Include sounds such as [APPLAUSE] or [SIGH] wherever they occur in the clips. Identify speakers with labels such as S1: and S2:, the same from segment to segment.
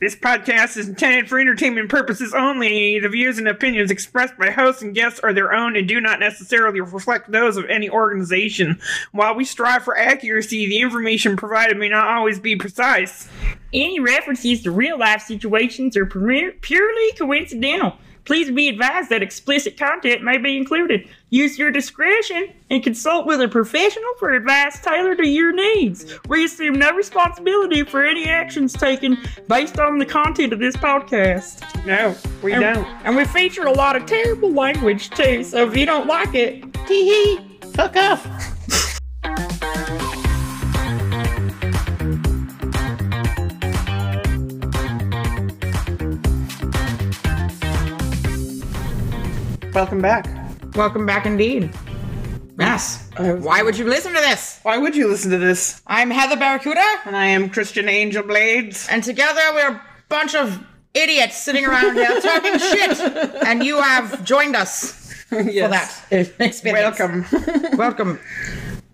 S1: This podcast is intended for entertainment purposes only. The views and opinions expressed by hosts and guests are their own and do not necessarily reflect those of any organization. While we strive for accuracy, the information provided may not always be precise.
S2: Any references to real life situations are pure- purely coincidental. Please be advised that explicit content may be included. Use your discretion and consult with a professional for advice tailored to your needs. We assume no responsibility for any actions taken based on the content of this podcast.
S1: No, we
S2: And-
S1: don't.
S2: And we feature a lot of terrible language too, so if you don't like it, tee hee.
S3: Fuck off.
S1: Welcome back.
S3: Welcome back indeed. Yes. Why would you listen to this?
S1: Why would you listen to this?
S3: I'm Heather Barracuda,
S1: And I am Christian Angel
S3: [LAUGHS]
S1: Blades.
S3: and together we're a bunch of idiots sitting around [LAUGHS] here talking shit, and you have joined us for that experience.
S1: Welcome.
S3: [LAUGHS] Welcome.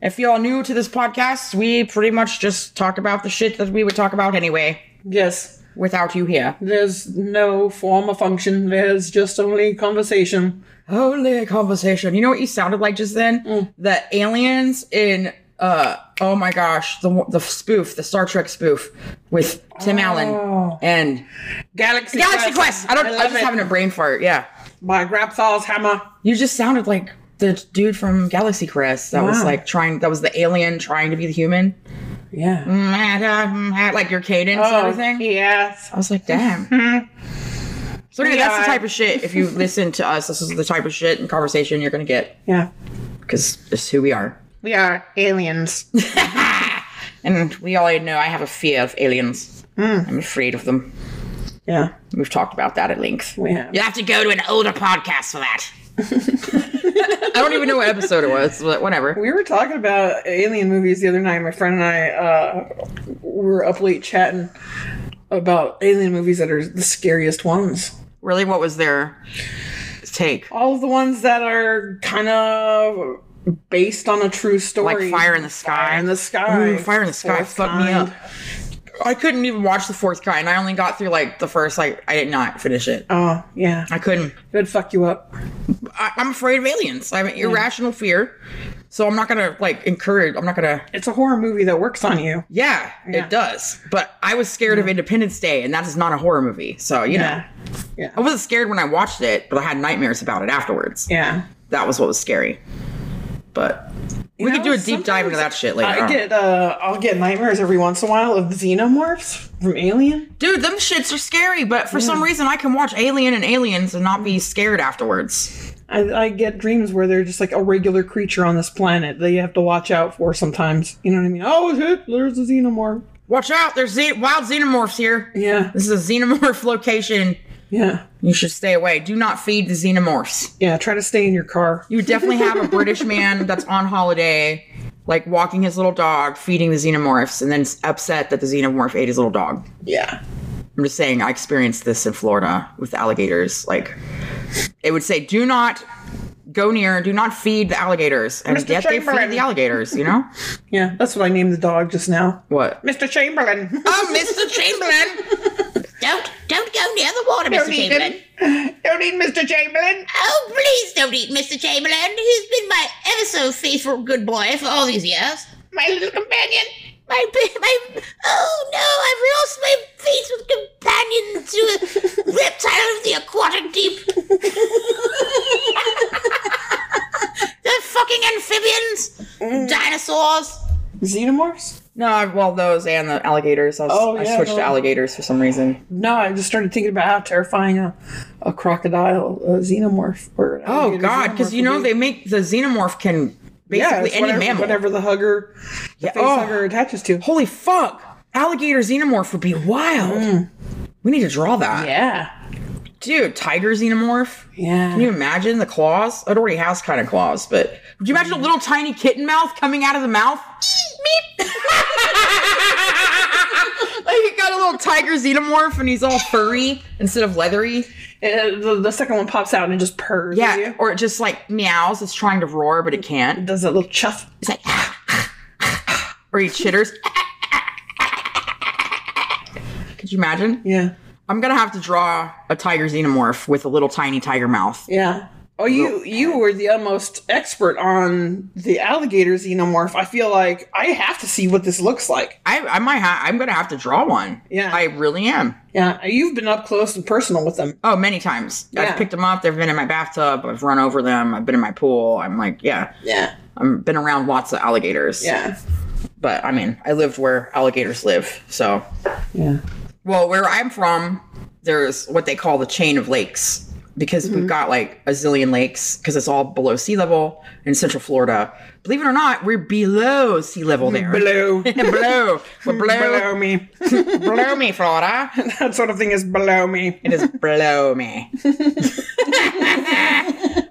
S3: If you're new to this podcast, we pretty much just talk about the shit that we would talk about anyway
S1: yes.
S3: without you here.
S1: There's no form or function. There's just only conversation.
S3: Only a conversation. You know what you sounded like just then? The aliens in uh oh my gosh, the the spoof, the Star Trek spoof with Tim
S1: Oh.
S3: Allen and
S1: Galaxy,
S3: Galaxy Quest. I don't. I,
S1: love
S3: was just
S1: it.
S3: having a brain fart. Yeah,
S1: My Grapthar's hammer.
S3: you just sounded like the dude from Galaxy Quest that was
S1: Wow.
S3: like trying. That was the alien trying to be the human.
S1: Yeah.
S3: Like your cadence and Mm. everything.
S1: Oh, Yes.
S3: I
S1: [LAUGHS]
S3: was like, damn. so anyway, that's
S1: Yeah.
S3: the type of shit.
S1: [LAUGHS]
S3: If you listen to us, this is the type of shit and conversation you're gonna get
S1: Yeah.
S3: because it's who we are.
S1: We are aliens.
S3: And we already know I have a fear of aliens.
S1: Hmm.
S3: I'm afraid of them.
S1: yeah.
S3: We've talked about that at length.
S1: We have.
S3: You'll have to go to an older podcast for that. [LAUGHS] I don't even know what episode it was, but whatever.
S1: We were talking about alien movies the other night. My friend and I uh, were up late chatting about alien movies that are the scariest ones.
S3: Really, what was their take?
S1: All of the ones that are kind of based on a true
S3: Like
S1: story.
S3: Fire in the Sky.
S1: Fire in the Sky.
S3: Ooh, Fire in the Sky
S1: Fourth
S3: fucked me up.
S1: Kind.
S3: I couldn't even watch the fourth kind. I only got through like the first. Like I did not finish it.
S1: Oh, yeah.
S3: I couldn't.
S1: It would fuck you up.
S3: I, I'm afraid of aliens.
S1: Mm.
S3: I have an irrational fear, so I'm not gonna like encourage. I'm not gonna.
S1: It's a horror movie that works on you.
S3: Yeah,
S1: Yeah.
S3: it does. But I was scared of Independence Day, and that is not a horror movie. So you know,
S1: Yeah.
S3: I wasn't scared when I watched it, but I had nightmares about it afterwards.
S1: Yeah.
S3: That was what was scary. But we
S1: You
S3: could do
S1: know,
S3: a deep dive into that
S1: sometimes
S3: shit later.
S1: I
S3: on.
S1: get uh I'll get nightmares every once in a while of xenomorphs from Alien.
S3: Dude, them shits are scary, but for some reason I can watch Alien and Aliens and not be scared afterwards.
S1: I, I get dreams where they're just like a regular creature on this planet that you have to watch out for sometimes. You know what I mean? Oh shit, there's a xenomorph.
S3: Watch out, there's ze- wild xenomorphs here.
S1: Yeah,
S3: This is a xenomorph [LAUGHS] location.
S1: yeah,
S3: You should stay away. Do not feed the xenomorphs.
S1: yeah. Try to stay in your car.
S3: You would definitely have
S1: [LAUGHS]
S3: a British man that's on holiday, like walking his little dog, feeding the xenomorphs, and then s- upset that the xenomorph ate his little dog.
S1: Yeah,
S3: I'm just saying, I experienced this in Florida with alligators. Like, it would say, do not go near, do not feed the alligators. And
S1: Mr.
S3: yet they
S1: Chamberlain.
S3: feed the alligators,
S1: [LAUGHS]
S3: you know?
S1: yeah. That's what I named the dog just now,
S3: What?
S1: Mr. [LAUGHS] Chamberlain.
S3: Oh, Mr. Chamberlain! Don't, don't go near the water,
S1: Don't
S3: Mr.
S1: eat
S3: Chamberlain.
S1: him. Don't eat Mr. Chamberlain.
S4: Oh, please don't eat Mr. Chamberlain. He's been my ever so faithful good boy for all these years.
S1: My little companion.
S4: My, b- my, oh no, I've lost my faith with companion to a reptile of the aquatic deep. [LAUGHS] the fucking amphibians, dinosaurs.
S1: Xenomorphs?
S3: No, I- well, those and the alligators. I, was,
S1: Oh,
S3: I
S1: yeah,
S3: switched
S1: no.
S3: to alligators for some reason.
S1: No, I just started thinking about how terrifying a, a crocodile, a xenomorph, or an
S3: Oh
S1: alligator
S3: God, because
S1: xenomorph
S3: you know
S1: would be.
S3: they make the xenomorph can
S1: Yeah,
S3: basically
S1: it's
S3: any
S1: whatever,
S3: mammal.
S1: whatever the hugger, the
S3: Yeah,
S1: face
S3: oh.
S1: hugger attaches to.
S3: Holy fuck! Alligator xenomorph would be wild.
S1: Mm.
S3: We need to draw that,
S1: Yeah,
S3: dude. Tiger xenomorph.
S1: yeah.
S3: Can you imagine the claws? It already has kind of claws, but would you imagine a little tiny kitten mouth coming out of the mouth? [LAUGHS] like you got a little tiger xenomorph and he's all furry instead of leathery.
S1: Uh, the, the second one pops out and just purrs. at
S3: Yeah,
S1: you.
S3: or it just like meows. It's trying to roar, but it can't.
S1: does a little chuff.
S3: It's like, or he chitters. Could Could you imagine?
S1: Yeah.
S3: I'm gonna have to draw a tiger xenomorph with a little tiny tiger mouth.
S1: Yeah. Oh, you you were the almost expert on the alligator xenomorph. I feel like I have to see what this looks like.
S3: I, I might ha- I'm gonna have to draw one.
S1: Yeah.
S3: I really am.
S1: Yeah, you've been up close and personal with them.
S3: Oh, many times.
S1: Yeah.
S3: I've picked them up. They've been in my bathtub. I've run over them. I've been in my pool. I'm like, yeah,
S1: Yeah.
S3: I've been around lots of alligators.
S1: Yeah.
S3: But I mean, I lived where alligators live. So,
S1: Yeah.
S3: well, where I'm from, there's what they call the chain of lakes because we've got like a zillion lakes because it's all below sea level in central Florida. Believe it or not, we're below sea level
S1: [LAUGHS]
S3: there.
S5: Below.
S3: below. [LAUGHS] We're below.
S5: below me. [LAUGHS]
S3: Below me, Florida.
S5: That sort of thing is below me.
S3: It is below me.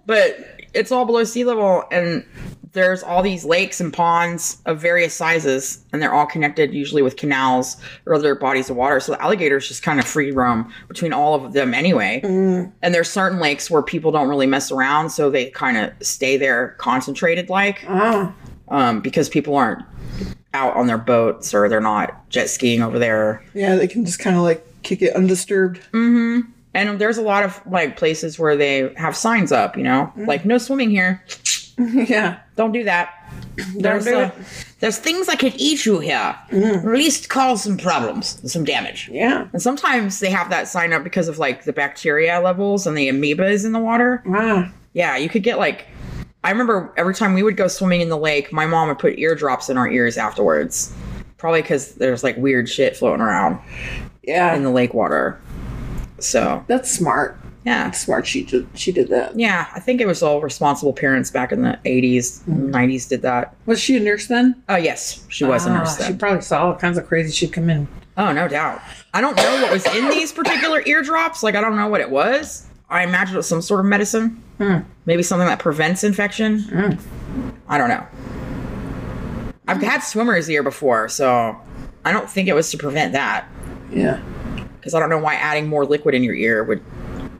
S3: but it's all below sea level and there's all these lakes and ponds of various sizes and they're all connected usually with canals or other bodies of water so the alligators just kind of free roam between all of them anyway and there's certain lakes where people don't really mess around so they kind of stay there concentrated like
S1: Oh.
S3: um, because people aren't out on their boats or they're not jet skiing over there
S1: Yeah, they can just kind of like kick it undisturbed.
S3: And there's a lot of like places where they have signs up, you know,
S1: Mm.
S3: like no swimming here.
S1: [LAUGHS] yeah.
S3: Don't do that. There's,
S1: do Mm.
S3: uh, there's things that could eat you here, or at least cause some problems, some damage.
S1: Yeah.
S3: And sometimes they have that sign up because of like the bacteria levels and the amoebas in the water.
S1: Wow.
S3: Yeah, you could get like, I remember every time we would go swimming in the lake, my mom would put eardrops in our ears afterwards. Probably because there's like weird shit floating around in
S1: Yeah.
S3: the lake water. So,
S1: That's smart.
S3: yeah.
S1: Smart. She did. She did that.
S3: Yeah, I think it was all responsible parents back in the 80s, 90s did that.
S1: Was she a nurse then?
S3: Oh, yes, she was a nurse
S1: Ah, She
S3: then.
S1: probably saw all kinds of crazy shit come in.
S3: Oh, no doubt. I don't know what was in these particular eardrops. Like, I don't know what it was. I imagine it was some sort of medicine. Maybe something that prevents infection. I don't know. I've had swimmer's ear before, so I don't think it was to prevent that.
S1: Yeah.
S3: Because I don't know why adding more liquid in your ear would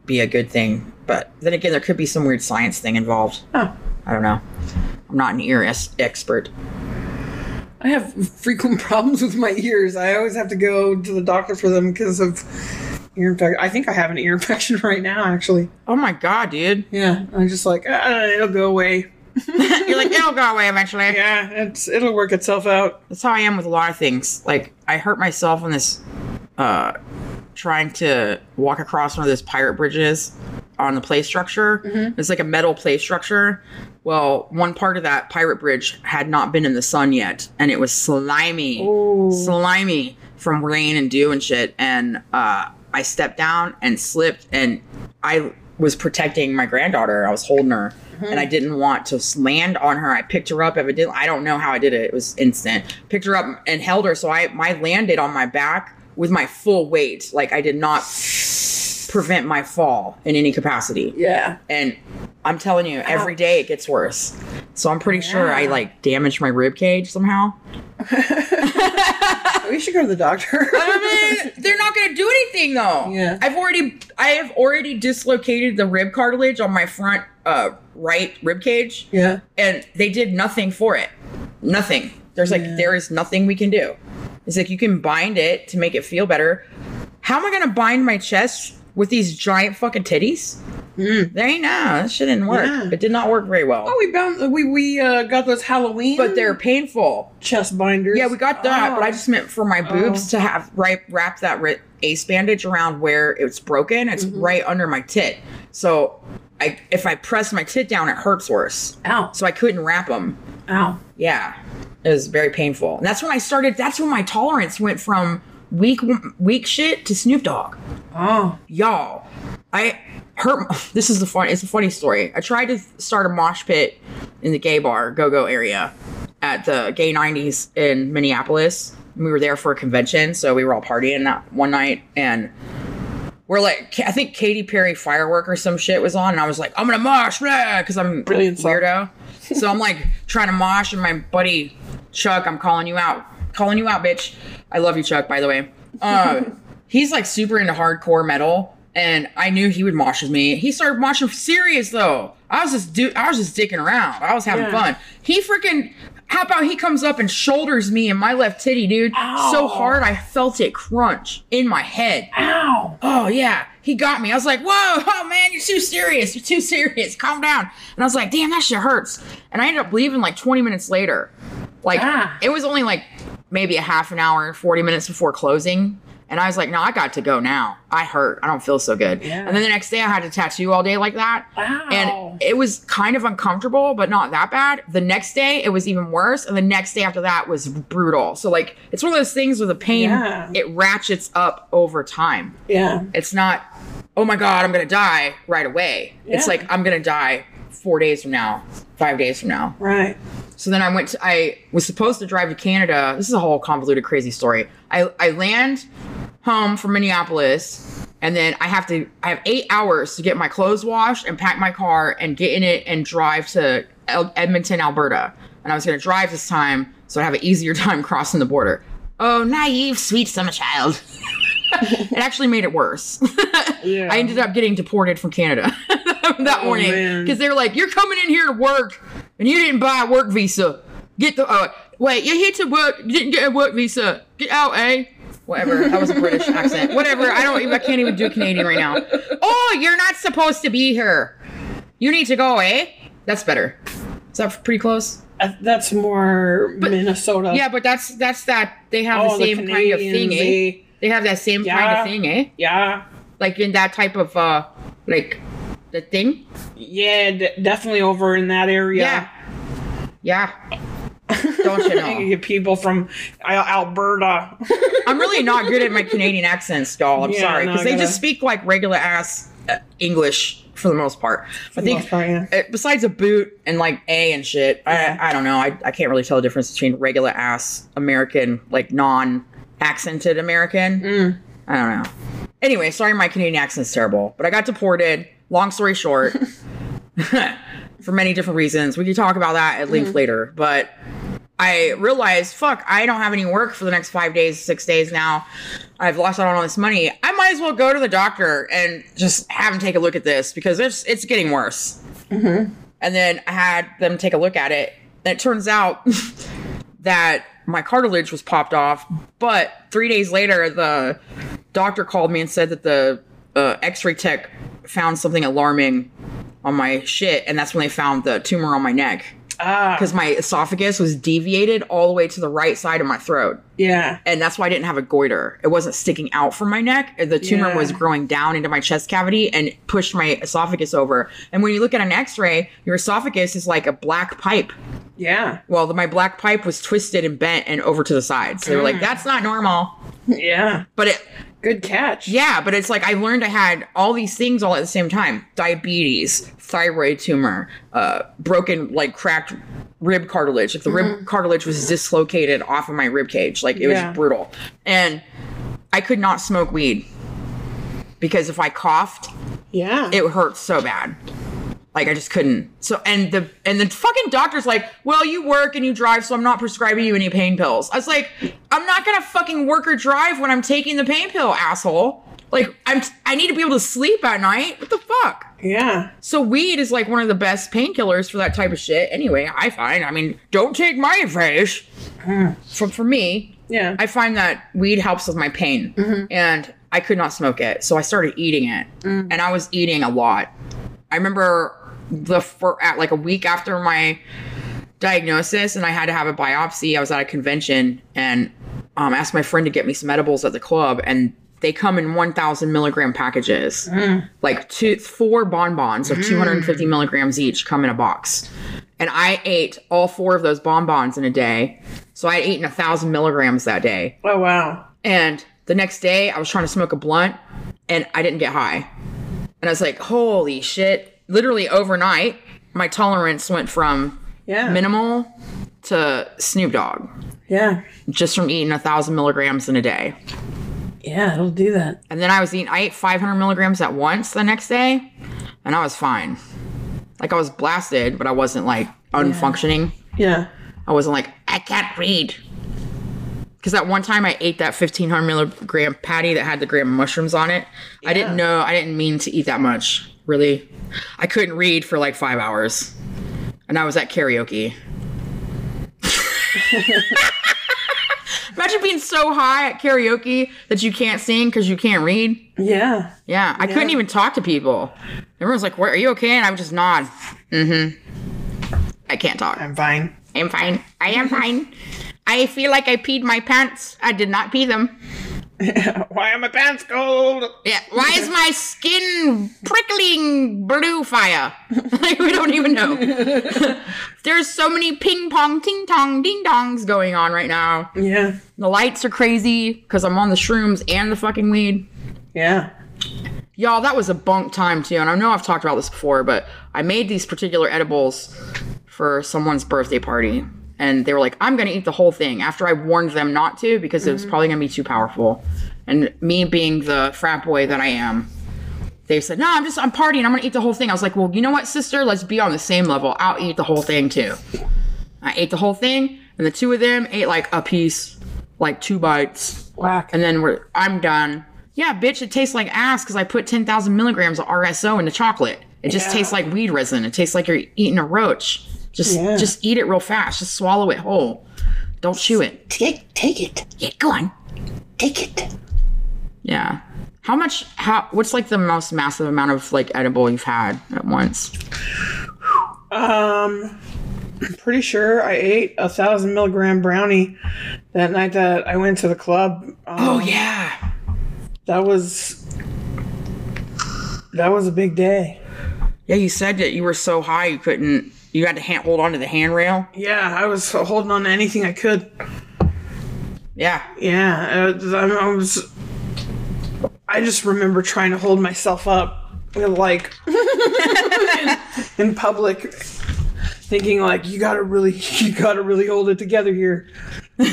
S3: be a good thing. But then again, there could be some weird science thing involved.
S1: Huh.
S3: I don't know. I'm not an ear es- expert.
S1: I have frequent [LAUGHS] problems with my ears. I always have to go to the doctor for them because of ear infection. I think I have an ear [LAUGHS] infection right now, actually.
S3: Oh my god, dude!
S1: Yeah. I'm just like, uh, it'll go away.
S3: You're like it'll go away eventually.
S1: Yeah, it's it'll work itself out.
S3: That's how I am with a lot of things. Like I hurt myself on this, uh, trying to walk across one of those pirate bridges on the play structure. It's like a metal play structure. Well, one part of that pirate bridge had not been in the sun yet, and it was slimy. slimy from rain and dew and shit. And uh, I stepped down and slipped, and I was protecting my granddaughter. I was holding her, and I didn't want to s- land on her. I picked her up evidently. I don't know how I did it. It was instant. Picked her up and held her. So I my landed on my back with my full weight. Like I did not prevent my fall in any capacity.
S1: Yeah.
S3: And I'm telling you, every day it gets worse. So I'm pretty sure I like damaged my rib cage somehow.
S1: We should go to the [LAUGHS] doctor.
S3: I mean, they're not gonna do anything though.
S1: Yeah.
S3: I've already I have already dislocated the rib cartilage on my front uh right rib cage
S1: yeah.
S3: and they did nothing for it. Nothing. There's like there is nothing we can do. It's like you can bind it to make it feel better. How am I gonna bind my chest with these giant fucking titties? They ain't nah, that shit didn't work.
S1: Mm. Yeah.
S3: It did not work very well.
S1: Oh, we bound we we uh, got those Halloween
S3: but they're painful.
S1: chest binders.
S3: Yeah, we got that,
S1: Oh.
S3: but I just meant for my boobs to have right wrap that ri- ace bandage around where it's broken. It's
S1: Mm-hmm.
S3: right under my tit, so I if I press my tit down, it hurts worse.
S1: Ow.
S3: So I couldn't wrap them.
S1: Ow.
S3: Yeah, it was very painful, and that's when I started. That's when my tolerance went from weak weak shit to Snoop Dogg
S1: Oh.
S3: y'all i hurt [LAUGHS] this is the fun it's a funny story i tried to start a mosh pit in the gay bar go-go area at the gay 90s in minneapolis And we were there for a convention so we were all partying that one night and we're like i think Katy perry firework or some shit was on and i was like i'm gonna mosh because i'm
S1: Brilliant song.
S3: weirdo so i'm like trying to mosh and my buddy chuck i'm calling you out calling you out bitch i love you chuck by the way uh, he's like super into hardcore metal and I knew he would mosh with me. He started moshing serious though. I was just do I was just dicking around. I was having fun. He freaking how about he comes up and shoulders me in my left titty, dude, so hard I felt it crunch in my head.
S1: Ow!
S3: Oh yeah, he got me. I was like, "Whoa, [LAUGHS] oh man, you're too serious. You're too serious. Calm down." And I was like, "Damn, that shit hurts." And I ended up leaving like 20 minutes later. Like
S1: Ah.
S3: it was only like maybe a half an hour, 40 minutes before closing. And I was like, "No, I got to go now. I hurt. I don't feel so good." And then the next day, I had to tattoo all day like that.
S1: Wow.
S3: And it was kind of uncomfortable, but not that bad. The next day, it was even worse. And the next day after that was brutal. So, like, it's one of those things where the pain,
S1: Yeah.
S3: it ratchets up over time.
S1: yeah.
S3: It's not, oh my God, I'm going to die right away. It's
S1: Yeah.
S3: like, I'm going to die four days from now, five days from now.
S1: Right.
S3: So then I went to, I was supposed to drive to Canada. This is a whole convoluted, crazy story. I, I land home from Minneapolis and then I have to, I have eight hours to get my clothes washed and pack my car and get in it and drive to El- Edmonton, Alberta. And I was going to drive this time so I have an easier [LAUGHS] time crossing the border. Oh, naive, sweet summer child. [LAUGHS] it actually made it worse. [LAUGHS]
S1: Yeah.
S3: I ended up getting deported from Canada [LAUGHS] that
S1: Oh,
S3: morning
S1: man.
S3: because they're like, "You're coming in here to work, and you didn't buy a work visa. Get the uh, wait, you're here to work, you didn't get a work visa. Get out, eh?" Whatever. That was a
S1: [LAUGHS]
S3: British accent. Whatever. I don't. even I can't even do Canadian right now. Oh, you're not supposed to be here. You need to go, eh? That's better. Is that pretty close?
S1: Uh, That's more Minnesota.
S3: Yeah, but that's that's that. They have
S1: Oh,
S3: the
S1: the
S3: same kind of thing,
S1: Canadians.
S3: eh?
S1: They,
S3: They have that same kind
S1: Yeah.
S3: of thing, eh?
S1: yeah.
S3: Like in that type of uh, like the thing.
S1: Yeah. De- definitely over in that area.
S3: Yeah. Yeah. Don't
S1: [LAUGHS]
S3: you
S1: You
S3: [LAUGHS] know?
S1: get people from Al-
S3: [LAUGHS]
S1: Alberta. [LAUGHS]
S3: I'm really not good at my Canadian accents, doll. I'm
S1: Yeah,
S3: sorry.
S1: no,
S3: Because
S1: I
S3: they
S1: gotta-
S3: just speak like regular ass uh, English for the most part. I think,
S1: Australia.
S3: uh, besides a boot and like A and shit,
S1: Yeah.
S3: I, I don't know. I, I can't really tell the difference between regular ass American, like non accented American.
S1: Mm.
S3: I don't know. Anyway, sorry my Canadian accent's terrible, but I got deported. Long story short, [LAUGHS] for many different reasons. We could talk about that at
S1: Mm-hmm.
S3: length later, but I realized, fuck, I don't have any work for the next five days, six days now. I've lost out on all this money. I might as well go to the doctor and just have him take a look at this because it's it's getting worse. And then I had them take a look at it, and it turns out [LAUGHS] that my cartilage was popped off. But three days later, the doctor called me and said that the uh, X-ray tech found something alarming on my shit, and that's when they found the tumor on my neck
S1: Ah.
S3: because my esophagus was deviated all the way to the right side of my throat.
S1: Yeah.
S3: And that's why I didn't have a goiter. It wasn't sticking out from my neck. The tumor
S1: Yeah.
S3: was growing down into my chest cavity and pushed my esophagus over. And when you look at an x ray, your esophagus is like a black pipe.
S1: Yeah.
S3: Well, the, my black pipe was twisted and bent and over to the side. So they were like, that's not normal.
S1: Yeah.
S3: But it,
S1: Good catch.
S3: yeah, but it's like I learned I had all these things all at the same time: diabetes, thyroid tumor, uh, broken, like cracked rib cartilage. Like the rib cartilage was dislocated off of my rib cage, like it
S1: Yeah.
S3: was brutal. And I could not smoke weed because if I coughed,
S1: Yeah.
S3: it hurt so bad. Like I just couldn't. So and the and the fucking doctor's like, well, you work and you drive, so I'm not prescribing you any pain pills. I was like, I'm not gonna fucking work or drive when I'm taking the pain pill, asshole. Like I'm I need to be able to sleep at night. What the fuck?
S1: yeah.
S3: So weed is like one of the best painkillers for that type of shit. Anyway, I find. I mean, don't take my advice. For for me,
S1: Yeah.
S3: I find that weed helps with my pain, and I could not smoke it, so I started eating it, and I was eating a lot. I remember the for at like a week after my diagnosis, and I had to have a biopsy. I was at a convention and um, asked my friend to get me some edibles at the club, and they come in 1,000 milligram packages, like two four bonbons of 250 milligrams each come in a box. And I ate all four of those bonbons in a day. So I had eaten a thousand milligrams that day.
S1: oh wow.
S3: And the next day I was trying to smoke a blunt and I didn't get high. And I was like, holy shit. Literally overnight, my tolerance went from
S1: Yeah.
S3: minimal to Snoop Dogg
S1: yeah.
S3: just from eating a thousand milligrams in a day.
S1: Yeah. It'll do that.
S3: And then I was eating, I ate 500 milligrams at once the next day and I was fine. Like I was blasted, but I wasn't like unfunctioning.
S1: Yeah.
S3: I wasn't like, I can't read. Because that one time I ate that 1500 milligram patty that had the gram of mushrooms on it. I didn't know, I didn't mean to eat that much, really. I couldn't read for like five hours. And I was at karaoke. [LAUGHS] Imagine being so high at karaoke that you can't sing because you can't read.
S1: Yeah.
S3: Yeah, I couldn't even talk to people. Everyone's like, "Where are you okay?" And I would just nod. Mm-hmm. I can't talk.
S1: I'm fine. [LAUGHS]
S3: I'm fine. I am fine. I feel like I peed my pants. I did not pee them.
S5: Why are my pants cold?
S3: Yeah. Why is my skin prickling blue fire? [LAUGHS] like we don't even know. [LAUGHS] There's so many ping pong, ting tong, ding dongs going on right now.
S1: Yeah.
S3: The lights are crazy because I'm on the shrooms and the fucking weed.
S1: Yeah.
S3: Y'all, that was a bunk time too, and I know I've talked about this before, but I made these particular edibles for someone's birthday party, and they were like, "I'm gonna eat the whole thing." After I warned them not to because it was probably gonna be too powerful, and me being the frat boy that I am, they said, "No, I'm just I'm partying. I'm gonna eat the whole thing." I was like, "Well, you know what, sister? Let's be on the same level. I'll eat the whole thing too." I ate the whole thing, and the two of them ate like a piece, like two bites
S1: Whack.
S3: and then we're I'm done. Yeah, bitch, it tastes like ass because I put ten thousand milligrams of RSO in the chocolate. It just tastes like weed resin. It tastes like you're eating a roach. Just
S1: Yeah.
S3: just eat it real fast. Just swallow it whole. Don't chew it.
S4: Take, take it.
S3: Yeah, go on.
S4: Take it.
S3: Yeah. How much? How? What's like the most massive amount of like edible you've had at once?
S1: Um, I'm pretty sure I ate a thousand milligram brownie that night that I went to the club. Um,
S3: Oh yeah.
S1: That was that was a big day.
S3: Yeah, you said that you were so high you couldn't. You had to hand, hold on to the handrail.
S1: Yeah, I was holding on to anything I could.
S3: Yeah.
S1: Yeah, uh, I, I was. I just remember trying to hold myself up, like [LAUGHS] in, in public, thinking like, "You gotta really, [LAUGHS] you gotta really hold it together here. [LAUGHS] You're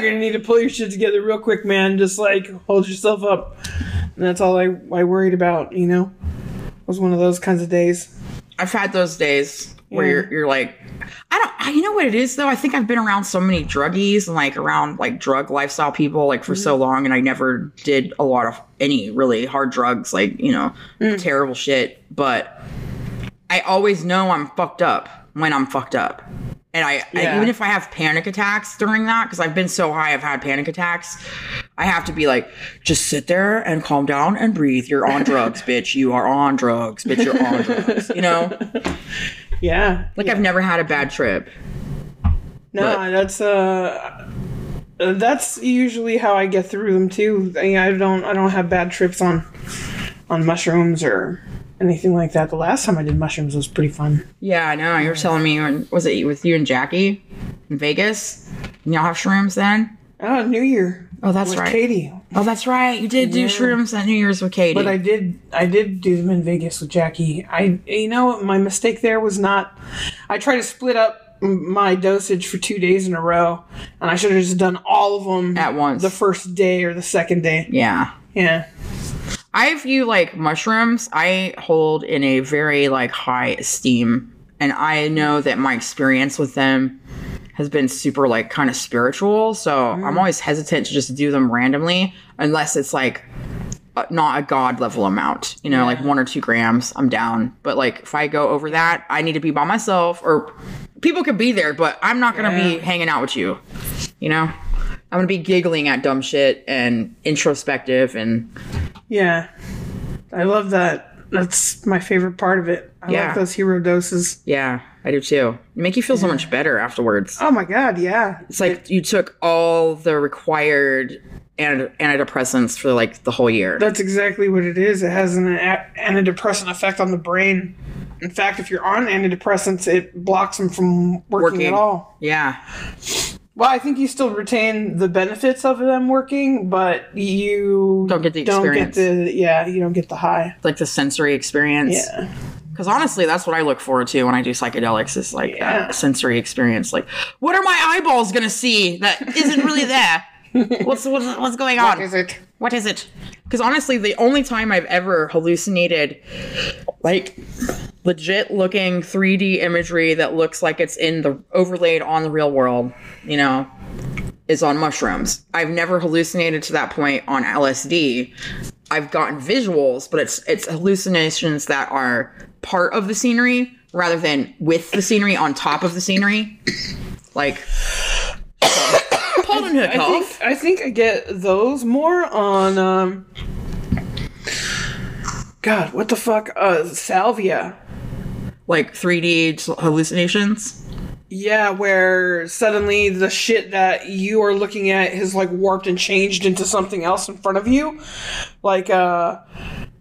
S1: gonna need to pull your shit together real quick, man. Just like hold yourself up." And that's all I, I worried about. You know, it was one of those kinds of days.
S3: I've had those days where
S1: Yeah.
S3: you're, you're like, I don't, I, you know what it is though? I think I've been around so many druggies and like around like drug lifestyle people like for so long and I never did a lot of any really hard drugs, like, you know, terrible shit. But I always know I'm fucked up when I'm fucked up. And I, I
S1: Yeah.
S3: even if I have panic attacks during that, because I've been so high, I've had panic attacks. I have to be like, just sit there and calm down and breathe. You're on drugs,
S1: [LAUGHS]
S3: bitch. You are on drugs, bitch. You're on drugs. You know,
S1: Yeah,
S3: like I've never had a bad trip.
S1: No,
S3: but-
S1: that's uh, uh, that's usually how I get through them too. I, I don't I don't have bad trips on on mushrooms or anything like that. The last time I did mushrooms was pretty fun.
S3: Yeah, I know. You were telling me when was it with you and Jackie in Vegas? And y'all have shrooms then?
S1: Oh, New Year
S3: Oh, that's
S1: with
S3: right.
S1: Katie.
S3: Oh, that's right. You did do shrooms at New Year's with Katie.
S1: But I did I did do them in Vegas with Jackie. I you know my mistake there was not. I tried to split up m- my dosage for two days in a row, and I should have just done all of them
S3: At once.
S1: the first day or the second day.
S3: yeah.
S1: Yeah.
S3: I view like mushrooms, I hold in a very like high esteem. And I know that my experience with them has been super like kind of spiritual. So I'm always hesitant to just do them randomly unless it's like uh, not a god level amount, you know, like one or two grams. I'm down. But like if I go over that, I need to be by myself or people could be there, but I'm not going to be hanging out with you, you know? I'm going to be giggling at dumb shit and introspective and
S1: Yeah. I love that. That's my favorite part of it. I
S3: Yeah.
S1: like those hero doses.
S3: Yeah, I do too. Make you feel so much better afterwards.
S1: Oh my god, yeah.
S3: It's like you took all the required anti- antidepressants for like the whole year.
S1: That's exactly what it is. It has an a- antidepressant effect on the brain. In fact, if you're on antidepressants, it blocks them from working,
S3: Working.
S1: at all.
S3: yeah,
S1: Well, I think you still retain the benefits of them working, but you
S3: Don't get the experience.
S1: Don't get the yeah, you don't get the high.
S3: like the sensory experience.
S1: Yeah.
S3: Because honestly, that's what I look forward to when I do psychedelics is like
S1: Yeah.
S3: that sensory experience. Like, what are my eyeballs gonna see that isn't
S1: [LAUGHS]
S3: really there? what's, what's what's going on? What is it? What is it? Because honestly, the only time I've ever hallucinated, like legit looking 3D imagery that looks like it's in the overlaid on the real world, you know, is on mushrooms. I've never hallucinated to that point on LSD. I've gotten visuals, but it's it's hallucinations that are part of the scenery rather than with the scenery on top of the scenery. Like [COUGHS] Paul
S1: I think, I think I get those more on um God, what the fuck? Uh Salvia.
S3: like 3D hallucinations.
S1: Yeah, where suddenly the shit that you are looking at has like warped and changed into something else in front of you. Like uh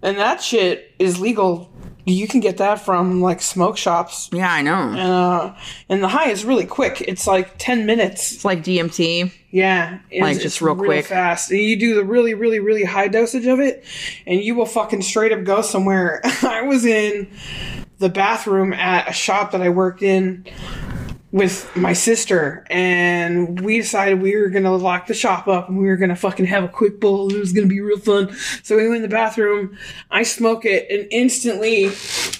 S1: and that shit is legal. You can get that from like smoke shops.
S3: Yeah, I know.
S1: Uh, and the high is really quick. It's like 10 minutes.
S3: It's like [LAUGHS] DMT.
S1: Yeah, it's,
S3: Like,
S1: it's
S3: just real
S1: real
S3: quick.
S1: fast. And you do the really, really, really high dosage of it, and you will fucking straight up go somewhere. [LAUGHS] I was in the bathroom at a shop that I worked in with my sister, and we decided we were gonna lock the shop up and we were gonna fucking have a quick bowl. and It was gonna be real fun. So we went in the bathroom. I smoke it, and instantly,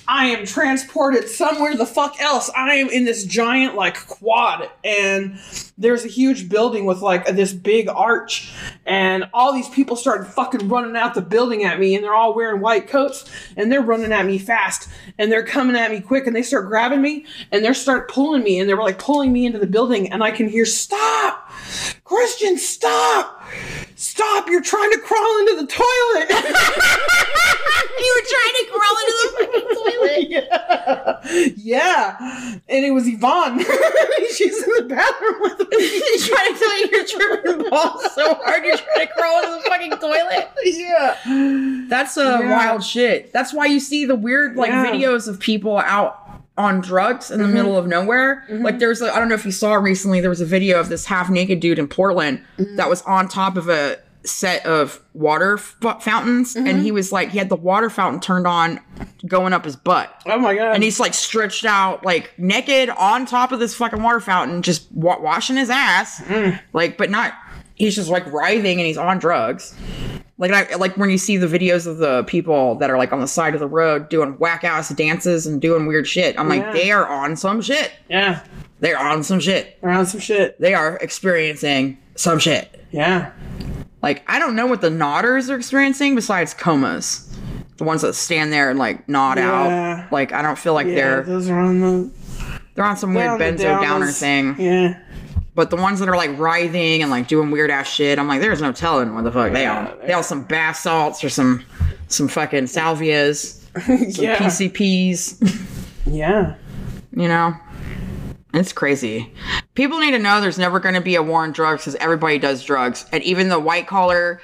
S1: I am transported somewhere the fuck else. I am in this giant like quad, and there's a huge building with like this big arch, and all these people started fucking running out the building at me, and they're all wearing white coats, and they're running at me fast, and they're coming at me quick, and they start grabbing me, and they start pulling me, and they were like pulling me into the building, and I can hear stop, Christian, stop, stop, you're trying to crawl into the toilet. [LAUGHS]
S4: you were trying to crawl into the fucking toilet.
S1: Yeah, and it was Yvonne. [LAUGHS] She's in the bathroom with me.
S3: He's trying to tell you you're tripping balls so hard you're trying to crawl into the fucking toilet.
S1: yeah,
S3: That's a
S1: Yeah.
S3: wild shit. That's why you see the weird like
S1: Yeah. Mm-hmm.
S3: videos of people out on drugs in the middle of nowhere. Like there's a, I don't know if you saw recently there was a video of this half naked dude in Portland
S1: Mm-hmm.
S3: that was on top of a set of water f- fountains
S1: Mm-hmm.
S3: and he was like he had the water fountain turned on going up his butt.
S1: Oh my god.
S3: and he's like stretched out like naked on top of this fucking water fountain just wa- washing his ass
S1: Mm.
S3: like but not he's just like writhing and he's on drugs like I, like when you see the videos of the people that are like on the side of the road doing whack ass dances and doing weird shit i'm like
S1: Yeah.
S3: they are on some shit
S1: yeah,
S3: they're on some shit
S1: around some shit.
S3: they are experiencing some shit
S1: Yeah.
S3: like i don't know what the nodders are experiencing besides comas the ones that stand there and like nod
S1: Yeah.
S3: out like i don't feel like
S1: Yeah,
S3: they're
S1: those are on the
S3: They're on some
S1: they're
S3: weird
S1: on the
S3: benzo downer
S1: downers.
S3: thing.
S1: Yeah. [LAUGHS]
S3: But the ones that are like writhing and like doing weird ass shit, I'm like, there's no telling what the fuck they
S1: Yeah,
S3: are. They all some bath salts or some some fucking salvias, some
S1: yeah.
S3: PCPs,
S1: Yeah.
S3: [LAUGHS] you know? It's crazy. People need to know there's never going to be a war on drugs because everybody does drugs. And even the white collar,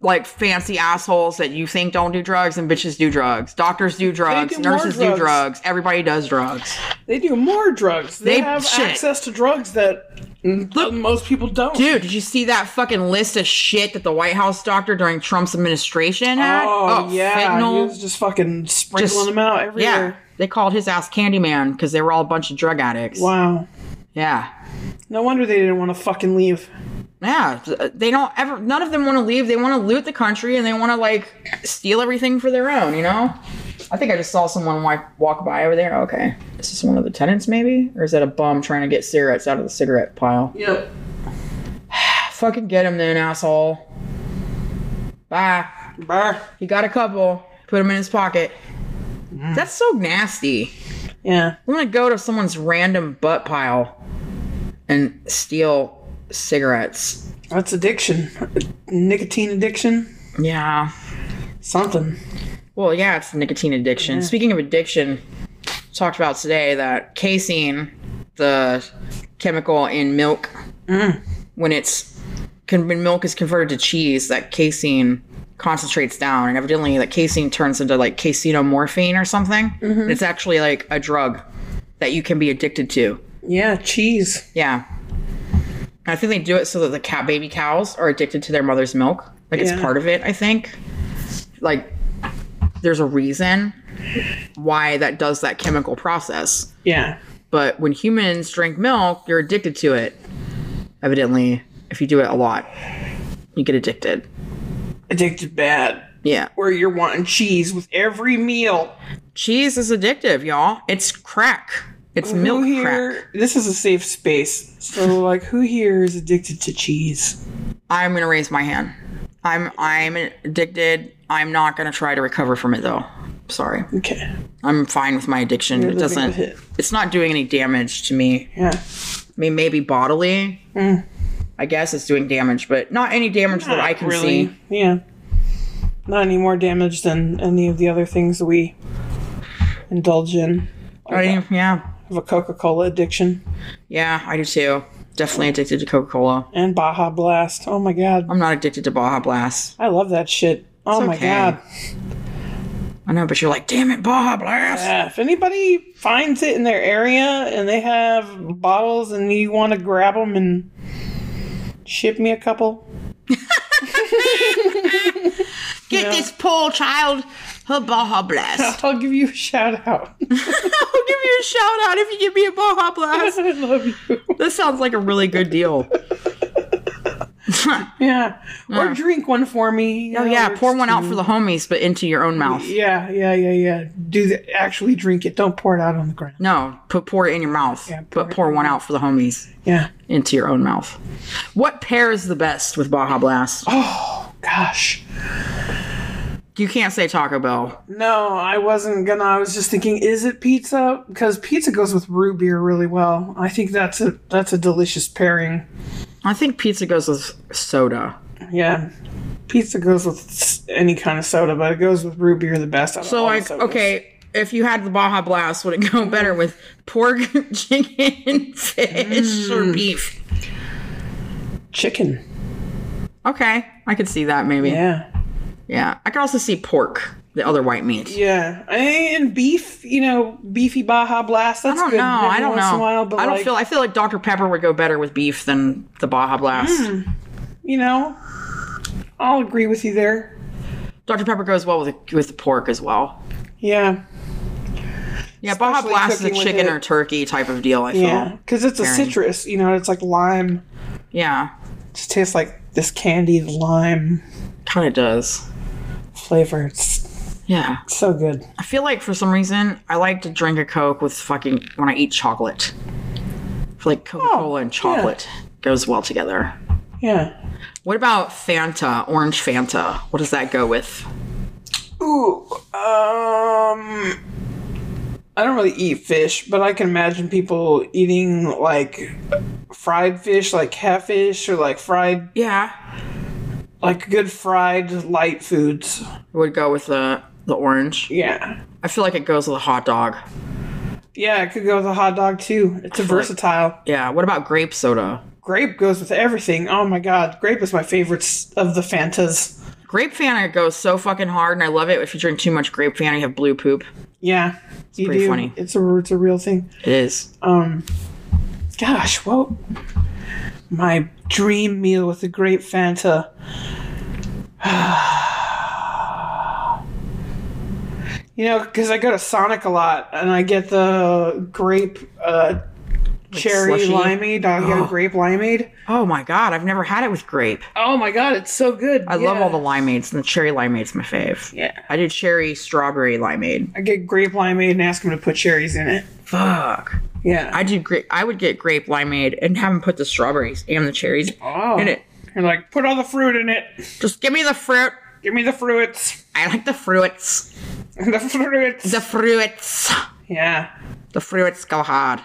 S3: like fancy assholes that you think don't do drugs and bitches do drugs. Doctors do drugs,
S1: do more
S3: nurses do
S1: drugs.
S3: drugs, everybody does drugs.
S1: They do more drugs. They,
S3: They-
S1: have
S3: shit.
S1: access to drugs that
S3: Look,
S1: most people don't.
S3: Dude, did you see that fucking list of shit that the White House doctor during Trump's administration had?
S1: Oh, yeah. He
S3: fentanyl.
S1: was just fucking sprinkling
S3: Just-
S1: them out
S3: yeah,
S1: everywhere.
S3: they called his ass Candyman because they were all a bunch of drug addicts.
S1: Wow.
S3: Yeah,
S1: No wonder they didn't want to fucking leave.
S3: yeah. They don't ever. None of them want to leave. They want to loot the country and they want to like steal everything for their own. You know. I think I just saw someone wi- walk by over there. Okay, is this one of the tenants maybe, or is that a bum trying to get cigarettes out of the cigarette pile?
S1: Yep.
S3: [SIGHS] Fucking get him then, asshole. Bye.
S1: Bah.
S3: He got a couple, put them in his pocket. That's so nasty.
S1: Yeah.
S3: I'm gonna go to someone's random butt pile and steal cigarettes.
S1: That's addiction. [LAUGHS] Nicotine addiction.
S3: Yeah.
S1: Something.
S3: Well, yeah, it's nicotine addiction. Speaking of addiction, talked about today that casein, the chemical in milk, when it's con- when milk is converted to cheese, that casein concentrates down, and evidently that casein turns into like caseinomorphine or something. It's actually like a drug that you can be addicted to.
S1: Yeah. Cheese.
S3: Yeah. I think they do it so that the cat baby cows are addicted to their mother's milk. Like
S1: Yeah.
S3: it's part of it, I think. Like there's a reason why that does that chemical process.
S1: Yeah.
S3: But when humans drink milk, you're addicted to it. Evidently, if you do it a lot, you get addicted.
S1: Addicted bad.
S3: Yeah.
S1: where you're wanting cheese with every meal.
S3: Cheese is addictive, y'all. It's crack. It's milk
S1: who here?
S3: crack.
S1: This is a safe space. So, like, who here is addicted to cheese?
S3: I'm gonna raise my hand. I'm I'm addicted. I'm not gonna try to recover from it though. Sorry.
S1: Okay,
S3: I'm fine with my addiction.
S1: You're
S3: it
S1: living with
S3: doesn't
S1: it.
S3: it's not doing any damage to me.
S1: yeah.
S3: I mean maybe bodily.
S1: Mm.
S3: I guess it's doing damage, but not any damage that I can
S1: really,
S3: see.
S1: yeah. Not any more damage than any of the other things we indulge in.
S3: I, yeah.
S1: Of a Coca-Cola addiction
S3: Yeah, I do too. Definitely addicted to Coca-Cola.
S1: and Baja Blast. Oh my god,
S3: I'm not addicted to Baja Blast.
S1: I love that shit. Oh
S3: It's
S1: my
S3: okay.
S1: god.
S3: I know, but you're like, damn it, Baja Blast.
S1: Yeah, Uh, if anybody finds it in their area and they have bottles and you want to grab them and ship me a couple, [LAUGHS]
S3: Get this poor child her Baja Blast.
S1: I'll give you a shout out. [LAUGHS]
S3: [LAUGHS] I'll give you a shout out if you give me a Baja
S1: [LAUGHS]
S3: Blast.
S1: I love you.
S3: This sounds like a really good deal.
S1: Yeah. Or drink one for me. you
S3: Mm. Oh
S1: know,
S3: yeah,
S1: or
S3: pour
S1: just-
S3: one out for the homies, but into your own mouth.
S1: [LAUGHS] Yeah, yeah, yeah, yeah. Do the, actually drink it. Don't pour it out on the ground.
S3: No, put pour it in your mouth,
S1: Yeah, pour
S3: but
S1: it
S3: pour one out for the homies
S1: Yeah.
S3: into your own mouth. What pairs the best with Baja Blast?
S1: Oh. Gosh.
S3: You can't say Taco Bell.
S1: No, I wasn't gonna. I was just thinking, is it pizza? Because pizza goes with root beer really well. I think that's a that's a delicious pairing.
S3: I think pizza goes with soda.
S1: Yeah. Pizza goes with s- any kind of soda, but it goes with root beer the best. out of
S3: So
S1: all the
S3: like,
S1: sodas. Mm.
S3: okay, if you had the Baja Blast, would it go better with pork, [LAUGHS] chicken, fish, or
S1: Mm.
S3: beef?
S1: chicken.
S3: Okay, I could see that maybe. Yeah.
S1: Yeah,
S3: I could also see pork, the other white meat.
S1: yeah, and beef. You know, beefy Baja Blast.
S3: I
S1: That's
S3: don't
S1: good.
S3: know. I
S1: every
S3: don't
S1: once in
S3: know.
S1: a while, but
S3: I don't
S1: like,
S3: feel. I feel like Dr Pepper would go better with beef than the Baja Blast.
S1: Mm. you know, I'll agree with you there.
S3: Dr Pepper goes well with with the pork as well.
S1: Yeah,
S3: Yeah, Baja
S1: Especially
S3: Blast is a
S1: cooking with
S3: chicken
S1: it.
S3: or turkey type of deal. I feel.
S1: yeah,
S3: Yeah.
S1: because it's a
S3: Pairing.
S1: citrus. You know, it's like lime. It just tastes like this candied lime
S3: Kind of does.
S1: flavor. It's
S3: Yeah.
S1: so good.
S3: I feel like for some reason I like to drink a Coke with fucking when I eat chocolate. I feel like Coca Cola and chocolate goes well together.
S1: Yeah.
S3: What about Fanta, orange Fanta? What does that go with?
S1: Ooh, um, I don't really eat fish, but I can imagine people eating like fried fish, like catfish, or like fried,
S3: Yeah,
S1: like good fried light foods.
S3: it would go with the the orange.
S1: Yeah,
S3: I feel like it goes with a hot dog.
S1: yeah, it could go with a hot dog too. It's a versatile.
S3: Yeah. What about grape soda?
S1: Grape goes with everything. Oh my god, grape is my favorite s- of the Fantas.
S3: Grape Fanta goes so fucking hard, and I love it. If you drink too much Grape Fanta, you have blue poop.
S1: Yeah, you
S3: pretty funny.
S1: It's a it's a real thing.
S3: It is.
S1: Um, gosh, what my dream meal with a grape Fanta. [SIGHS] you know, because I go to Sonic a lot, and I get the grape uh, cherry
S3: slushy?
S1: limeade. I get a grape limeade.
S3: Oh my god, I've never had it with grape.
S1: Oh my god, it's so good!
S3: I love all the limeades, and the cherry limeade's my fave.
S1: Yeah.
S3: I do cherry strawberry limeade.
S1: I get grape limeade and ask them to put cherries in it.
S3: Fuck.
S1: Yeah.
S3: I do grape. I would get grape limeade and have them put the strawberries and the cherries
S1: oh.
S3: in it.
S1: You're like, put all the fruit in it.
S3: Just give me the fruit.
S1: Give me the fruits. [LAUGHS]
S3: I like the fruits.
S1: the fruits.
S3: The fruits.
S1: yeah.
S3: The fruits go hard.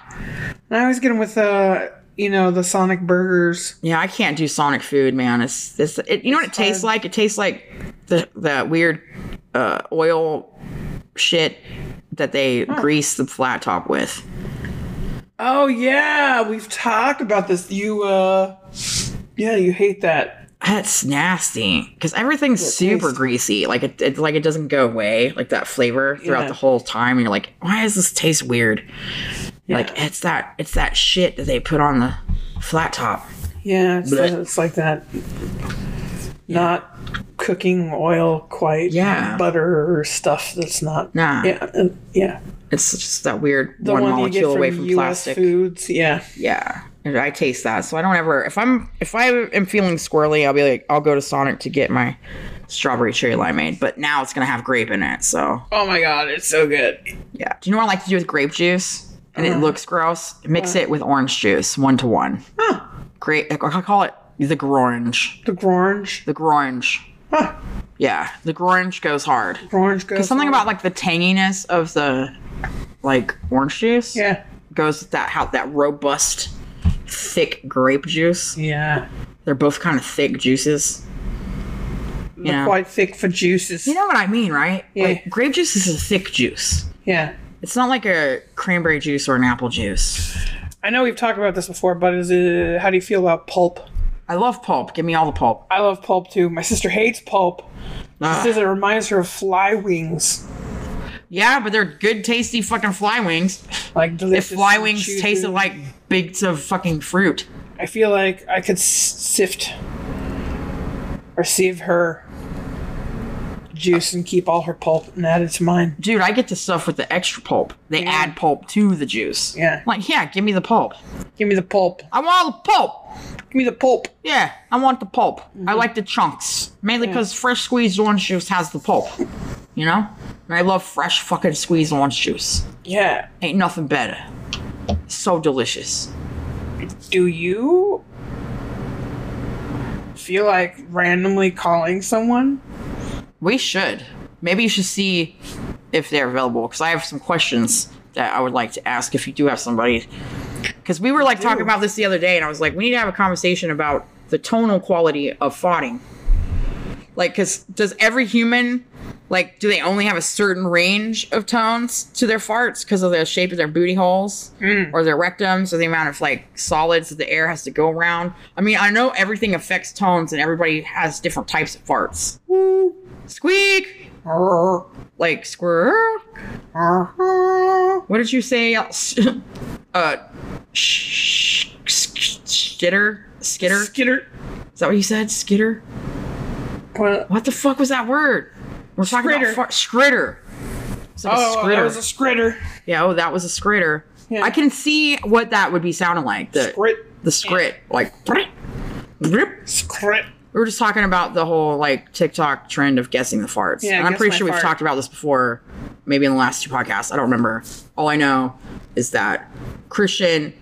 S1: I always get them with uh, you know, the Sonic burgers.
S3: Yeah, I can't do Sonic food, man. It's this. It, you know what it tastes like? It tastes like the that weird uh, oil shit that they grease the flat top with.
S1: Oh yeah, we've talked about this. You uh, yeah, you hate that.
S3: That's nasty because everything's super greasy. Like it, it, like it doesn't go away. Like that flavor throughout
S1: Yeah.
S3: the whole time. And you're like, why does this taste weird? Like it's that, it's that shit that they put on the flat top.
S1: Yeah, it's, uh,
S3: Blech.
S1: it's like that. Not cooking oil quite.
S3: Yeah.
S1: butter or stuff that's not.
S3: Nah,
S1: Yeah, uh, yeah.
S3: it's just that weird
S1: The
S3: one
S1: one, you get
S3: molecule
S1: from
S3: away from
S1: US
S3: plastic.
S1: foods. Yeah,
S3: Yeah, and And I taste that, so I don't ever. If I'm if I am feeling squirrely, I'll be like, I'll go to Sonic to get my strawberry cherry limeade. But now it's gonna have grape in it, so
S1: Oh my god, it's so good.
S3: yeah. Do you know what I like to do with grape juice? And
S1: Uh-huh.
S3: it looks gross. Mix it with orange juice, one to one.
S1: Huh.
S3: Great. I call it the grorange.
S1: The orange.
S3: The grorange.
S1: Huh.
S3: Yeah, the grorange goes hard.
S1: Orange goes.
S3: Something
S1: on.
S3: about like the tanginess of the like orange juice.
S1: Yeah.
S3: goes with that how that robust thick grape juice
S1: Yeah.
S3: they're both kind of thick juices
S1: They're
S3: Yeah.
S1: quite thick for juices.
S3: you know what i mean right
S1: Yeah.
S3: like grape juice is a thick juice
S1: Yeah.
S3: it's not like a cranberry juice or an apple juice
S1: I know we've talked about this before, but is it, how do you feel about pulp?
S3: i love pulp give me all the pulp
S1: I love pulp too. My [LAUGHS] sister hates pulp. She
S3: Ugh.
S1: says it reminds her of fly wings.
S3: yeah but they're good tasty fucking fly wings
S1: Like
S3: if
S1: delicious.
S3: fly wings
S1: chewy
S3: tasted
S1: food.
S3: like bits of fucking fruit
S1: I feel like I could s- sift or sieve her juice and keep all her pulp and add it to mine.
S3: dude i get the stuff with the extra pulp they add pulp to the juice
S1: Yeah.
S3: like yeah give me the pulp
S1: Give me the pulp.
S3: i want all the pulp
S1: Give me the pulp.
S3: Yeah, I want the pulp. I like the chunks. Mainly because fresh squeezed orange juice has the pulp. You know? And I love fresh fucking squeezed orange juice.
S1: Yeah.
S3: Ain't nothing better. So delicious.
S1: Do you feel like randomly calling someone?
S3: We should. Maybe you should see if they're available because I have some questions that I would like to ask if you do have somebody. Because we were like talking about this the other day, and I was like, we need to have a conversation about the tonal quality of farting. Like, because does every human, like, do they only have a certain range of tones to their farts because of the shape of their booty holes or their rectums or the amount of, like, solids that the air has to go around? I mean, I know everything affects tones and everybody has different types of farts. Squeak!
S1: Arr,
S3: Like squirrel?
S1: arr, arr.
S3: What did you say? Uh, [LAUGHS] sh- sh- skitter? Skitter?
S1: Skitter.
S3: Is that what you said? Skitter?
S1: Well,
S3: What the fuck was that word? We're talking
S1: Scritter.
S3: about far- scritter. It's like
S1: oh,
S3: a
S1: that
S3: scritter.
S1: was a scritter.
S3: yeah, oh, that was a scritter.
S1: Yeah.
S3: I can see what that would be sounding like. The
S1: Scrit.
S3: the scrit, like. [LAUGHS] brip, brip.
S1: Scrit.
S3: We were just talking about the whole like TikTok trend of guessing the farts.
S1: Yeah,
S3: and I'm
S1: guess
S3: pretty
S1: my
S3: sure we've
S1: fart.
S3: talked about this before, maybe in the last two podcasts. I don't remember. All I know is that Christian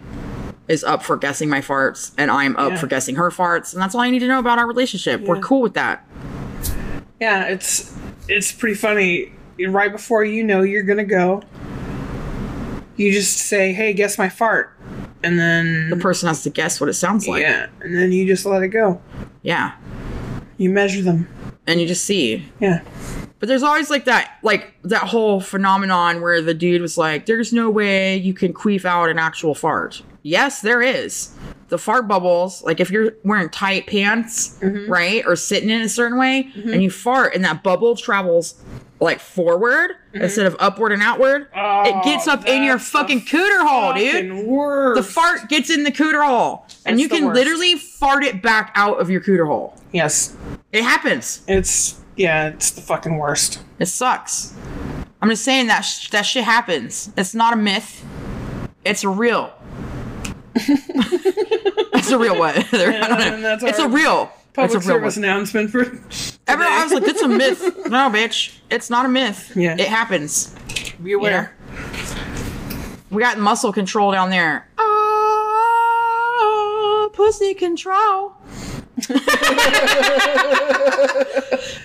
S3: is up for guessing my farts, and I'm up
S1: Yeah.
S3: for guessing her farts, and that's all I need to know about our relationship. We're cool with that.
S1: Yeah, it's it's pretty funny. Right before you know you're gonna go, you just say, "Hey, guess my fart," and then
S3: The person has to guess what it sounds like.
S1: yeah, and then you just let it go.
S3: Yeah.
S1: You measure them.
S3: And you just see.
S1: Yeah,
S3: But there's always like that like that whole phenomenon where the dude was like, There's no way you can queef out an actual fart. Yes, there is. The fart bubbles, like if you're wearing tight pants,
S1: Mm-hmm.
S3: right, or sitting in a certain way, and you fart and that bubble travels like forward instead of upward and outward, it gets up in
S1: Mm-hmm. Oh,
S3: your
S1: that's the
S3: fucking cooter hole, Oh, dude.
S1: fucking words.
S3: The fart gets in the cooter hole. and
S1: That's
S3: you
S1: the
S3: can
S1: worst.
S3: literally fart it back out of your cooter hole.
S1: Yes,
S3: It happens.
S1: it's yeah, it's the fucking worst.
S3: It sucks. I'm just saying that sh- that shit happens. It's not a myth. It's real. [LAUGHS] That's a real [LAUGHS] what? I don't
S1: and
S3: know.
S1: that's
S3: It's a
S1: our
S3: real. It's
S1: Public
S3: a real
S1: service
S3: one.
S1: announcement for [LAUGHS]
S3: Everyone, I was like, it's a myth. No, bitch, it's not a myth.
S1: Yeah.
S3: It happens.
S1: be aware.
S3: We got muscle control down there. Ah,
S1: [LAUGHS]
S3: pussy control.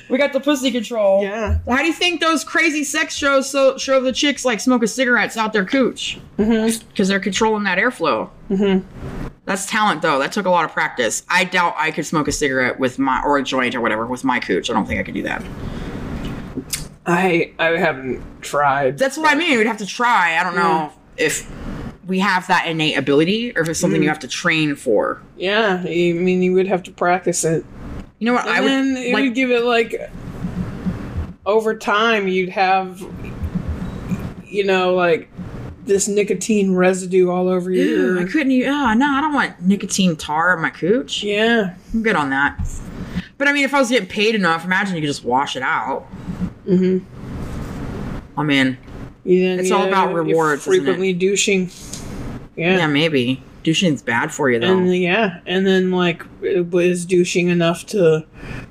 S3: we got the pussy control.
S1: Yeah,
S3: Well, How do you think those crazy sex shows so, show the chicks like smoking cigarettes out their cooch?
S1: Mm-hmm.
S3: Because they're controlling that airflow. Mm-hmm. That's talent, though. That took a lot of practice. I doubt I could smoke a cigarette with my or a joint or whatever with my cooch. I don't think I could do that.
S1: I I haven't tried.
S3: That's what I mean. We'd have to try. I don't
S1: Mm.
S3: know if we have that innate ability or if it's something
S1: Mm.
S3: you have to train for.
S1: yeah, I mean you would have to practice it.
S3: You know what? I
S1: And then
S3: would
S1: it
S3: like.
S1: would give it like over time you'd have you know like this nicotine residue all over
S3: Ew, I
S1: you.
S3: couldn't. e- Oh no, I don't want nicotine tar on my cooch.
S1: Yeah.
S3: I'm good on that. But I mean, if I was getting paid enough, imagine you could just wash it out.
S1: Mhm.
S3: I mean,
S1: You then
S3: Mm-hmm. It's all
S1: you-
S3: about
S1: you're
S3: rewards, isn't it?
S1: Frequently douching.
S3: yeah,
S1: Yeah.
S3: maybe. Douching's bad for you though.
S1: And yeah, and then like it was douching enough to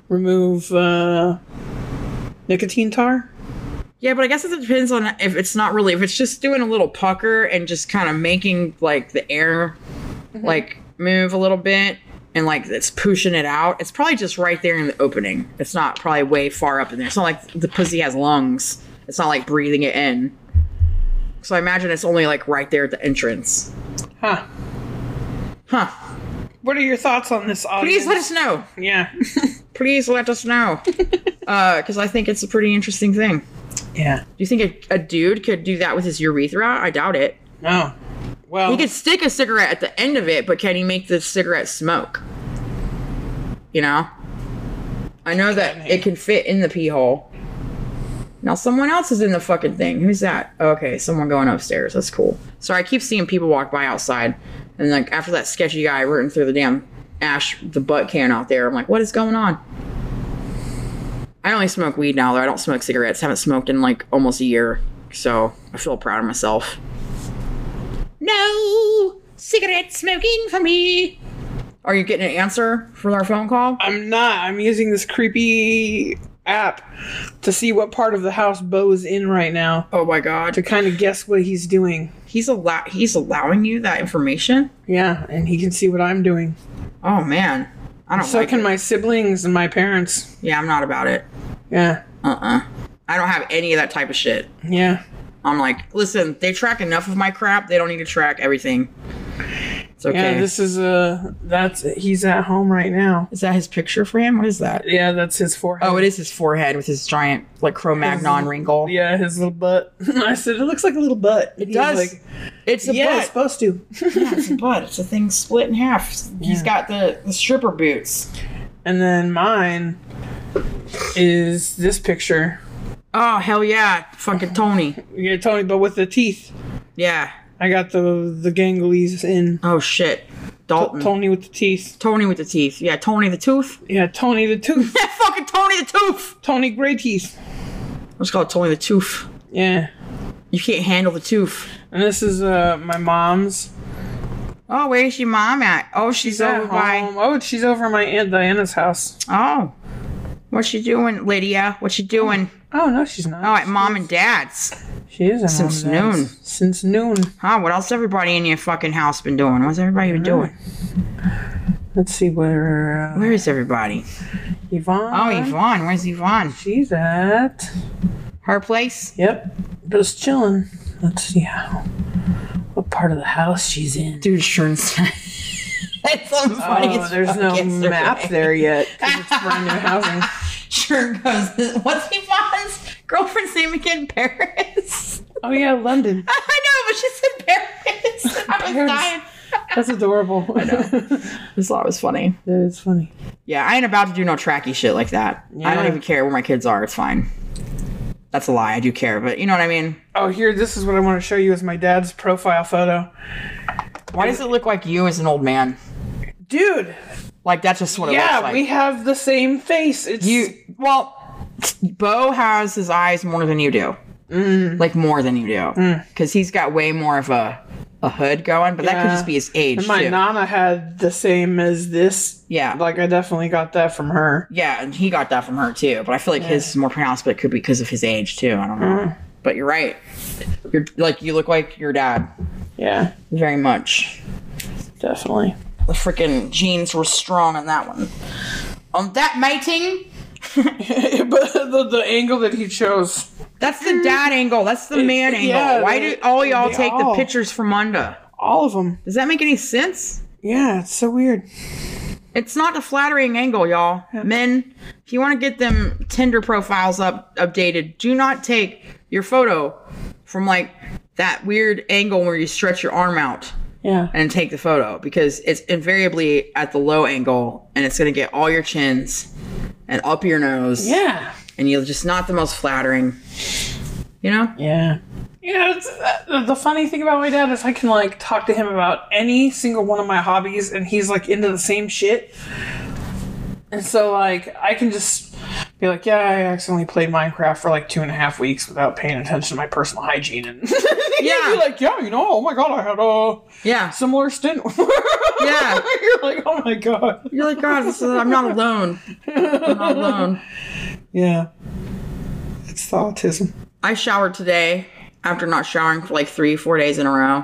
S1: remove uh, nicotine tar.
S3: yeah, but I guess it depends on if it's not really if it's just doing a little pucker and just kind of making like the air like move a little bit and like it's pushing it out. It's probably just right there in the opening. It's not probably way far up in there. It's not like the pussy has lungs. It's not like breathing it in. So I imagine it's only like right there at the entrance.
S1: Huh.
S3: Huh.
S1: What are your thoughts on this? Audience?
S3: Please let us know. [LAUGHS]
S1: Yeah.
S3: Please let us know. Because I think it's a pretty interesting thing. Do
S1: Yeah.
S3: you think a, a dude could do that with his urethra? I doubt it.
S1: No. Oh. Well,
S3: He could stick a cigarette at the end of it, but can he make the cigarette smoke? You know? I know that it can fit in the pee hole. Now someone else is in the fucking thing. Who's that? Okay, someone going upstairs. That's cool. So I keep seeing people walk by outside, and like after that sketchy guy rooting through the damn ash, the butt can out there, I'm like, what is going on? I only smoke weed now, though. I don't smoke cigarettes. Haven't smoked in like almost a year, so I feel proud of myself. No cigarette smoking for me. Are you getting an answer for our phone call?
S1: I'm not. I'm using this creepy app to see what part of the house Bo is in right now
S3: Oh my god,
S1: to kind of guess what he's doing.
S3: he's allow he's allowing you that information.
S1: Yeah, and he can see what I'm doing.
S3: Oh man, I don't
S1: So
S3: like
S1: can
S3: it.
S1: my siblings and my parents.
S3: Yeah, I'm not about it.
S1: Yeah.
S3: Uh-uh. I don't have any of that type of shit.
S1: Yeah.
S3: I'm like, listen, they track enough of my crap. They don't need to track everything. It's okay.
S1: Yeah, this is uh that's he's at home right now.
S3: is that his picture for him? What is that?
S1: Yeah, that's his forehead.
S3: Oh, it is his forehead with his giant like Cro-Magnon wrinkle.
S1: Yeah, his little butt. [LAUGHS] I said it looks like a little butt. It
S3: does. It's a
S1: yeah, it's
S3: butt.
S1: supposed to.
S3: Yeah, it's a butt. It's a thing split in half. He's got the, the stripper boots.
S1: [LAUGHS] And then mine is this picture.
S3: Oh hell yeah, fucking Tony.
S1: Yeah, Tony, but with the teeth.
S3: Yeah.
S1: I got the the ganglies in.
S3: Oh shit, Dalton.
S1: Tony with the teeth.
S3: Tony with the teeth. Yeah, Tony the tooth. [LAUGHS]
S1: Yeah, Tony the tooth. [LAUGHS]
S3: Yeah, fucking Tony the tooth.
S1: Tony Gray teeth.
S3: Let's call it Tony the tooth.
S1: Yeah.
S3: You can't handle the tooth.
S1: And this is uh my mom's.
S3: Oh, where's your mom at? Oh, she's
S1: At
S3: over by.
S1: home. Oh, she's over at my aunt Diana's house.
S3: Oh, what's she doing, Lydia? What's she doing?
S1: Oh no, she's not.
S3: Oh, at mom and dad's.
S1: she is at
S3: Oh, since
S1: Mom and Dad's.
S3: noon.
S1: Since noon.
S3: Huh? What else? Everybody in your fucking house been doing? What's everybody been doing?
S1: Let's see where uh,
S3: Where is everybody?
S1: Yvonne.
S3: Oh, Yvonne. Where's Yvonne?
S1: She's at.
S3: Her place?
S1: Yep, just chilling. Let's see how. What part of the house she's in?
S3: Dude,
S1: [LAUGHS]
S3: sure. That's something funny.
S1: Oh, there's no map there yet. 'cause
S3: [LAUGHS]
S1: It's brand new housing.
S3: Sure goes. What's Yvonne's girlfriend's name again? Paris. [LAUGHS]
S1: Oh yeah, London.
S3: I know, but she said Paris. [LAUGHS] I was
S1: Paris.
S3: dying.
S1: That's adorable. I [LAUGHS] know.
S3: This thought was funny.
S1: that is funny.
S3: Yeah, I ain't about to do no tracky shit like that. I don't
S1: Yeah.
S3: even care where my kids are. It's fine. That's a lie. I do care, but you know what I mean.
S1: Oh, here, this is what I want to show you is my dad's profile photo.
S3: Why does it look like you as an old man?
S1: Dude,
S3: Like that's just what it
S1: yeah,
S3: looks like.
S1: we have the same face. It's
S3: you well, Bo has his eyes more than you do.
S1: Mm.
S3: Like more than you do, because he's got way more of a a hood going. But that could
S1: Yeah.
S3: just be his age.
S1: My
S3: too.
S1: nana had the same as this.
S3: Yeah.
S1: Like I definitely got that from her.
S3: Yeah, and he got that from her too. But I feel like his is more pronounced, but it could be because of his age too. I don't know.
S1: Mm.
S3: But you're right. You're like you look like your dad
S1: Yeah,
S3: very much.
S1: definitely. [LAUGHS]
S3: The freaking genes were strong on that one. On that mating,
S1: but the, the angle that he chose.
S3: that's the dad angle. That's the man angle.
S1: Mm. yeah,
S3: Why
S1: they-
S3: do all y'all
S1: they
S3: take the
S1: all-
S3: pictures from under?
S1: All of them.
S3: Does that make any sense?
S1: Yeah, it's so weird.
S3: It's not a flattering angle, y'all. Men, if you want to get them Tinder profiles up updated, do not take your photo from like that weird angle where you stretch your arm out
S1: Yeah.
S3: and take the photo because it's invariably at the low angle and it's going to get all your chins and up your nose
S1: Yeah.
S3: and you're just not the most flattering. You know?
S1: Yeah. Yeah, it's, uh, the funny thing about my dad is I can like talk to him about any single one of my hobbies, and he's like into the same shit. And so like I can just Be like, yeah, I accidentally played Minecraft for like two and a half weeks without paying attention to my personal hygiene, and [LAUGHS]
S3: Yeah.
S1: you're like, yeah, you know, oh my god, I had a
S3: Yeah.
S1: similar stint. [LAUGHS]
S3: Yeah.
S1: you're like, oh my god,
S3: You're like, God, this is, I'm not alone. I'm not alone.
S1: yeah, it's the autism.
S3: I showered today after not showering for like three, four days in a row.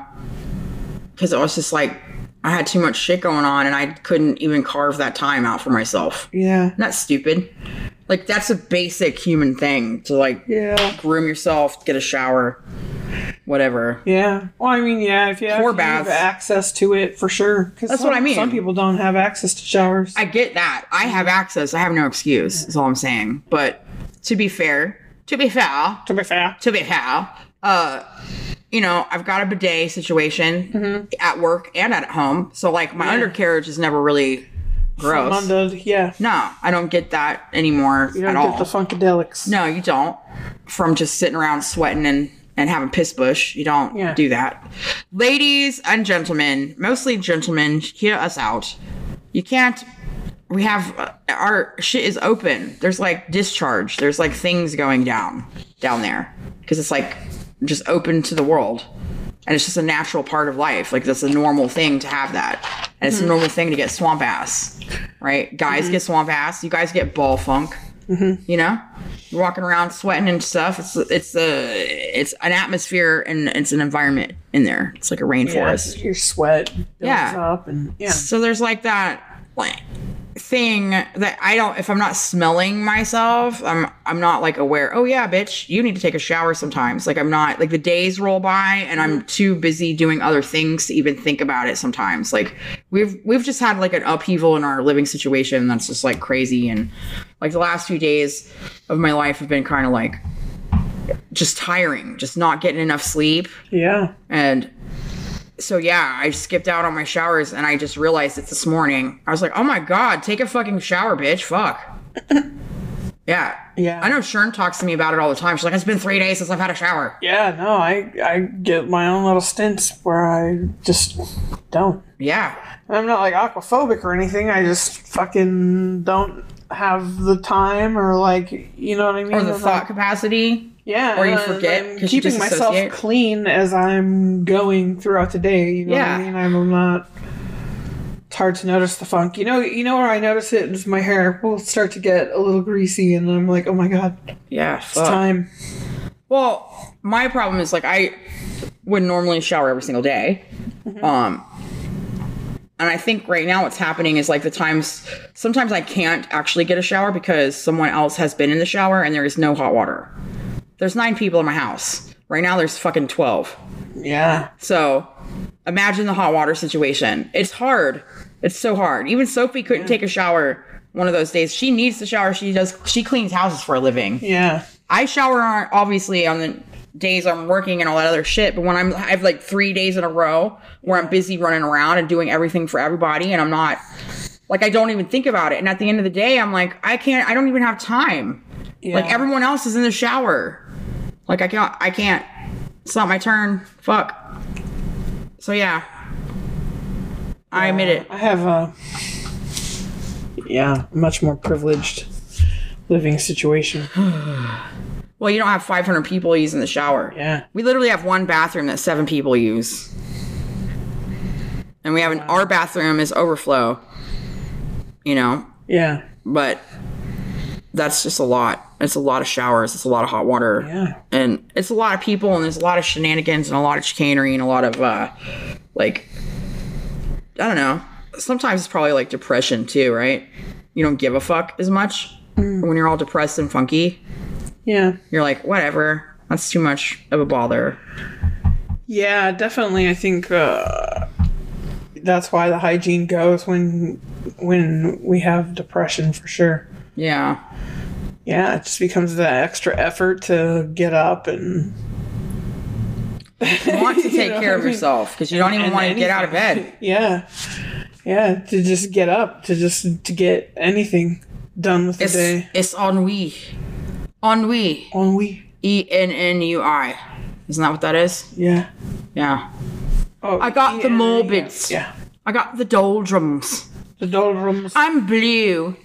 S3: Because I was just like, I had too much shit going on and I couldn't even carve that time out for myself.
S1: Yeah,
S3: Not stupid. Like, that's a basic human thing to like
S1: yeah,
S3: groom yourself, get a shower, whatever.
S1: yeah. Well, I mean, yeah, if you, if
S3: Or
S1: you have
S3: bath.
S1: access to it, for sure. 'Cause
S3: That's
S1: some-
S3: what I mean.
S1: Some people don't have access to showers.
S3: I get that. I have access. I have no excuse, is all I'm saying. But to be fair, to be fair,
S1: to be fair,
S3: to be fair, uh, you know, I've got a bidet situation
S1: Mm-hmm.
S3: at work and at home. So like my undercarriage is never really gross.
S1: Funded, yeah,
S3: no, I don't get that anymore
S1: you
S3: at
S1: don't
S3: all.
S1: get the funkadelics.
S3: No, you don't. From just sitting around sweating and, and having piss bush. You don't
S1: Yeah.
S3: do that. Ladies and gentlemen, mostly gentlemen, hear us out. You can't. We have uh, our shit is open. There's like discharge. There's like things going down down there because it's like just open to the world, and it's just a natural part of life. Like that's a normal thing to have that, and it's a normal thing to get swamp ass, right? Guys get swamp ass. You guys get ball funk. You know, you're walking around sweating and stuff. It's it's a it's an atmosphere and it's an environment in there. It's like a
S1: Yeah,
S3: rainforest.
S1: your sweat builds
S3: Yeah.
S1: up, and yeah,
S3: So there's like that like thing that I don't if I'm not smelling myself, I'm I'm not like aware, oh yeah, bitch, you need to take a shower sometimes. Like I'm not like the days roll by and I'm too busy doing other things to even think about it sometimes. Like we've we've just had like an upheaval in our living situation that's just like crazy and like the last few days of my life have been kind of like just tiring, just not getting enough sleep.
S1: yeah.
S3: And so yeah, I skipped out on my showers and I just realized it this morning. I was like, oh my god, take a fucking shower, bitch.
S1: [LAUGHS]
S3: Fuck. yeah.
S1: Yeah.
S3: I know Shern talks to me about it all the time. She's like, it's been three days since I've had a shower.
S1: Yeah, no, I I get my own little stints where I just don't.
S3: Yeah.
S1: And I'm not like aquaphobic or anything. I just fucking don't have the time or like you know what I mean.
S3: Or the
S1: I'm
S3: thought
S1: like-
S3: capacity.
S1: yeah,
S3: or you
S1: and
S3: forget
S1: I'm
S3: 'cause you
S1: keeping myself
S3: disassociate.
S1: clean as I'm going throughout the day. You know
S3: Yeah.
S1: what I mean? I'm not. It's hard to notice the funk. You know, you know where I notice it is my hair will start to get a little greasy, and I'm like, oh my god,
S3: Yeah.
S1: it's time.
S3: Well, my problem is like I would normally shower every single day. Um and I think right now what's happening is like the times sometimes I can't actually get a shower because someone else has been in the shower and there is no hot water. There's 9 people in my house. Right now there's fucking 12.
S1: Yeah,
S3: So, imagine the hot water situation. It's hard. It's so hard. Even Sophie couldn't take a shower one of those days. She needs to shower. She does she cleans houses for a living.
S1: yeah,
S3: I shower on, obviously on the days I'm working and all that other shit, but when I'm I have like three days in a row where I'm busy running around and doing everything for everybody and I'm not like I don't even think about it. And at the end of the day, I'm like, I can't I don't even have time.
S1: yeah.
S3: Like everyone else is in the shower. Like I can't I can't it's not my turn. Fuck. So yeah. I admit it.
S1: I have a yeah, much more privileged living situation.
S3: Well, you don't have 500 people using the shower.
S1: Yeah.
S3: We literally have one bathroom that seven people use. And we have an our bathroom is overflow. You know,
S1: Yeah.
S3: but that's just a lot. It's a lot of showers, it's a lot of hot water.
S1: Yeah.
S3: And it's a lot of people and there's a lot of shenanigans and a lot of chicanery and a lot of uh like I don't know. Sometimes it's probably like depression too, right? You don't give a fuck as much when you're all depressed and funky.
S1: Yeah.
S3: You're like, whatever. That's too much of a bother.
S1: Yeah, definitely I think uh that's why the hygiene goes when when we have depression for sure.
S3: Yeah.
S1: Yeah, it just becomes the extra effort to get up and [LAUGHS]
S3: You want to take
S1: know
S3: care
S1: what
S3: of
S1: I mean?
S3: yourself because you don't even
S1: And
S3: want to get out of
S1: anything.
S3: bed.
S1: yeah. Yeah, to just get up, to just to get anything done with the
S3: It's
S1: day.
S3: it's ennui. Ennui.
S1: Ennui.
S3: E N N U I. Isn't that what that is?
S1: Yeah.
S3: Yeah.
S1: Oh,
S3: I got the
S1: yeah,
S3: morbids.
S1: Yeah.
S3: I got the doldrums.
S1: The doldrums.
S3: I'm blue.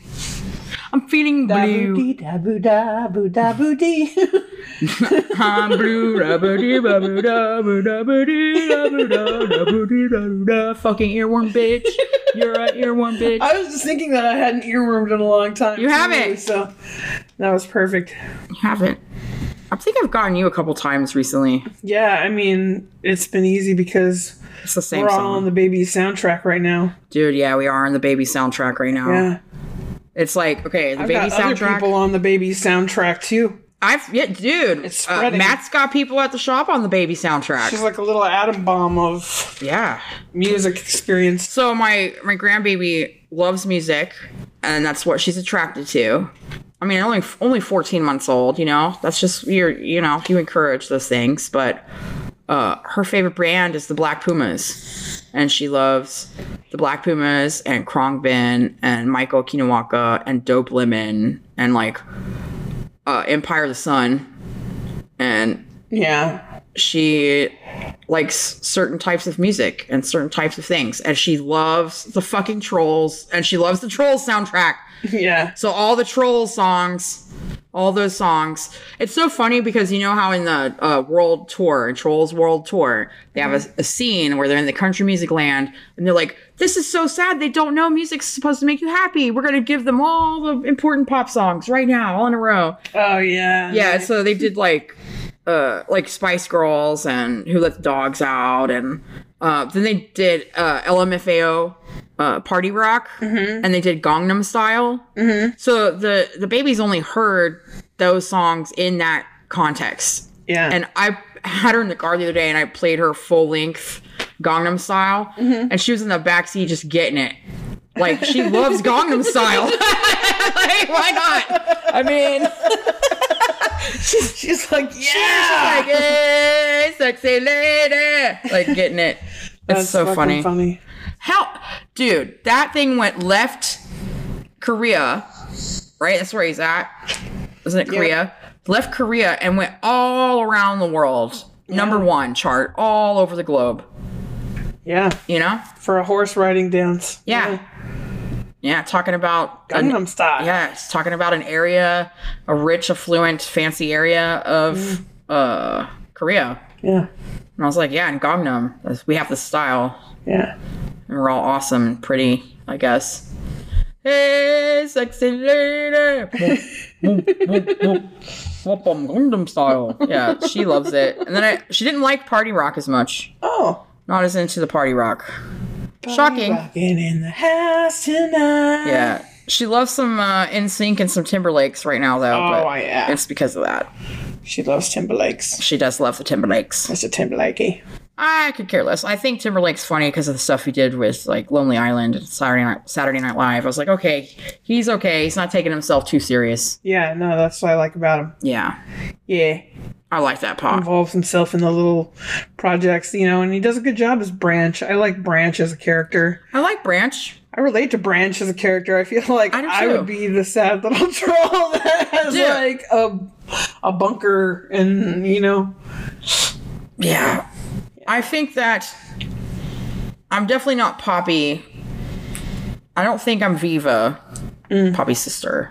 S3: I'm
S1: [LAUGHS]
S3: feeling blue. [LAUGHS] I'm blue. rubba-dee, rubba-da, rubba-dee, rubba-da, rubba-dee, rubba-da. Fucking earworm bitch. You're a earworm
S1: [LAUGHS]
S3: bitch.
S1: I was just thinking that I hadn't earwormed in a long time.
S3: You haven't.
S1: So that was perfect.
S3: You haven't. I think I've gotten you a couple times recently.
S1: Yeah, I mean, it's been easy because
S3: It's the same
S1: we're all on
S3: song.
S1: the baby soundtrack right now.
S3: Dude, yeah, we are on the baby soundtrack right now.
S1: Yeah.
S3: It's like, okay, the
S1: I've
S3: Oh. baby
S1: got other
S3: soundtrack.
S1: people on the baby soundtrack too.
S3: I've yeah, dude.
S1: It's
S3: uh,
S1: spreading.
S3: Matt's got people at the shop on the baby soundtrack.
S1: She's like a little atom bomb of
S3: yeah.
S1: music experience.
S3: So my my grandbaby loves music, and that's what she's attracted to. I mean, only only 14 months old. You know, that's just you're you know you encourage those things, but. Uh, her favorite brand is the Black Pumas, and she loves the Black Pumas and Krongbin and Michael Kinowaka and Dope Lemon and like uh, Empire of the Sun, and
S1: Yeah.
S3: she likes certain types of music and certain types of things and she loves the fucking trolls and she loves the trolls soundtrack
S1: Yeah.
S3: so all the trolls songs all those songs it's so funny because you know how in the uh, world tour in trolls world tour they have a, a scene where they're in the country music land and they're like this is so sad they don't know music's supposed to make you happy we're going to give them all the important pop songs right now all in a row
S1: Oh yeah.
S3: yeah, so they did like uh like Spice Girls and Who Let the Dogs Out and uh then they did uh LMFAO uh Party Rock and they did Gangnam Style. Mm-hmm. So the the babies only heard those songs in that context.
S1: Yeah.
S3: And I had her in the car the other day and I played her full length Gangnam Style and she was in the backseat just getting it. Like she loves Gangnam Style. [LAUGHS] like why not? I mean
S1: [LAUGHS] She's like,
S3: She's
S1: yeah.
S3: like, hey, sexy lady. Like getting it. It's so
S1: fucking
S3: funny.
S1: funny.
S3: How, dude, that thing went left Korea, right? That's where he's at. Isn't it Korea? Left Korea and went all around the world. Number one chart all over the globe.
S1: Yeah.
S3: You know?
S1: For a horse riding dance.
S3: Yeah. Yeah, talking about an-
S1: Gangnam Style.
S3: yeah, it's talking about an area, a rich, affluent, fancy area of uh Korea.
S1: Yeah.
S3: And I was like, yeah, in Gangnam, that's- we have the style.
S1: Yeah.
S3: And we're all awesome and pretty, I guess. Hey, sexy lady. Whoop, whoop, whoop, whoop. Whoop, um, Gangnam style. Yeah, she loves it. And then I, she didn't like party rock as much.
S1: Oh.
S3: Not as into the party rock. Shocking.
S1: Rocking in the house tonight.
S3: Yeah. She loves some uh, NSYNC and some Timberlakes right now, though.
S1: Oh
S3: but
S1: yeah.
S3: It's because of that.
S1: She loves Timberlakes.
S3: She does love the Timberlakes.
S1: That's a Timberlakey.
S3: I could care less. I think Timberlake's funny because of the stuff he did with like Lonely Island and Saturday Night Saturday Night Live. I was like, okay, he's okay. He's not taking himself too serious.
S1: Yeah. No, that's what I like about him.
S3: Yeah,
S1: Yeah.
S3: I like that pop.
S1: involves himself in the little projects, you know, and he does a good job as Branch. I like Branch as a character.
S3: I like Branch.
S1: I relate to Branch as a character. I feel [LAUGHS] like
S3: I do
S1: I,
S3: too.
S1: would be the sad little [LAUGHS] troll that has
S3: Dude.
S1: like a a bunker and you know
S3: Yeah, I think that I'm definitely not Poppy. I don't think I'm Viva, Poppy's sister.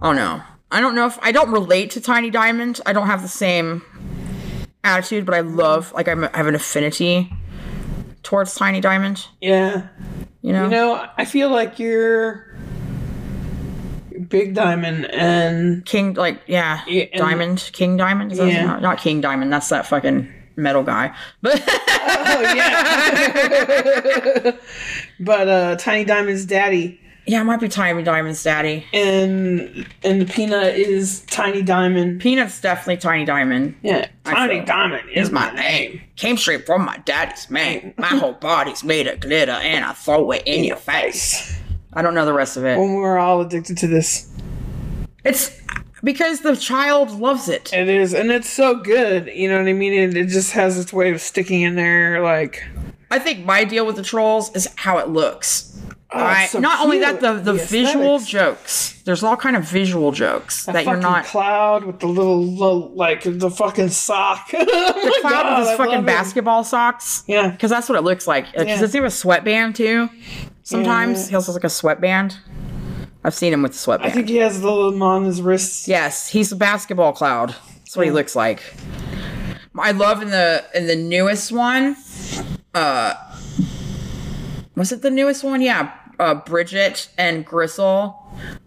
S3: Oh no, I don't know if I don't relate to Tiny Diamond. I don't have the same attitude, but I love like I'm, I have an affinity towards Tiny Diamond.
S1: yeah.
S3: You know,
S1: You know, I feel like you're Big Diamond and [LAUGHS]
S3: King like yeah,
S1: Yeah, and-
S3: Diamond King Diamond. Is that his
S1: Yeah.
S3: name? not King Diamond. That's that fucking metal guy. [LAUGHS] But
S1: oh yeah. [LAUGHS] but uh Tiny Diamond's daddy
S3: yeah, it might be Tiny Diamond's daddy.
S1: and and Peanut is Tiny Diamond.
S3: Peanut's definitely Tiny Diamond.
S1: Yeah, Tiny
S3: feel-
S1: Diamond is
S3: is my name. Came straight from my daddy's mane. My whole body's made of glitter and I throw it in your face. I don't know the rest of it.
S1: When we were all addicted to this,
S3: It's because the child loves it.
S1: it is, and it's so good. You know what I mean? It, it just has its way of sticking in there, like
S3: I think my deal with the trolls is how it looks.
S1: oh,
S3: I,
S1: it's so
S3: not only that,
S1: cute.
S3: the, the visual
S1: aesthetics.
S3: jokes. There's all kind of visual jokes
S1: That
S3: that you're
S1: fucking
S3: not.
S1: cloud with the little, lo- like the fucking sock. [LAUGHS] Oh the
S3: the cloud with his fucking basketball socks.
S1: Yeah,
S3: Because that's what it looks like. Uh, Because
S1: Yeah.
S3: does he have a sweatband too? Sometimes he also has like a sweatband. I've seen him with the sweatband.
S1: I think he has the limb on his wrists.
S3: Yes, he's a basketball cloud. That's what he looks like. I love in the in the newest one. Uh, was it the newest one? Yeah, uh, Bridget and Gristle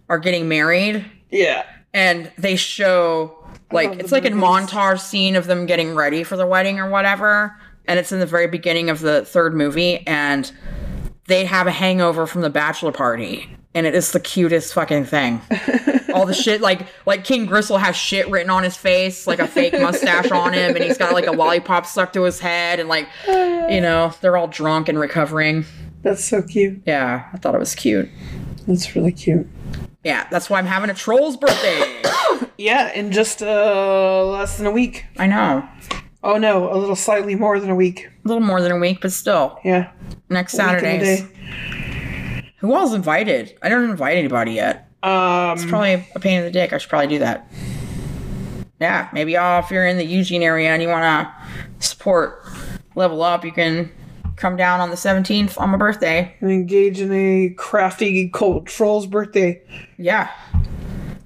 S3: are getting married,
S1: Yeah.
S3: and they show like
S1: love
S3: it's
S1: Oh, the
S3: like a
S1: movies.
S3: montage scene of them getting ready for the wedding or whatever, and it's in the very beginning of the third movie, and they have a hangover from the bachelor party and it is the cutest
S1: [LAUGHS]
S3: fucking thing all the shit like like king gristle has shit written on his face like a fake mustache on him and he's got like a lollipop stuck to his head and like you know they're all drunk and recovering
S1: That's so cute.
S3: yeah i thought it was cute
S1: That's really cute.
S3: yeah that's why i'm having a troll's birthday
S1: Yeah, in just uh less than a week.
S3: i know
S1: Oh no, a little slightly more than a week.
S3: a little more than a week but still
S1: Yeah.
S3: next
S1: a week and a
S3: saturdays who all's invited i don't invite anybody yet
S1: Um
S3: probably a pain in the dick. I should probably do that. Yeah, maybe y'all, if you're in the Eugene area and you want to support Level Up, you can come down on the 17th on my birthday.
S1: and engage in a crafty cold troll's birthday.
S3: Yeah.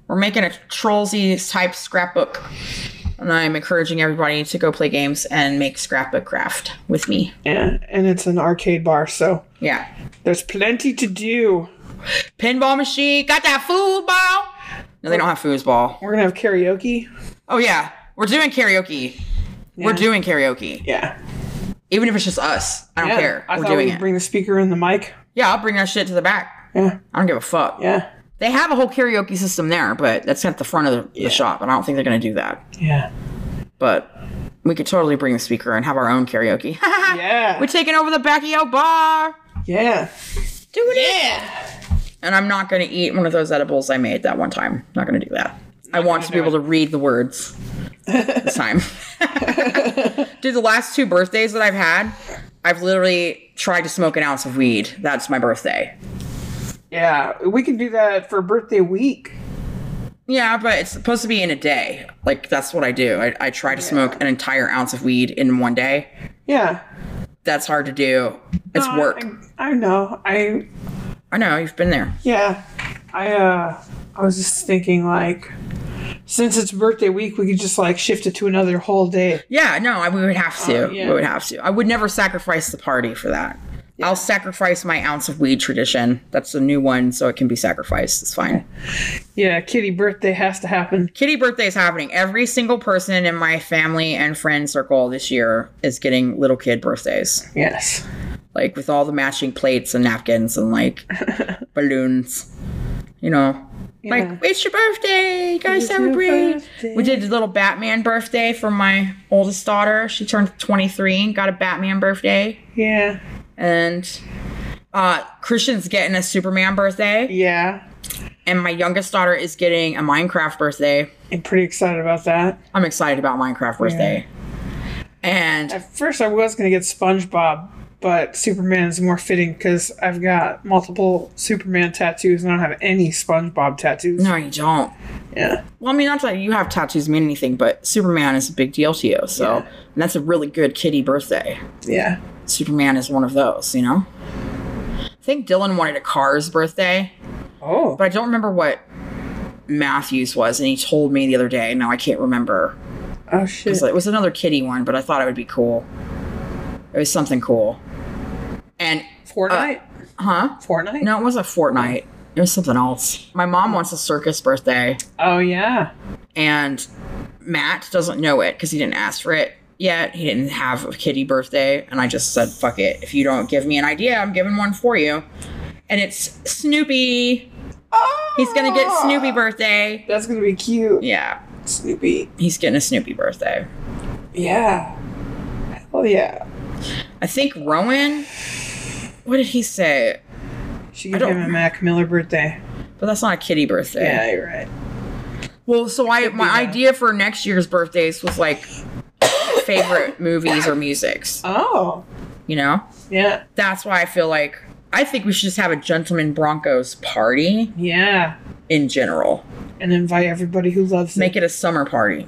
S3: We're making a Trollsy type scrapbook. And I'm encouraging everybody to go play games and make scrapbook craft with me.
S1: Yeah. And it's an arcade bar, so
S3: Yeah.
S1: there's plenty to do.
S3: Pinball machine, got that foosball? No, they don't have foosball.
S1: We're gonna have karaoke.
S3: Oh, yeah. We're doing karaoke. We're
S1: Yeah.
S3: doing karaoke.
S1: Yeah.
S3: Even if it's just us, I don't
S1: Yeah,
S3: care.
S1: I
S3: We're
S1: thought
S3: doing
S1: we'd
S3: it.
S1: bring the speaker and the mic.
S3: Yeah, I'll bring that shit to the back.
S1: Yeah.
S3: I don't give a fuck.
S1: Yeah.
S3: They have a whole karaoke system there, but that's at the front of the, the shop, and I don't think they're gonna do that.
S1: Yeah.
S3: But we could totally bring the speaker and have our own karaoke. [LAUGHS]
S1: Yeah.
S3: We're taking over the backyard bar,
S1: Yeah.
S3: and I'm not gonna eat one of those edibles I made that one time. Not gonna do that. I want to be able to read the [LAUGHS] words this time. [LAUGHS] Dude, the last two birthdays that I've had, I've literally tried to smoke an ounce of weed. That's my birthday.
S1: Yeah. We can do that for birthday week.
S3: Yeah, but it's supposed to be in a day. Like that's what I do. I, I try to smoke an entire ounce of weed in one day.
S1: Yeah.
S3: That's hard to do. It's
S1: No,
S3: work.
S1: I, I know. I
S3: I know you've been there.
S1: yeah. I uh I was just thinking like since it's birthday week we could just like shift it to another whole day.
S3: Yeah, no, I, we would have to.
S1: Oh, yeah.
S3: We would have to. I would never sacrifice the party for that. I'll sacrifice my ounce of weed tradition. That's a new one, so it can be sacrificed. It's fine.
S1: Yeah, kitty birthday has to happen.
S3: Kitty birthday is happening. Every single person in my family and friend circle this year is getting little kid birthdays.
S1: Yes.
S3: like with all the matching plates and napkins and
S1: [LAUGHS]
S3: like balloons. You know,
S1: Yeah.
S3: like it's your birthday, you guys celebrate. We did a little Batman birthday for my oldest daughter. She turned 23 and got a Batman birthday,
S1: Yeah.
S3: and uh, Christian's getting a Superman birthday,
S1: Yeah.
S3: and my youngest daughter is getting a Minecraft birthday.
S1: I'm pretty excited about that.
S3: I'm excited about Minecraft birthday. And
S1: At first, I was gonna get SpongeBob, but Superman is more fitting because I've got multiple Superman tattoos and I don't have any SpongeBob tattoos.
S3: no, you don't.
S1: Yeah,
S3: Well, I mean, not that you have tattoos mean anything, but Superman is a big deal to you. So, and that's a really good kitty birthday.
S1: yeah,
S3: Superman is one of those, you know? I think Dylan wanted a car's birthday,
S1: oh,
S3: but I don't remember what Matthews was. And he told me the other day. Now I can't remember.
S1: oh
S3: It
S1: shit,
S3: was, it was another kitty one, but I thought it would be cool. It was something cool. And,
S1: Fortnite,
S3: huh?
S1: Fortnite.
S3: uh, No, it wasn't Fortnite. It was something else. My mom wants a circus birthday.
S1: Oh yeah,
S3: and Matt doesn't know it because he didn't ask for it yet. He didn't have a kitty birthday, and I just said, "Fuck it! If you don't give me an idea, I'm giving one for you." And it's Snoopy. He's gonna get Snoopy birthday.
S1: that's gonna be cute,
S3: Yeah,
S1: Snoopy.
S3: he's getting a Snoopy birthday.
S1: Yeah, hell yeah.
S3: I think Rowan. What did he say?
S1: She
S3: I
S1: gave him
S3: don't-
S1: a Mac Miller birthday.
S3: But that's not a kitty birthday.
S1: Yeah, you're right.
S3: Well, so I my idea for next year's birthdays was like
S1: [COUGHS]
S3: favorite movies or musics.
S1: Oh,
S3: You know.
S1: yeah,
S3: that's why I feel like I think we should just have a gentleman Broncos party
S1: yeah,
S3: in general.
S1: and invite everybody who loves
S3: Make it a
S1: [GASPS]
S3: summer party.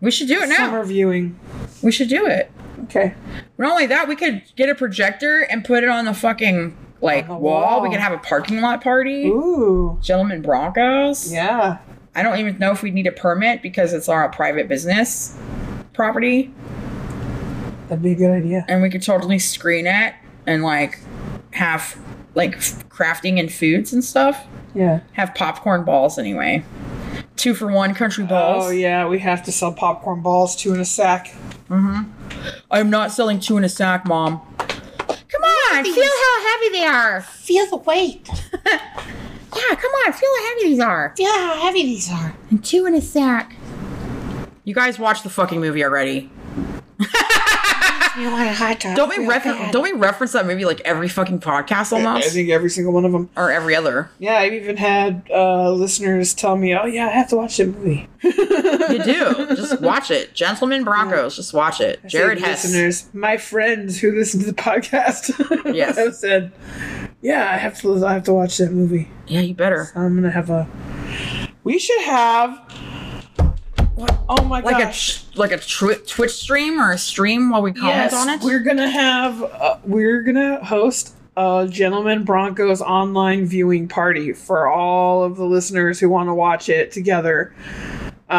S3: we should do it now.
S1: Summer viewing.
S3: We should do it.
S1: Okay.
S3: Not only that, we could get a projector and put it on the fucking like
S1: On the
S3: wall. We
S1: wall.
S3: could have a parking lot party.
S1: Ooh.
S3: Gentlemen Broncos.
S1: Yeah.
S3: I don't even know if we'd need a permit because it's our private business property.
S1: That'd be a good idea.
S3: and we could totally screen it and like have like f- crafting and foods and stuff.
S1: Yeah.
S3: Have popcorn balls anyway. Two for one country balls.
S1: Oh yeah, we have to sell popcorn balls two in a sack.
S3: I'm not selling two in a sack, mom. Come on, feel how heavy they are.
S4: Feel
S3: [LAUGHS]
S4: the weight.
S3: Yeah, come on, feel how heavy these are.
S4: Feel how heavy these are.
S3: And two in a sack. You guys watched the fucking movie already.
S4: You want a hot dog?
S3: Don't we
S4: real
S3: refer-
S4: bad.
S3: don't we reference that movie like every fucking podcast
S1: I
S3: almost?
S1: think every single one of them.
S3: Or every other.
S1: Yeah, I've even had uh, listeners tell me, "Oh yeah, I have to watch that movie."
S3: You do. Just watch it. Gentlemen Broncos, just watch it. Jared
S1: Say,
S3: Hess.
S1: listeners, my friends who listen to the podcast, [LAUGHS]
S3: Yes.
S1: have said, "Yeah, I have to, I have to watch that movie.
S3: Yeah, you better.
S1: I'm gonna have a." We should have. What? Oh my
S3: like a
S1: gosh!
S3: ch- like a twi- Twitch stream or a stream while we comment
S1: yes,
S3: on it.
S1: we're gonna have. Uh, we're gonna host a gentleman Broncos online viewing party for all of the listeners who want to watch it together. Uh,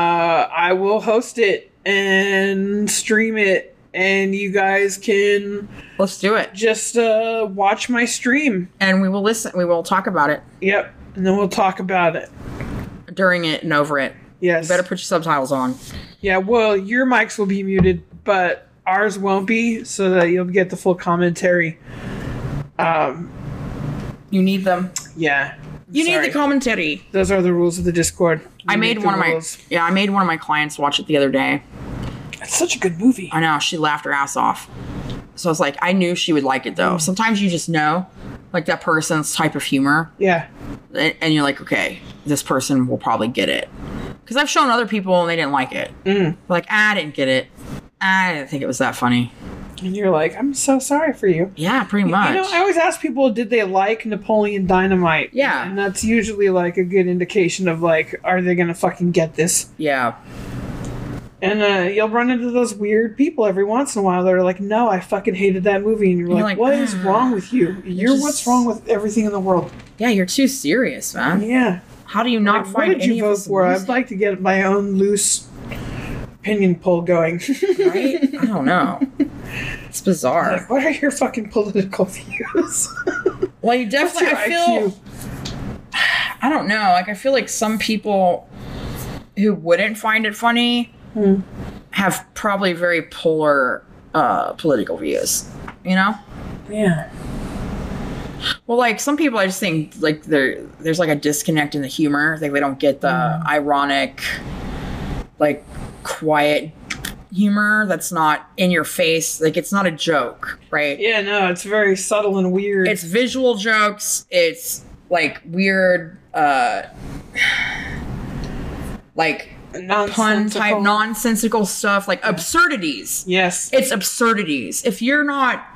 S1: I will host it and stream it, and you guys can
S3: Let's do it,
S1: just uh, watch my stream.
S3: and we will listen. We will talk about it
S1: Yep, and then we'll talk about it.
S3: during it and over it.
S1: Yes.
S3: You better put your subtitles on.
S1: yeah. Well, your mics will be muted, but ours won't be, so that you'll get the full commentary. Um.
S3: You need them.
S1: Yeah.
S3: You need
S1: Sorry.
S3: the commentary.
S1: Those are the rules of the Discord. You
S3: I made
S1: make the
S3: one of my
S1: rules.
S3: yeah. I made one of my clients watch it the other day.
S1: It's such a good movie.
S3: I know she laughed her ass off. So I was like, I knew she would like it though. Sometimes you just know, like that person's type of humor,
S1: Yeah.
S3: and, and you're like, okay, this person will probably get it. Because I've shown other people and they didn't like it.
S1: Mm.
S3: Like I didn't get it. I didn't think it was that funny.
S1: And you're like, I'm so sorry for you.
S3: Yeah, pretty
S1: You
S3: much.
S1: know, I always ask people, did they like Napoleon Dynamite?
S3: Yeah.
S1: And that's usually like a good indication of like, are they gonna fucking get this?
S3: yeah.
S1: And uh, you'll run into those weird people every once in a while that are like, no, I fucking hated that movie. And you're,
S3: You're
S1: like,
S3: like,
S1: what is
S3: "Ah,
S1: wrong with you? You're
S3: just-
S1: what's wrong with everything in the world.
S3: Yeah, you're too serious, man.
S1: Yeah.
S3: How do you
S1: Like,
S3: not
S1: what
S3: find
S1: did
S3: any
S1: you
S3: of
S1: vote
S3: this
S1: for? I'd
S3: amusing,
S1: like to get my own loose opinion poll going. [LAUGHS]
S3: right? I don't know. It's
S1: [LAUGHS]
S3: bizarre.
S1: Like, what are your fucking political
S3: [LAUGHS]
S1: views?
S3: Well, you definitely. I feel. I don't know. Like I feel like some people who wouldn't find it funny
S1: Hmm.
S3: have probably very polar uh, political views. You know.
S1: Yeah.
S3: Well, like some people, I just think like there there's like a disconnect in the humor. Like they don't get the
S1: Hmm.
S3: ironic, like quiet humor that's not in your face. Like it's not a joke, right?
S1: Yeah, no, it's very subtle and weird.
S3: It's visual jokes. It's like weird, uh, [SIGHS] like pun
S1: Nonsensical.
S3: type nonsensical stuff, like absurdities.
S1: Yes.
S3: It's absurdities. If you're not,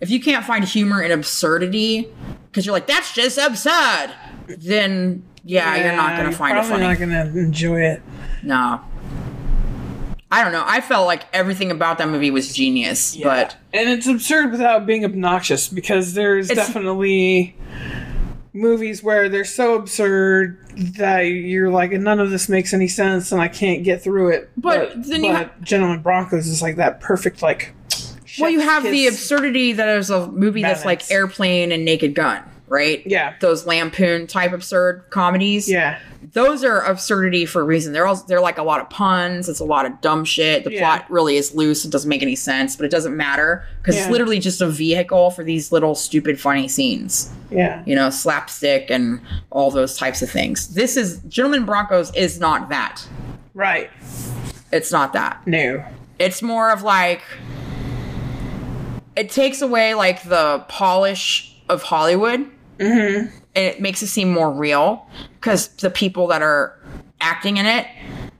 S3: if you can't find humor in absurdity, because you're like, that's just absurd, then yeah, you're not going to find it funny.
S1: Probably not gonna enjoy it.
S3: no. I don't know. I felt like everything about that movie was genius, but
S1: and it's absurd without being obnoxious because there's
S3: It's-
S1: definitely movies where they're so absurd that you're like, none of this makes any sense, and I can't get through it.
S3: But then you
S1: but Gentleman Broncos is like that perfect like.
S3: well, you
S1: chef's
S3: have the
S1: kiss.
S3: absurdity that is a movie that's
S1: Balance.
S3: like Airplane and Naked Gun, right?
S1: Yeah.
S3: Those lampoon type absurd comedies.
S1: Yeah.
S3: Those are absurdity for a reason. They're all they're like a lot of puns. It's a lot of dumb shit. The
S1: Yeah.
S3: plot really is loose. It doesn't make any sense, but it doesn't matter because
S1: Yeah.
S3: it's literally just a vehicle for these little stupid funny scenes.
S1: Yeah.
S3: You know, slapstick and all those types of things. This is Gentlemen Broncos is not that.
S1: Right.
S3: It's not that
S1: No.
S3: it's more of like it takes away like the polish of Hollywood and it makes it seem more real because the people that are acting in it,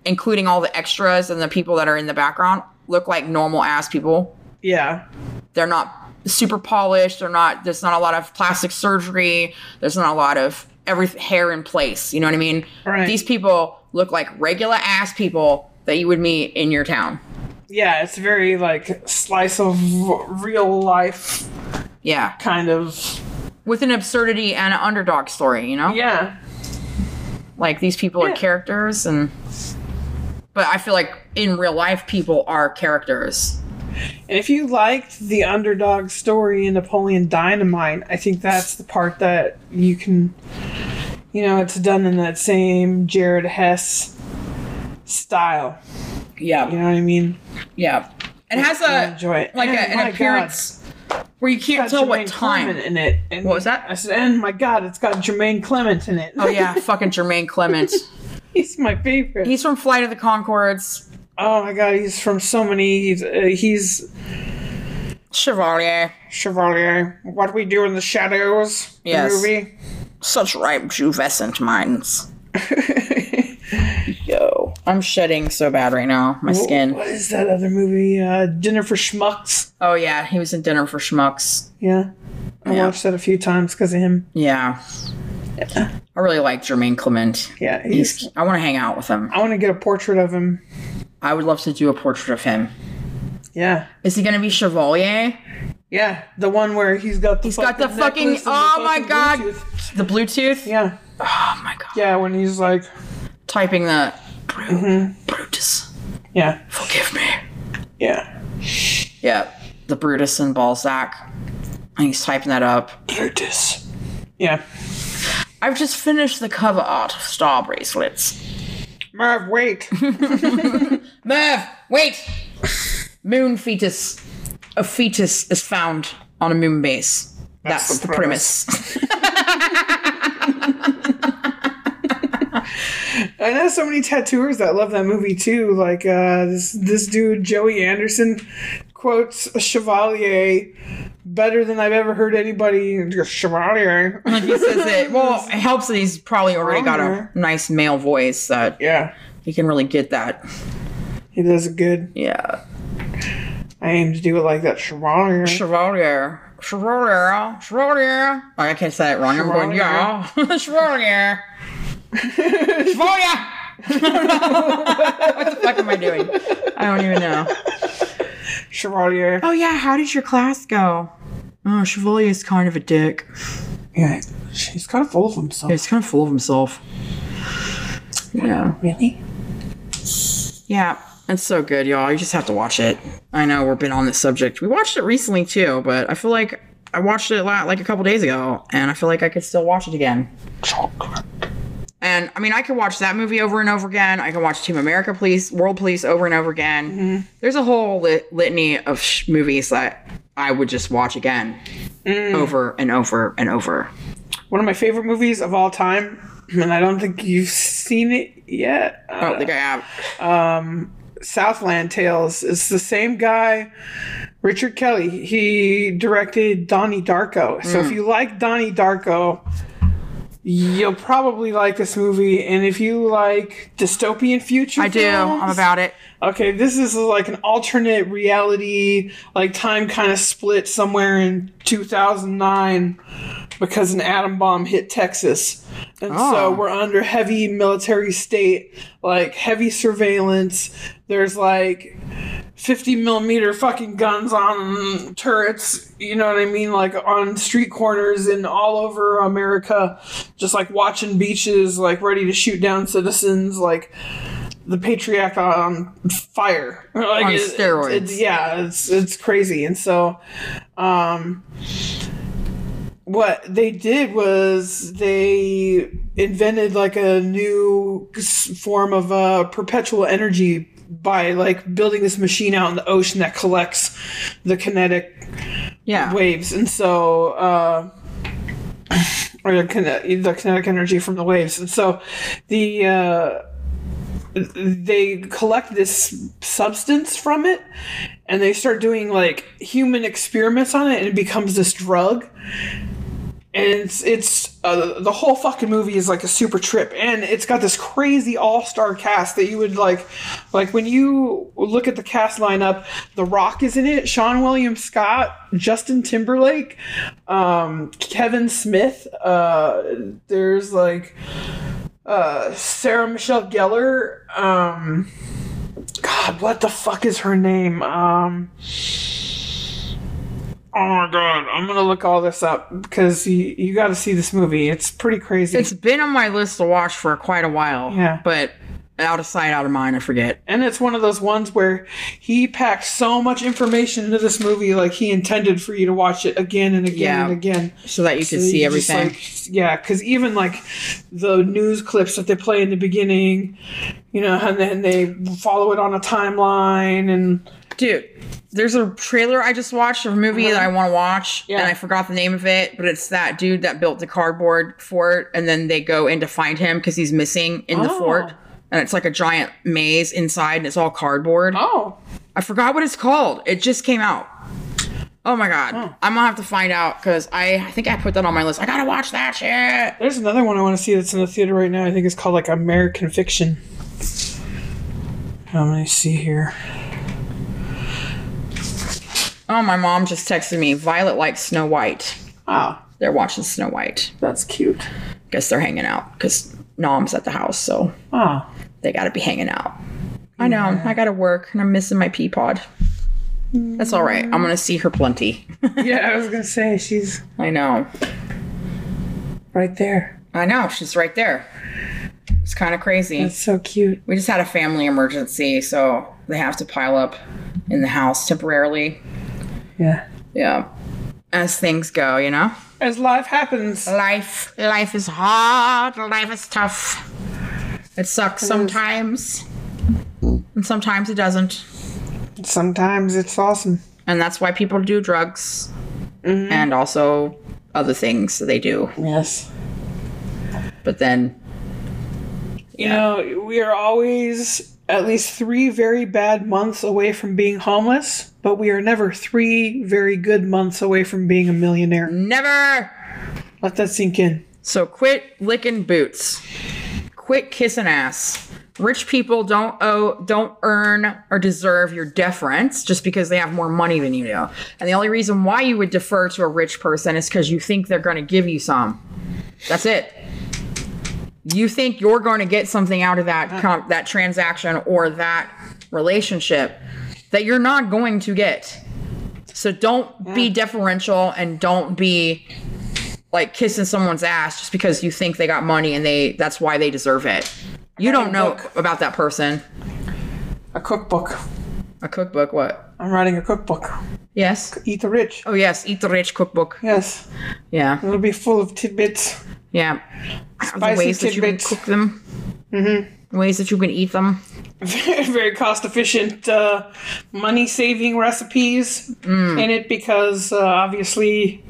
S3: including all the extras and the people that are in the background, look like normal ass people.
S1: Yeah.
S3: They're not super polished. They're not. There's not a lot of plastic surgery. There's not a lot of every hair in place. You know what I mean?
S1: Right.
S3: These people look like regular ass people that you would meet in your town.
S1: Yeah, it's very like slice of real life
S3: Yeah.
S1: kind of
S3: with an absurdity and an underdog story, you know?
S1: Yeah.
S3: Like these people are characters and but I feel like in real life people are characters.
S1: And if you liked the underdog story in Napoleon Dynamite, I think that's the part that you can, you know, it's done in that same Jared Hess style. You
S3: Yeah.
S1: know what I mean?
S3: Yeah. It has
S1: I
S3: a
S1: enjoy it.
S3: like a,
S1: And my
S3: an
S1: God,
S3: appearance where you
S1: it's got
S3: can't tell what
S1: Jermaine
S3: time.
S1: Clement in it. And
S3: What was that?
S1: I said, and my God, it's got Jermaine Clement in it.
S3: Oh yeah, [LAUGHS] fucking Jermaine Clement.
S1: [LAUGHS] he's my favorite.
S3: He's from Flight of the Concords,
S1: oh my God, he's from so many. He's, uh, he's
S3: Chevalier,
S1: Chevalier. What we do in the shadows? the
S3: Yes.
S1: movie.
S3: such ripe juvescent minds.
S1: [LAUGHS]
S3: Yo, I'm shedding so bad right now. My skin.
S1: [LAUGHS] What is that other movie? Uh, Dinner for Schmucks.
S3: Oh yeah, he was in Dinner for Schmucks.
S1: Yeah. I
S3: Yeah.
S1: watched that a few times because of him.
S3: Yeah. I really like Jermaine Clement.
S1: Yeah. He's,
S3: He's, I want to hang out with him.
S1: I want to get a portrait of him.
S3: I would love to do a portrait of him.
S1: Yeah.
S3: Is he gonna be Chevalier?
S1: Yeah. The one where he's got the
S3: He's got the fucking-
S1: necklace and
S3: oh my God.
S1: Bluetooth.
S3: The Bluetooth?
S1: Yeah.
S3: Oh my god.
S1: Yeah. When he's like,
S3: Typing the Bru- Mm-hmm. Brutus.
S1: yeah.
S3: Forgive me.
S1: Yeah.
S3: Yeah. The Brutus and Balzac. And he's typing that up.
S1: Brutus. Yeah.
S3: I've just finished the cover art of Star Bracelets.
S1: Merv,
S3: [LAUGHS]
S1: wait.
S3: Merv, wait! moon fetus. A fetus is found on a moon base. That's, the, premise.
S1: I know so many tattooers that love that movie too. Like uh, this this dude Joey Anderson quotes Chevalier better than I've ever heard anybody
S3: [LAUGHS]
S1: Chevalier.
S3: like he says it. Well, it helps that he's probably already got a nice male voice that
S1: yeah,
S3: he can really get that.
S1: he does it good.
S3: Yeah.
S1: I aim to do it like that Chevalier.
S3: Chevalier. Chevalier. Chevalier. Oh, I can't say it wrong. I'm going, yeah. [LAUGHS] Chevalier. Chevalier. what the fuck am I doing? I don't even know.
S1: Chevalier.
S3: Oh, yeah. How did your class go? Oh, Chevalier's kind of a dick.
S1: Yeah, he's kind of full of himself.
S3: He's kind of full of himself. Yeah.
S1: Really?
S3: Yeah, it's so good, y'all. You just have to watch it. I know we've been on this subject. We watched it recently too, but I feel like I watched it la- like a couple days ago, and I feel like I could still watch it again. And I mean, I could watch that movie over and over again. I can watch Team America Police, World Police over and over again. There's a whole lit- litany of sh- movies that I would just watch again over and over and over.
S1: One of my favorite movies of all time, and I don't think you've seen it yet. uh,
S3: I don't think I have.
S1: Southland Tales. It's the same guy, Richard Kelly. He directed Donnie Darko. So if you like Donnie Darko, you'll probably like this movie. And if you like dystopian future,
S3: I do. I'm
S1: films-
S3: about it.
S1: Okay, this is like an alternate reality, like time kind of split somewhere in 2009 because an atom bomb hit Texas. And
S3: Oh.
S1: so we're under heavy military state, like heavy surveillance. There's like 50 millimeter fucking guns on turrets, you know what I mean? Like on street corners and all over America, just like watching beaches, like ready to shoot down citizens, like the patriarch on fire [LAUGHS] like
S3: On
S1: it-
S3: steroids.
S1: it's- yeah it's it's crazy and so um what they did was they invented like a new s- form of uh, perpetual energy by like building this machine out in the ocean that collects the kinetic
S3: Yeah.
S1: waves, and so uh, or the, kine- the kinetic energy from the waves, and so the uh, they collect this substance from it, and they start doing like human experiments on it, and it becomes this drug. And it's, it's uh, the whole fucking movie is like a super trip, and it's got this crazy all star cast that you would like, like when you look at the cast lineup, The Rock is in it, Sean William Scott, Justin Timberlake, um, Kevin Smith. Uh, there's like uh, Sarah Michelle Gellar. Um, God, what the fuck is her name? Um, Oh my god, I'm gonna look all this up because you, you got to see this movie. It's pretty crazy.
S3: It's been on my list to watch for quite a while.
S1: Yeah.
S3: But out of sight, out of mind, I forget.
S1: and it's one of those ones where he packed so much information into this movie, like he intended for you to watch it again and again
S3: Yeah.
S1: and again.
S3: So that you could
S1: So
S3: see
S1: you just,
S3: everything.
S1: like, yeah, because even like the news clips that they play in the beginning, you know, and then they follow it on a timeline, and
S3: Dude, there's a trailer I just watched of a movie that I want to watch,
S1: Uh-huh. Yeah.
S3: and I forgot the name of it, but it's that dude that built the cardboard fort, and then they go in to find him because he's missing in the
S1: Oh.
S3: fort. And it's like a giant maze inside, and it's all cardboard.
S1: oh,
S3: I forgot what it's called. It just came out. Oh my god. I'm gonna have to find out because I, I think I put that on my list. I gotta watch that shit.
S1: there's another one I want to see that's in the theater right now. I think it's called like American Fiction. Let me see here.
S3: Oh, my mom just texted me. Violet likes Snow White.
S1: Oh,
S3: They're watching Snow White.
S1: that's cute.
S3: Guess they're hanging out because Nom's at the house, so
S1: Oh,
S3: they gotta be hanging out. I know. I gotta work and I'm missing my pea pod. That's all right. I'm gonna see her plenty. [LAUGHS]
S1: yeah, I was gonna say she's
S3: I know.
S1: right there.
S3: I know. She's right there. It's kind of crazy.
S1: That's so cute.
S3: We just had a family emergency, so they have to pile up in the house temporarily.
S1: Yeah.
S3: Yeah. As things go, you know?
S1: As life happens.
S3: Life life is hard, life is tough. It sucks sometimes. And sometimes it doesn't.
S1: Sometimes it's awesome.
S3: And that's why people do drugs. And also other things that they do.
S1: Yes.
S3: But then
S1: You know, we are always at least three very bad months away from being homeless, but we are never three very good months away from being a millionaire.
S3: never
S1: Let that sink in.
S3: So quit licking boots. Quit kissing ass. Rich people don't owe, don't earn or deserve your deference just because they have more money than you do. And the only reason why you would defer to a rich person is because you think they're going to give you some. That's it. You think you're going to get something out of that com- that transaction or that relationship that you're not going to get. So don't be deferential and don't be like kissing someone's ass just because you think they got money and they that's why they deserve it. You don't know about that person.
S1: A cookbook.
S3: A cookbook, what?
S1: I'm writing a cookbook.
S3: Yes.
S1: Eat the rich.
S3: Oh yes, eat the rich cookbook.
S1: Yes.
S3: Yeah.
S1: It'll be full of tidbits. [LAUGHS]
S3: Yeah. The
S1: Spicy
S3: ways that you can
S1: tidbits.
S3: cook them. Mm-hmm. Ways that you can eat them.
S1: very cost efficient, uh, money saving recipes in it because uh, obviously.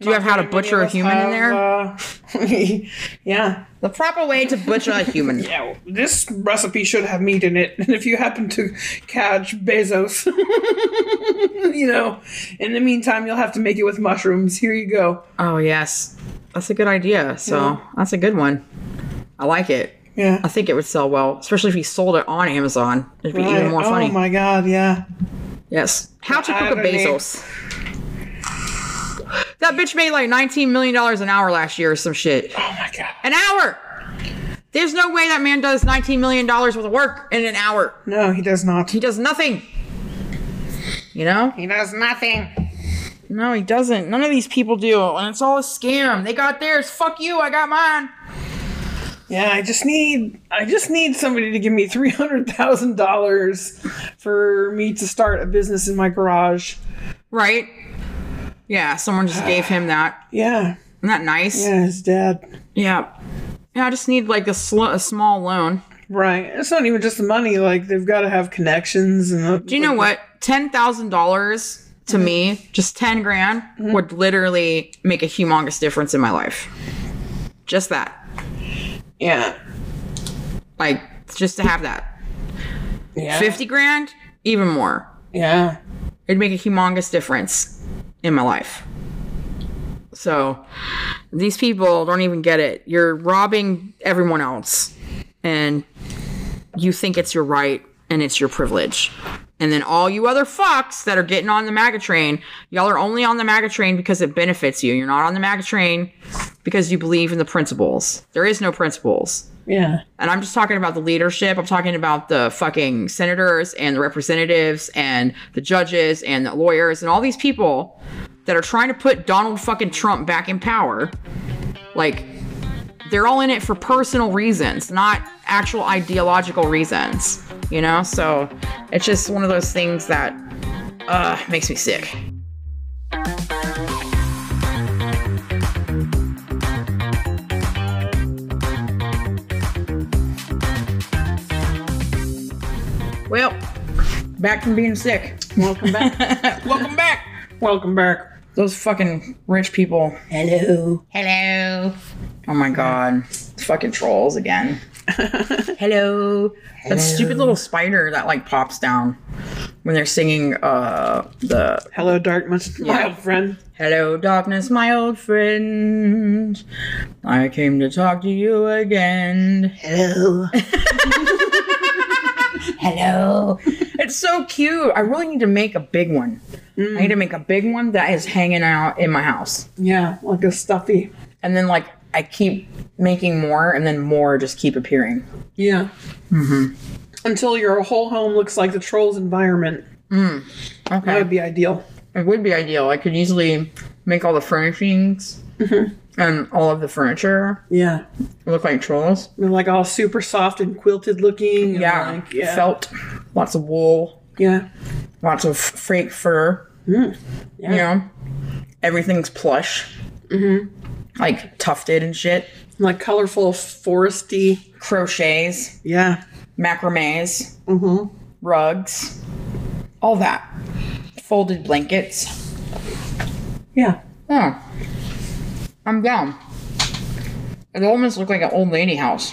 S3: Do you have how
S1: very
S3: to
S1: many
S3: butcher
S1: of
S3: a
S1: us
S3: human in there?
S1: have, uh, [LAUGHS] yeah.
S3: the proper way to butcher
S1: [LAUGHS]
S3: a human.
S1: Yeah, well, this recipe should have meat in it. [LAUGHS] And if you happen to catch Bezos, [LAUGHS] you know, in the meantime, you'll have to make it with mushrooms. Here you go.
S3: Oh yes. That's a good idea. So that's a good one. I like it.
S1: Yeah.
S3: I think it would sell well, especially if you sold it on Amazon. It'd be even
S1: Right.
S3: more funny.
S1: Oh my god, yeah.
S3: Yes. How to cook a
S1: Irony.
S3: Bezos. That bitch made like $19 million an hour last year or some shit.
S1: Oh my god.
S3: An hour! There's no way that man does $19 million worth of work in an hour.
S1: No, he does not.
S3: He does nothing. You know?
S1: He does nothing.
S3: No, he doesn't. None of these people do. And it's all a scam. They got theirs. Fuck you. I got mine.
S1: Yeah, I just need I just need somebody to give me three hundred thousand dollars for me to start a business in my garage.
S3: Right? Yeah, someone just gave him that.
S1: Yeah.
S3: Isn't that nice? Yeah.
S1: Yeah, his dad.
S3: Yeah, I just need like a, sl- a small loan.
S1: Right. It's not even just the money, like they've gotta have connections and the,
S3: Do you know what? Ten thousand dollars to me, just ten grand, would literally make a humongous difference in my life. Just that,
S1: Yeah.
S3: like, just to have that.
S1: Yeah.
S3: Fifty grand, even more.
S1: Yeah.
S3: It'd make a humongous difference in my life. So, these people don't even get it. You're robbing everyone else, and you think it's your right and it's your privilege. And then all you other fucks that are getting on the MAGA train, y'all are only on the MAGA train because it benefits you. You're not on the MAGA train because you believe in the principles. There is no principles.
S1: Yeah.
S3: And I'm just talking about the leadership. I'm talking about the fucking senators and the representatives and the judges and the lawyers and all these people that are trying to put Donald fucking Trump back in power. Like, they're all in it for personal reasons, not actual ideological reasons, you know? So it's just one of those things that uh, makes me sick. Well, back from being sick.
S1: Welcome back.
S3: [LAUGHS] Welcome back.
S1: Welcome back.
S3: Those fucking rich people.
S4: Hello.
S3: Hello. Oh my god. Fucking trolls again. Hello. That stupid little spider that like pops down when they're singing uh the
S1: Hello, darkness, my
S3: Yeah.
S1: old friend.
S3: Hello darkness my old friend. I came to talk to you again.
S4: Hello. Hello.
S3: It's so cute. I really need to make a big one. I need to make a big one that is hanging out in my house.
S1: Yeah, like a stuffy.
S3: And then like I keep making more and then more just keep appearing.
S1: Yeah. Mm-hmm. Until your whole home looks like the troll's environment.
S3: Okay.
S1: That would be ideal.
S3: It would be ideal. I could easily make all the furnishings and all of the furniture
S1: Yeah.
S3: look like trolls.
S1: They're like all super soft and quilted looking. and,
S3: Yeah.
S1: like, yeah.
S3: Felt, lots of wool,
S1: yeah.
S3: lots of f- fake fur. You know, everything's plush. Mm-hmm. Like tufted and shit.
S1: Like colorful, foresty.
S3: Crochets,
S1: Yeah.
S3: macrames,
S1: Mm-hmm.
S3: rugs, all that. Folded blankets.
S1: Yeah.
S3: Yeah. I'm down. It almost looked like an old lady house.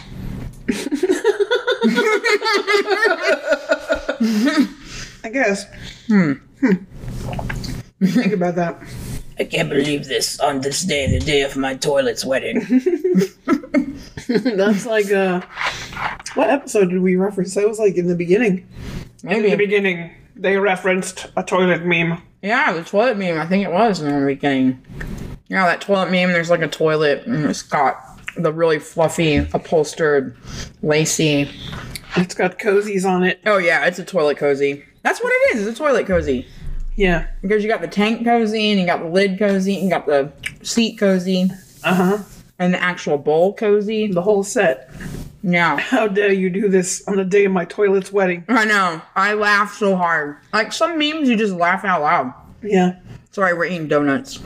S1: I guess.
S5: Hmm.
S1: Hmm. Think about that.
S6: I can't believe this on this day, the day of my
S5: [LAUGHS]
S6: toilet's wedding.
S1: [LAUGHS] That's like uh what episode did we reference? That was like in the beginning.
S5: In the beginning, they referenced a toilet meme.
S3: Yeah, the toilet meme. I think it was in the beginning. Yeah, that toilet meme. There's like a toilet, and it's got the really fluffy, upholstered, lacy.
S1: It's got cozies on it.
S3: Oh yeah, it's a toilet cozy. That's what it is. It's a toilet cozy
S1: Yeah.
S3: because you got the tank cozy, and you got the lid cozy, and you got the seat cozy,
S1: Uh-huh.
S3: and the actual bowl cozy.
S1: The whole set.
S3: Yeah,
S1: How dare you do this on the day of my toilet's wedding?
S3: [LAUGHS] I know. I laugh so hard. Like some memes, you just laugh out loud.
S1: Yeah.
S3: Sorry, we're eating donuts.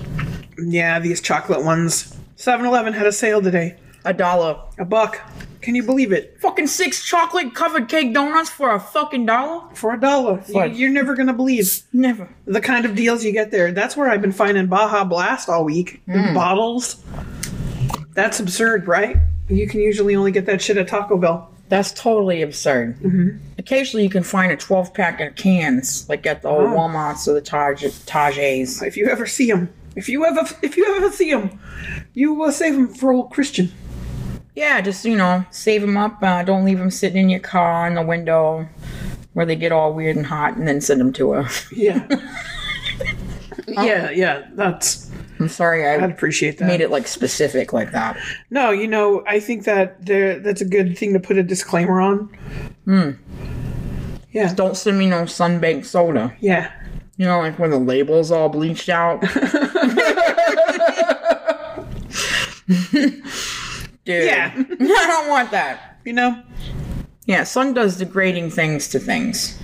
S1: Yeah, these chocolate ones. 7 Eleven had a sale today.
S3: A dollar.
S1: A buck. Can you believe it?
S3: Fucking six chocolate covered cake donuts for a fucking dollar?
S1: For a dollar. You,
S3: Fudge.
S1: you're never going to believe
S3: Never.
S1: the kind of deals you get there. That's where I've been finding Baja Blast all week in bottles. That's absurd, right? You can usually only get that shit at Taco Bell.
S3: That's totally absurd. Mm-hmm. Occasionally, you can find a 12 pack of cans, like at the old Walmarts or the Taj- Taj's.
S1: If you ever see them, if you ever if you ever see them, you will save them for old Christian.
S3: Yeah, just, you know, save them up. Uh, don't leave them sitting in your car in the window where they get all weird and hot and then send them to her.
S1: Yeah. [LAUGHS] yeah, yeah. That's
S3: [LAUGHS] I'm sorry I
S1: I'd appreciate that.
S3: made it like specific like that.
S1: No, you know, I think that there that's a good thing to put a disclaimer on. Yeah.
S3: Don't send me no sunbaked soda.
S1: Yeah.
S3: You know, like when the label's all bleached out. [LAUGHS] Dude.
S1: Yeah. [LAUGHS]
S3: [LAUGHS] I don't want that.
S1: You know?
S3: Yeah, sun does degrading things to things.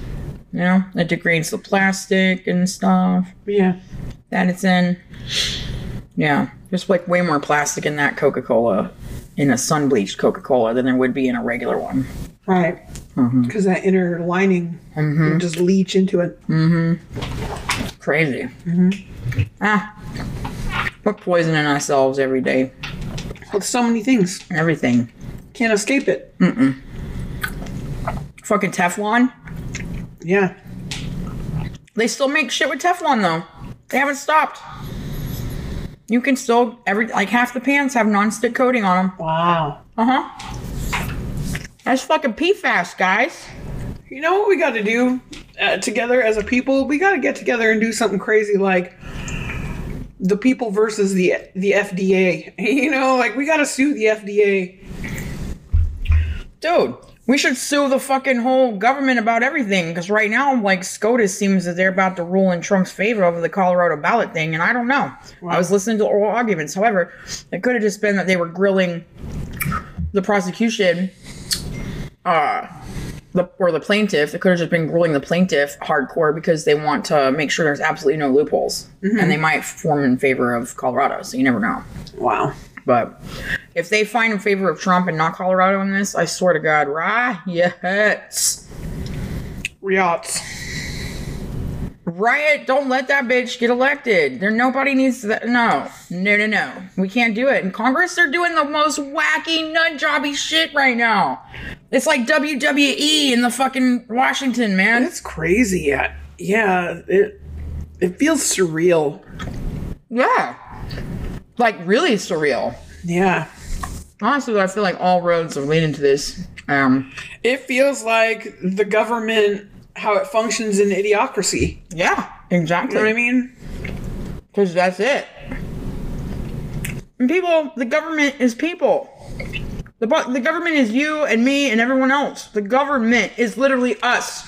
S3: You know, it degrades the plastic and stuff
S1: Yeah.
S3: that it's in. Yeah, there's like way more plastic in that Coca Cola, in a sun bleached Coca Cola, than there would be in a regular one.
S1: Right. Because that inner lining you just leach into it.
S3: Crazy. Mm-hmm. Ah, we're poisoning ourselves every day.
S1: With so many things.
S3: Everything.
S1: Can't escape it.
S3: Fucking Teflon.
S1: Yeah.
S3: They still make shit with Teflon though. They haven't stopped. You can still every like half the pans have non-stick coating on them.
S1: Wow.
S3: Uh huh. Uh-huh. That's fucking PFAS, guys.
S1: You know what we got to do uh, together as a people? We got to get together and do something crazy like the people [LAUGHS] versus the the FDA. You know, like we got to sue the FDA
S3: Dude, we should sue the fucking whole government about everything because right now, like, SCOTUS seems that they're about to rule in Trump's favor over the Colorado ballot thing, and I don't know. I was listening to oral arguments. However, it could have just been that they were grilling the prosecution, uh, the, or the plaintiff. It could have just been grilling the plaintiff hardcore because they want to make sure there's absolutely no loopholes, and they might form in favor of Colorado. So you never know.
S1: Wow.
S3: But if they find in favor of Trump and not Colorado in this, I swear to God, riots.
S1: Riots.
S3: Riot, don't let that bitch get elected. There nobody needs to no. No, no, no. We can't do it. In Congress, they're doing the most wacky nut jobby shit right now. It's like WWE in the fucking Washington, man.
S1: That's crazy. Yeah. Yeah. It it feels surreal.
S3: Yeah. Like really surreal.
S1: Yeah.
S3: Honestly, I feel like all roads are leading to this. Um
S1: It feels like the government how it functions in idiocracy.
S3: yeah, exactly.
S1: You know what I mean?
S3: Because that's it. And people, the government is people. The, bu- the government is you and me and everyone else. The government is literally us.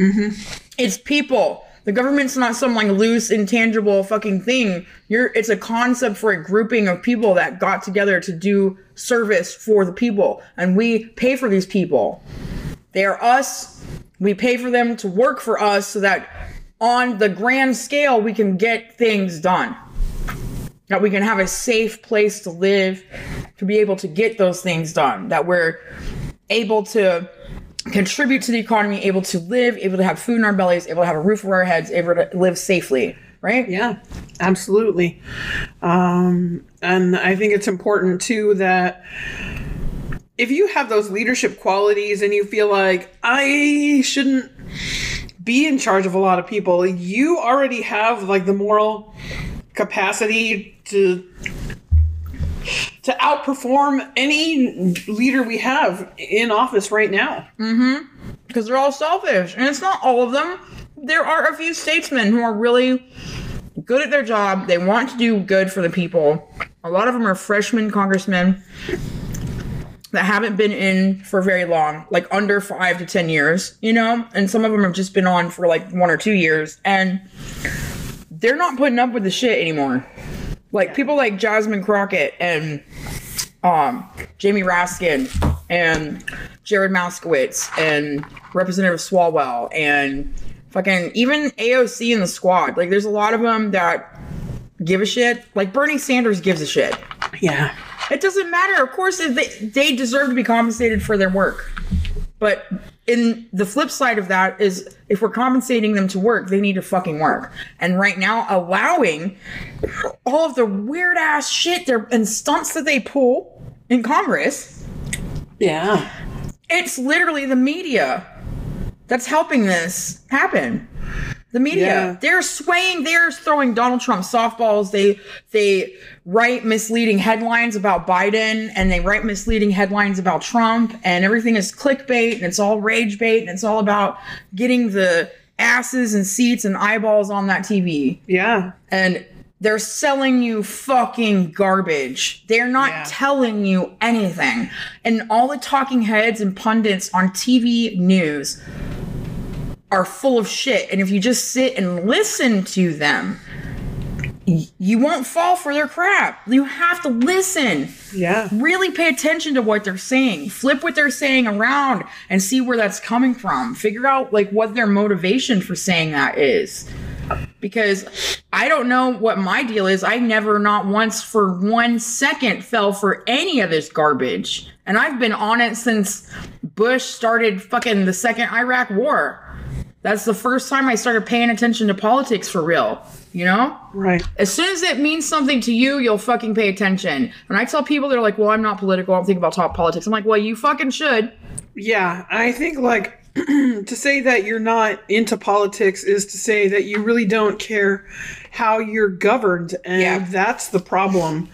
S3: Mm-hmm. It's people. The government's not some like loose, intangible fucking thing. You're, it's a concept for a grouping of people that got together to do service for the people, and we pay for these people. They are us. We pay for them to work for us so that on the grand scale we can get things done. That we can have a safe place to live, to be able to get those things done. That we're able to contribute to the economy, able to live, able to have food in our bellies, able to have a roof over our heads, able to live safely, right?
S1: Yeah, absolutely. Um, and I think it's important too that if you have those leadership qualities and you feel like I shouldn't be in charge of a lot of people, you already have like the moral capacity to to outperform any leader we have in office right now.
S3: because they're all selfish. And it's not all of them. There are a few statesmen who are really good at their job. They want to do good for the people. A lot of them are freshman congressmen that haven't been in for very long, like under five to 10 years, you know? And some of them have just been on for like one or two years. And they're not putting up with the shit anymore. Like people like Jasmine Crockett and um, Jamie Raskin and Jared Moskowitz and Representative Swalwell and fucking even AOC in the squad. Like, there's a lot of them that give a shit. Like, Bernie Sanders gives a shit.
S1: Yeah.
S3: It doesn't matter. Of course, they, they deserve to be compensated for their work. But in the flip side of that is if we're compensating them to work, they need to fucking work. And right now, allowing all of the weird ass shit they're, and stunts that they pull in Congress,
S1: Yeah.
S3: it's literally the media that's helping this happen. The media,
S1: Yeah.
S3: they're swaying, they're throwing Donald Trump softballs. They they write misleading headlines about Biden and they write misleading headlines about Trump and everything is clickbait and it's all rage bait and it's all about getting the asses and seats and eyeballs on that TV
S1: Yeah.
S3: and they're selling you fucking garbage. They're not
S1: Yeah.
S3: telling you anything. And all the talking heads and pundits on TV news are full of shit. And if you just sit and listen to them, y- you won't fall for their crap. You have to listen
S1: Yeah.
S3: really pay attention to what they're saying flip what they're saying around and see where that's coming from figure out like what their motivation for saying that is because i don't know what my deal is i never not once for one second fell for any of this garbage and i've been on it since bush started fucking the second iraq war that's the first time i started paying attention to politics for real you know
S1: Right.
S3: as soon as it means something to you, you'll fucking pay attention. When I tell people, they're like, "Well, I'm not political. I'm thinking about top politics." I'm like, "Well, you fucking should."
S1: Yeah, I think like [CLEARS THROAT] to say that you're not into politics is to say that you really don't care how you're governed, and
S3: Yeah.
S1: that's the problem.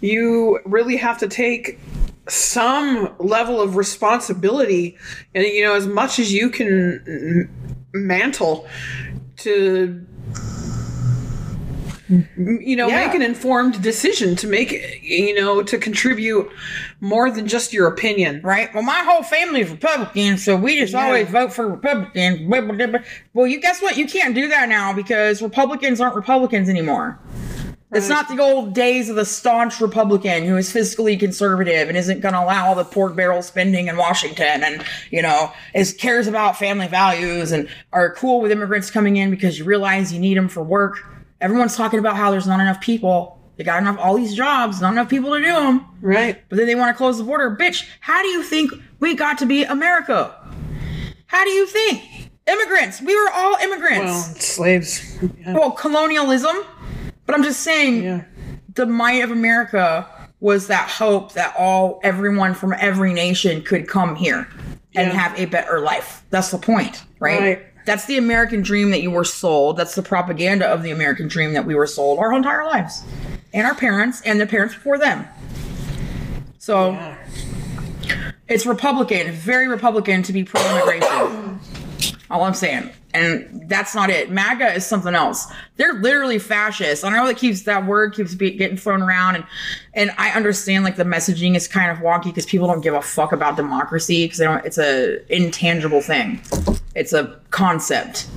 S1: You really have to take some level of responsibility, and you know, as much as you can m- mantle to you know,
S5: Yeah.
S1: make an informed decision to make, you know, to contribute more than just your opinion.
S3: right? Well, my whole family's Republican, so we just always vote for Republicans. Blah, blah, blah, blah. Well, you guess what? You can't do that now because Republicans aren't Republicans anymore. It's not the old days of the staunch Republican who is fiscally conservative and isn't going to allow all the pork barrel spending in Washington, and you know is cares about family values and are cool with immigrants coming in because you realize you need them for work. Everyone's talking about how there's not enough people. They got enough all these jobs, not enough people to do them
S1: Right.
S3: but then they want to close the border. Bitch, how do you think we got to be America? How do you think? Immigrants. We were all
S1: Well,
S3: immigrants.
S1: slaves. Yeah.
S3: Well, colonialism. But I'm just saying
S1: Yeah.
S3: the might of America was that hope that all everyone from every nation could come here and
S1: Yeah.
S3: have a better life. That's the point, right?
S1: Right.
S3: That's the American dream that you were sold. That's the propaganda of the American dream that we were sold our entire lives. And our parents and the parents before them. So it's Republican, it's very Republican to be pro immigration. All I'm saying. And that's not it. MAGA is something else. They're literally fascists. I know that keeps that word keeps be, getting thrown around, and and I understand like the messaging is kind of wonky because people don't give a fuck about democracy because they don't. It's a intangible thing. It's a concept.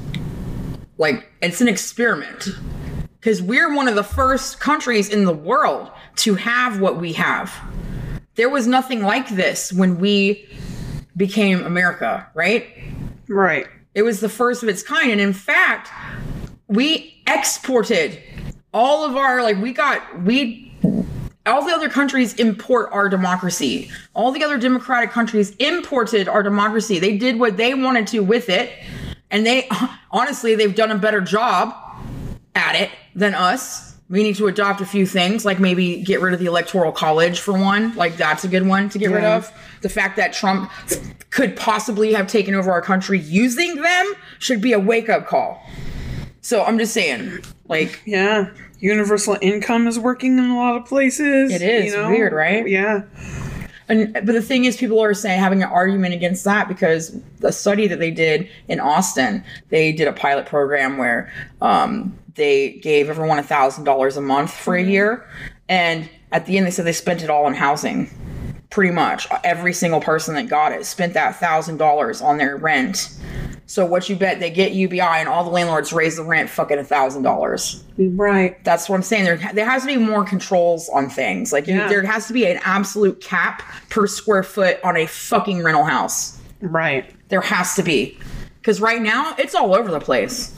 S3: Like it's an experiment because we're one of the first countries in the world to have what we have. There was nothing like this when we became America, right?
S1: Right.
S3: It was the first of its kind. And in fact, we exported all of our, like, we got, we, all the other countries import our democracy. All the other democratic countries imported our democracy. They did what they wanted to with it. And they, [LAUGHS] honestly, they've done a better job at it than us. We need to adopt a few things, like maybe get rid of the electoral college for one. Like that's a good one to get rid of. The fact that Trump could possibly have taken over our country using them should be a wake up call. So I'm just saying, like
S1: Yeah. Universal income is working in a lot of places.
S3: It is.
S1: you know?
S3: Weird, right?
S1: Yeah.
S3: And but the thing is, people are saying having an argument against that because a study that they did in Austin, they did a pilot program where um, they gave everyone a thousand dollars a month for a year, and at the end they said they spent it all on housing. Pretty much every single person that got it spent that thousand dollars on their rent. So what you bet they get UBI and all the landlords raise the rent fucking a thousand dollars
S1: Right.
S3: that's what I'm saying. There, there has to be more controls on things. Like you,
S1: Yeah.
S3: there has to be an absolute cap per square foot on a fucking rental house.
S1: Right.
S3: There has to be, because right now it's all over the place.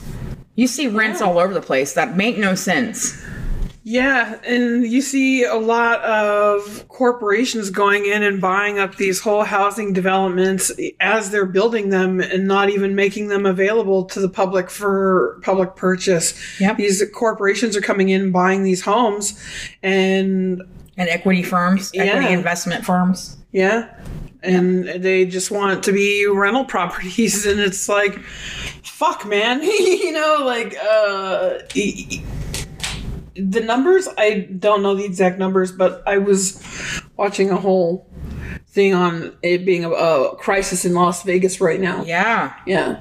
S3: You see rents all over the place that make no sense.
S1: Yeah, and you see a lot of corporations going in and buying up these whole housing developments as they're building them and not even making them available to the public for public purchase.
S3: Yep.
S1: These corporations are coming in and buying these homes and
S3: And equity firms, equity
S1: Yeah.
S3: investment firms.
S1: yeah, and they just want it to be rental properties [LAUGHS] and it's like fuck man, [LAUGHS] you know like uh e- e- the numbers i don't know the exact numbers but i was watching a whole thing on it being a, a crisis in las vegas right now
S3: Yeah.
S1: yeah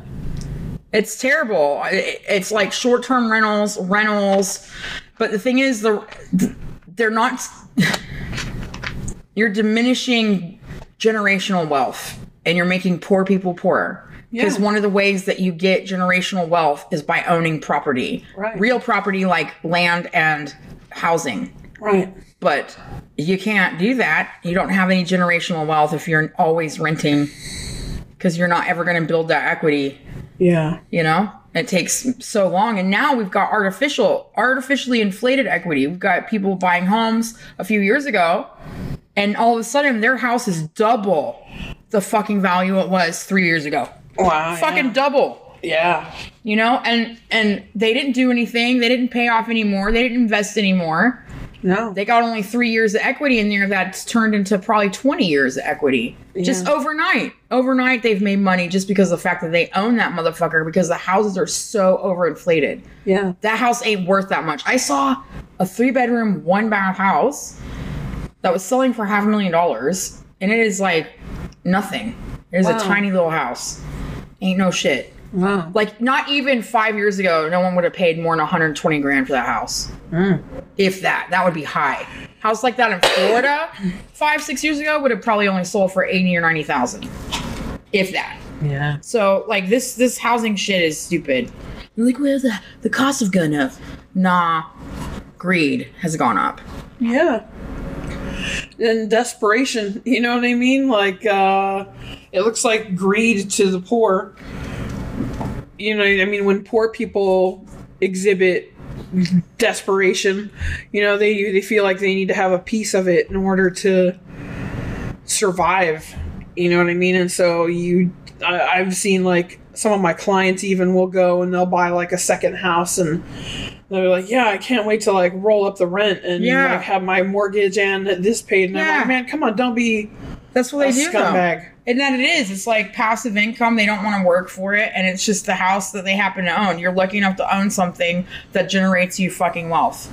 S3: It's terrible. I- I- It's like short term rentals, rentals. But the thing is, the they're not. You're diminishing generational wealth, and you're making poor people poorer. Because
S1: Yeah.
S3: one of the ways that you get generational wealth is by owning property,
S1: Right.
S3: real property like land and housing.
S1: right
S3: But you can't do that. You don't have any generational wealth if you're always renting, because you're not ever going to build that equity
S1: yeah
S3: you know it takes so long and now we've got artificial artificially inflated equity we've got people buying homes a few years ago and all of a sudden their house is double the fucking value it was three years ago
S1: wow
S3: fucking double
S1: yeah
S3: you know and and they didn't do anything they didn't pay off anymore they didn't invest anymore
S1: no
S3: they got only three years of equity in there that's turned into probably 20 years of equity just overnight overnight they've made money just because of the fact that they own that motherfucker because the houses are so overinflated
S1: yeah
S3: that house ain't worth that much i saw a three bedroom one bath house that was selling for half a million dollars and it is like nothing it is a tiny little house ain't no shit
S1: Wow.
S3: Like not even five years ago, no one would have paid more than 120 grand for that house. If that, that would be high. House like that in Florida, five six years ago, would have probably only sold for 80 or 90 thousand, if that.
S1: Yeah.
S3: So like this this housing shit is stupid. You're like, well the the costs have gone up. Nah, greed has gone up.
S1: Yeah. And desperation, you know what I mean? Like uh it looks like greed to the poor. You know, I mean when poor people exhibit desperation, you know, they they feel like they need to have a piece of it in order to survive. You know what I mean? And so you I, I've seen like some of my clients even will go and they'll buy like a second house and they're like, yeah, I can't wait to like roll up the rent and
S3: Yeah.
S1: like have my mortgage and this paid. And I'm
S3: Yeah.
S1: like, man, come on, don't be
S3: That's what
S1: a
S3: they do. though.
S1: scumbag.
S3: And that it is. It's like passive income. They don't want to work for it. And it's just the house that they happen to own. You're lucky enough to own something that generates you fucking wealth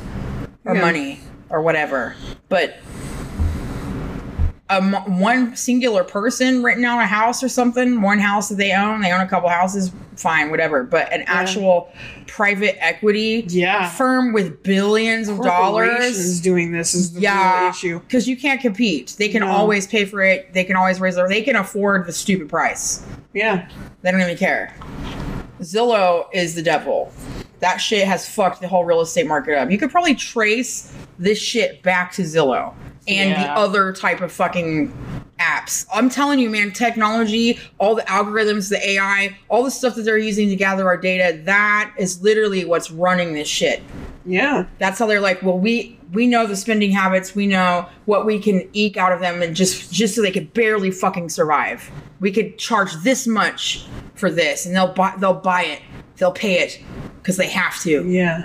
S3: or money or whatever. But um, one singular person renting out a house or something, one house that they own, they own a couple houses, fine, whatever. But an actual private equity
S1: Yeah.
S3: firm with billions of dollars
S1: Corporations doing this is the real
S3: yeah
S1: issue.
S3: because you can't compete they can
S1: No.
S3: always pay for it they can always raise their they can afford the stupid price
S1: Yeah.
S3: they don't even care zillow is the devil that shit has fucked the whole real estate market up you could probably trace this shit back to zillow and
S1: Yeah.
S3: the other type of fucking apps i'm telling you man technology all the algorithms the ai all the stuff that they're using to gather our data that is literally what's running this shit
S1: Yeah.
S3: that's how they're like well we we know the spending habits we know what we can eke out of them and just just so they could barely fucking survive we could charge this much for this and they'll buy they'll buy it they'll pay it because they have to
S1: Yeah.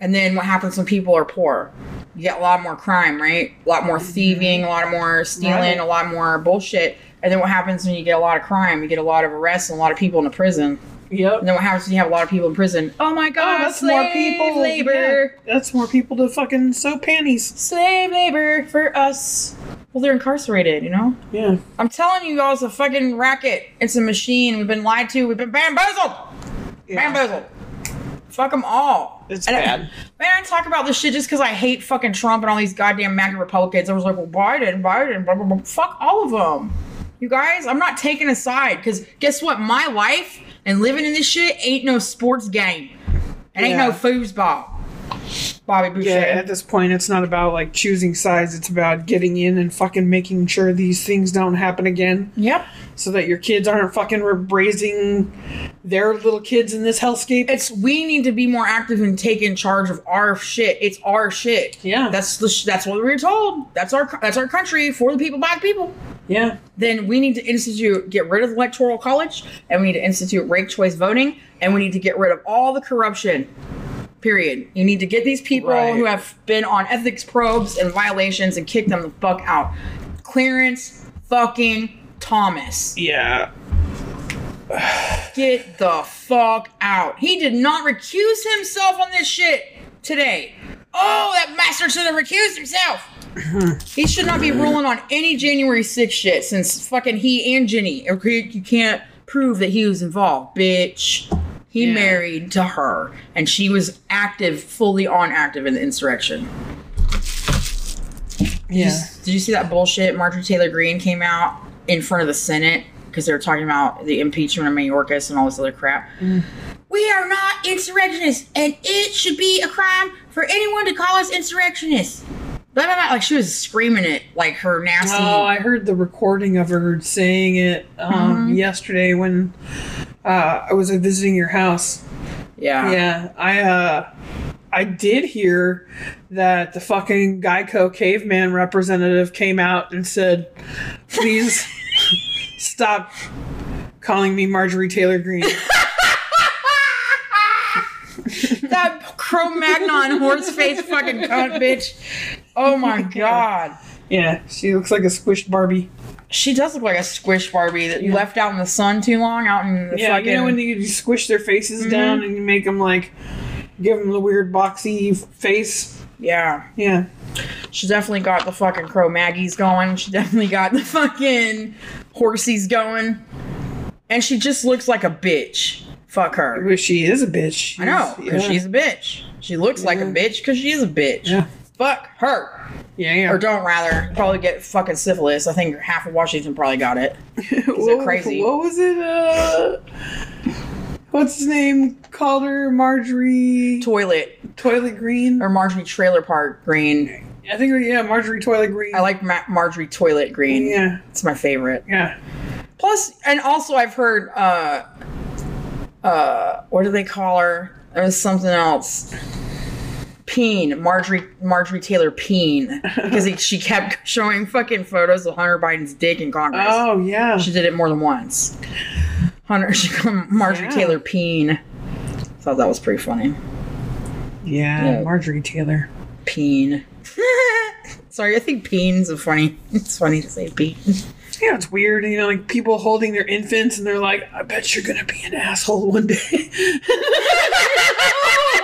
S3: and then what happens when people are poor you get a lot more crime right a lot more thieving a lot more stealing
S1: Right.
S3: a lot more bullshit and then what happens when you get a lot of crime you get a lot of arrests and a lot of people in prison
S1: Yep.
S3: and then what happens when you have a lot of people in prison oh my god
S1: that's
S3: slave
S1: more people.
S3: labor
S1: Yeah. That's more people to fucking sew panties.
S3: slave labor for us. Well, they're incarcerated, you know?
S1: Yeah.
S3: I'm telling you, y'all, it's a fucking racket. It's a machine. We've been lied to. We've been bamboozled.
S1: Yeah.
S3: Bamboozled. Fuck them all.
S1: It's
S3: And I-
S1: bad.
S3: man, I talk about this shit just because I hate fucking Trump and all these goddamn MAGA Republicans. I was like, well, Biden, Biden, blah, blah, blah. Fuck all of them. You guys, I'm not taking a side because guess what? My life and living in this shit ain't no sports game. It ain't
S1: Yeah.
S3: no foosball. Bobby Boucher.
S1: Yeah, at this point, it's not about like choosing sides. It's about getting in and fucking making sure these things don't happen again,
S3: Yep.
S1: so that your kids aren't fucking re- raising their little kids in this hellscape.
S3: it's we need to be more active and taking charge of our shit. It's our shit.
S1: yeah,
S3: That's the sh- that's what we were told. That's our co- that's our country for the people by the people.
S1: yeah,
S3: Then we need to institute get rid of the electoral college, and we need to institute ranked choice voting, and we need to get rid of all the corruption. Period. You need to get these people
S1: Right.
S3: who have been on ethics probes and violations and kick them the fuck out. Clarence fucking Thomas
S1: yeah.
S3: get the fuck out. He did not recuse himself on this shit today. Oh, that master should have recused himself. he should not be ruling on any January 6th shit since fucking he and Jenny. Okay, You can't prove that he was involved, bitch. He married to her, and she was active, fully on active in the insurrection. Did you-
S1: Yeah.
S3: Did you see that bullshit? Marjorie Taylor Greene came out in front of the Senate because they were talking about the impeachment of Mayorkas and all this other crap.
S1: Mm.
S3: We are not insurrectionists, and it should be a crime for anyone to call us insurrectionists. Blah, blah, blah. Like she was screaming it, like her nasty.
S1: Oh, I heard the recording of her saying it um, yesterday when uh, I was visiting your house.
S3: yeah.
S1: Yeah, I uh, I did hear that the fucking Geico caveman representative came out and said, "Please [LAUGHS] stop calling me Marjorie Taylor Green."
S3: [LAUGHS] That Cro Magnon horse face fucking cunt bitch. Oh
S1: [LAUGHS]
S3: my god.
S1: [LAUGHS] yeah, she looks like a squished Barbie.
S3: She does look like a squish Barbie that you left out in the sun too long, out in the
S1: Yeah, Mm-hmm.
S3: fucking.
S1: you know when you, you squish their faces down and you make them like give them the weird boxy f- face.
S3: yeah.
S1: Yeah,
S3: She definitely got the fucking Crow Maggie's going. She definitely got the fucking horsies going. and she just looks like a bitch. Fuck her.
S1: Well, she is a bitch.
S3: I know, because
S1: yeah.
S3: she's a bitch. She looks like a bitch because she is a bitch.
S1: Yeah.
S3: Fuck her.
S1: Yeah, yeah. [LAUGHS]
S3: Or don't rather. Probably get fucking syphilis. I think half of Washington probably got it.
S1: Whoa,
S3: crazy?
S1: What was it? Uh, what's his name? Called her Marjorie
S3: Toilet
S1: Toilet Green.
S3: or Marjorie Trailer Park Green.
S1: I think yeah, Marjorie Toilet Green.
S3: I like Ma- Marjorie Toilet Green.
S1: Yeah,
S3: It's my favorite.
S1: yeah.
S3: Plus, and also I've heard, uh, uh, what do they call her? It was something else. Peen, Marjorie, Marjorie Taylor Peen, because he, she kept [LAUGHS] showing fucking photos of Hunter Biden's dick in Congress.
S1: Oh yeah.
S3: She did it more than once. Hunter, [LAUGHS] she called Marjorie
S1: Yeah.
S3: Taylor Peen. Thought that was pretty funny.
S1: Yeah,
S3: Yeah.
S1: Marjorie Taylor.
S3: Peen. [LAUGHS] Sorry, I think peen's a funny. It's funny to say peen. [LAUGHS]
S1: Yeah, it's weird. You know, like people holding their infants, and they're like, "I bet you're gonna be an asshole one day."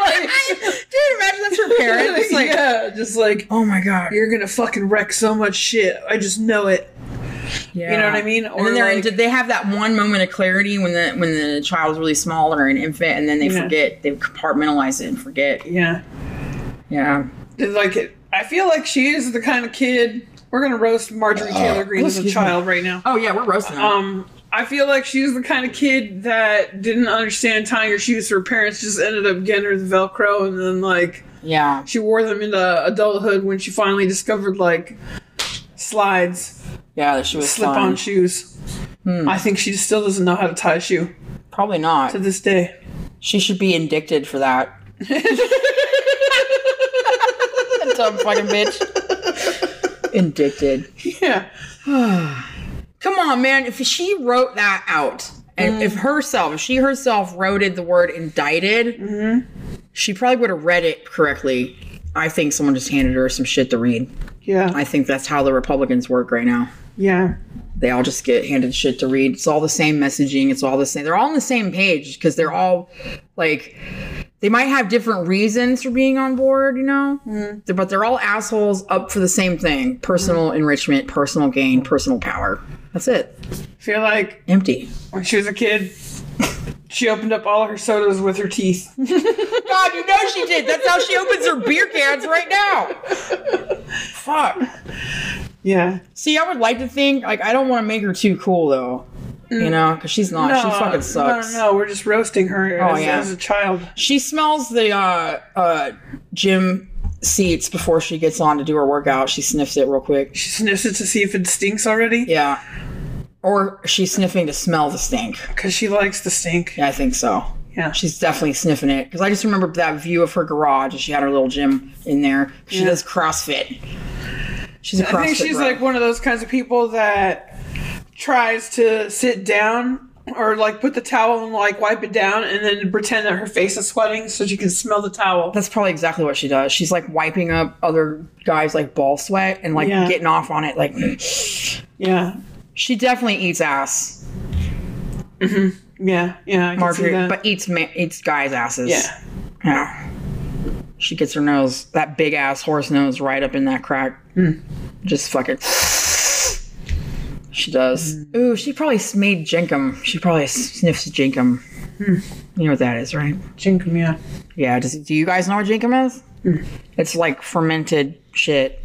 S3: Like, dude, imagine that's her [LAUGHS] parents. Like,
S1: [LAUGHS] yeah, just like
S3: oh my god.
S1: you're gonna fucking wreck so much shit. I just know it.
S3: Yeah.
S1: You know what I mean?
S3: and
S1: Or,
S3: then they're,
S1: like-
S3: did they have that one moment of clarity when the when the child was really small or an infant, and then they
S1: Yeah.
S3: forget, they compartmentalize it and forget.
S1: Yeah.
S3: Yeah.
S1: It's like it, I feel like she is the kind of kid. We're gonna roast Marjorie Taylor Greene as a
S3: excuse
S1: child right now.
S3: Oh yeah, we're roasting them.
S1: Um, I feel like she's the kind of kid that didn't understand tying her shoes. Her parents just ended up getting her the Velcro, and then like
S3: yeah.
S1: she wore them into adulthood when she finally discovered like slides,
S3: Yeah, that she was
S1: slip
S3: fun.
S1: on shoes. I think she still doesn't know how to tie a shoe
S3: Probably not.
S1: to this day. [LAUGHS]
S3: She should be indicted for that. [LAUGHS] That Dumb fucking bitch. Indicted.
S1: Yeah,
S3: Come on, man. If she wrote that out, and if herself, if she herself wrote the word indicted, she probably would have read it correctly. I think someone just handed her some shit to read.
S1: yeah,
S3: I think that's how the Republicans work right now.
S1: yeah.
S3: They all just get handed shit to read. It's all the same messaging. It's all the same. They're all on the same page because they're all like, they might have different reasons for being on board, you know? They're- But they're all assholes up for the same thing personal enrichment, personal gain, personal power. That's it.
S1: I feel like
S3: Empty.
S1: when she was a kid, she opened up all her sodas with her teeth.
S3: God, you know she did. That's how she opens her beer cans right now. Fuck.
S1: Yeah.
S3: See, I would like to think, like, I don't want to make her too cool, though. You know, because she's not. Ah, she fucking sucks.
S1: No, no, we're just roasting her
S3: Oh,
S1: as,
S3: yeah.
S1: as a child.
S3: She smells the uh, uh, gym seats before she gets on to do her workout. She sniffs it real quick.
S1: She sniffs it to see if it stinks already.
S3: Yeah. Or she's sniffing to smell the stink.
S1: Because she likes the stink.
S3: Yeah, I think so.
S1: Yeah.
S3: She's definitely sniffing it. Because I just remember that view of her garage. and She had her little gym in there. She
S1: Yeah.
S3: does CrossFit. She's a CrossFit.
S1: I think she's
S3: bro.
S1: like one of those kinds of people that tries to sit down or like put the towel and like wipe it down and then pretend that her face is sweating so she can smell the towel.
S3: That's probably exactly what she does. She's like wiping up other guys' like ball sweat and like
S1: Yeah.
S3: getting off on it. Like [SIGHS]
S1: Yeah.
S3: she definitely eats ass,
S1: Yeah. Yeah. I can see
S3: Marjorie,
S1: that.
S3: but eats ma- eats guys' asses.
S1: yeah.
S3: Yeah. She gets her nose, that big ass horse nose, right up in that crack.
S1: Hmm.
S3: Just fucking. [SIGHS] She does.
S1: Hmm.
S3: Ooh, she probably made jinkum. She probably sniffs jinkum.
S1: Hmm.
S3: You know what that is, right?
S1: Jinkum, yeah.
S3: Yeah. Does, do you guys know what jinkum is? It's like fermented shit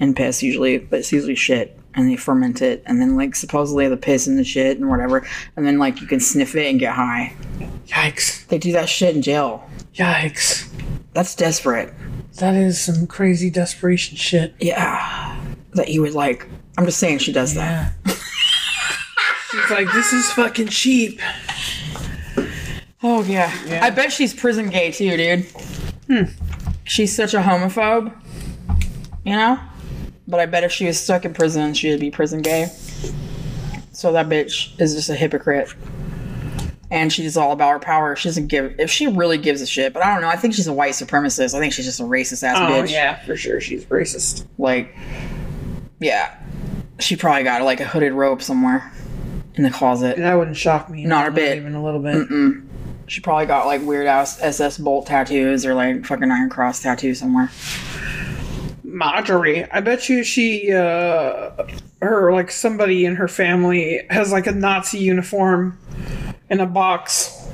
S3: and piss usually, but it's usually shit, and they ferment it, and then like supposedly the piss and the shit and whatever, and then like you can sniff it and get high.
S1: Yikes.
S3: They do that shit in jail.
S1: Yikes.
S3: That's desperate.
S1: That is some crazy desperation shit.
S3: Yeah. That you would like. I'm just saying she does that.
S1: Yeah. [LAUGHS] She's like, this is fucking cheap.
S3: Oh, yeah. I bet she's prison gay too, dude.
S1: Hmm.
S3: She's such a homophobe. You know? But I bet if she was stuck in prison, she would be prison gay. So that bitch is just a hypocrite. And she's all about her power. She doesn't give if she really gives a shit, but I don't know. I think she's a white supremacist. I think she's just a racist ass
S1: Oh,
S3: bitch.
S1: yeah, for sure. She's racist.
S3: Like, yeah. She probably got like a hooded robe somewhere in the closet.
S1: That wouldn't shock me.
S3: Not a bit.
S1: Even a little bit.
S3: She probably got like weird ass SS bolt tattoos or like fucking Iron Cross tattoo somewhere.
S1: Marjorie. I bet you she, uh, her, like somebody in her family has like a Nazi uniform in a box.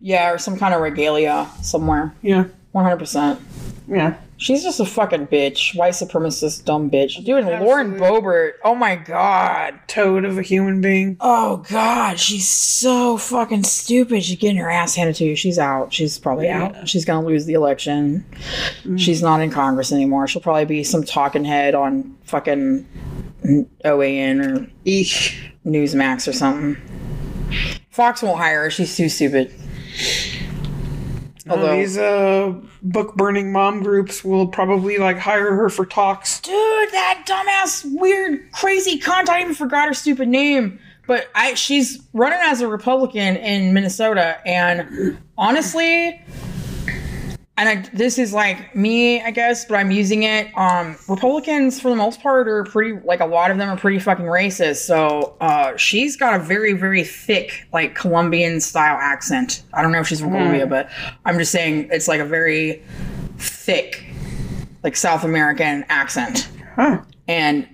S3: Yeah, or some kind of regalia somewhere.
S1: Yeah.
S3: 100%.
S1: Yeah.
S3: She's just a fucking bitch. White supremacist, dumb bitch. Dude, and Lauren Boebert. Oh my god.
S1: Toad of a human being.
S3: Oh god. She's so fucking stupid. She's getting her ass handed to you. She's out. She's probably out. She's gonna lose the election. She's not in Congress anymore. She'll probably be some talking head on fucking OAN or
S1: Eek.
S3: Newsmax or something. Fox won't hire her. She's too stupid.
S1: All
S3: Although,
S1: these uh, book burning mom groups will probably like hire her for talks.
S3: dude, that dumbass, weird, crazy cunt. I even forgot her stupid name. But I, she's running as a Republican in Minnesota, and honestly, and I, this is like me, I guess, but I'm using it. Um, Republicans, for the most part, are pretty like a lot of them are pretty fucking racist. So uh, she's got a very, very thick like Colombian style accent. I don't know if she's from Colombia, but I'm just saying it's like a very thick like South American accent. And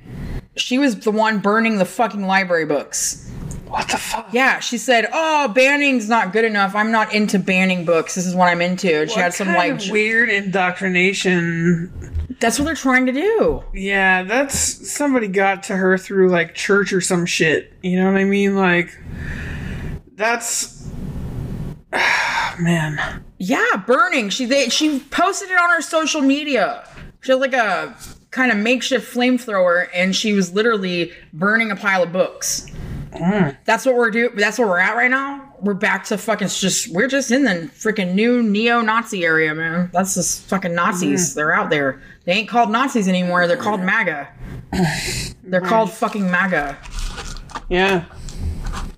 S3: she was the one burning the fucking library books.
S1: What the fuck?
S3: Yeah, she said, "Oh, banning's not good enough. I'm not into banning books. This is what I'm into." And she had some
S1: Kind
S3: like
S1: of weird indoctrination
S3: that's what they're trying to do.
S1: Yeah, that's somebody got to her through like church or some shit. You know what I mean? Like, that's [SIGHS] man.
S3: Yeah, burning. She they she posted it on her social media. She had like a kind of makeshift flamethrower, and she was literally burning a pile of books. That's what we're doing. That's where we're at right now. We're back to fucking it's just. We're just in the freaking new neo-Nazi area, man. That's just fucking Nazis. They're out there. They ain't called Nazis anymore. They're called MAGA. They're called fucking MAGA.
S1: Yeah.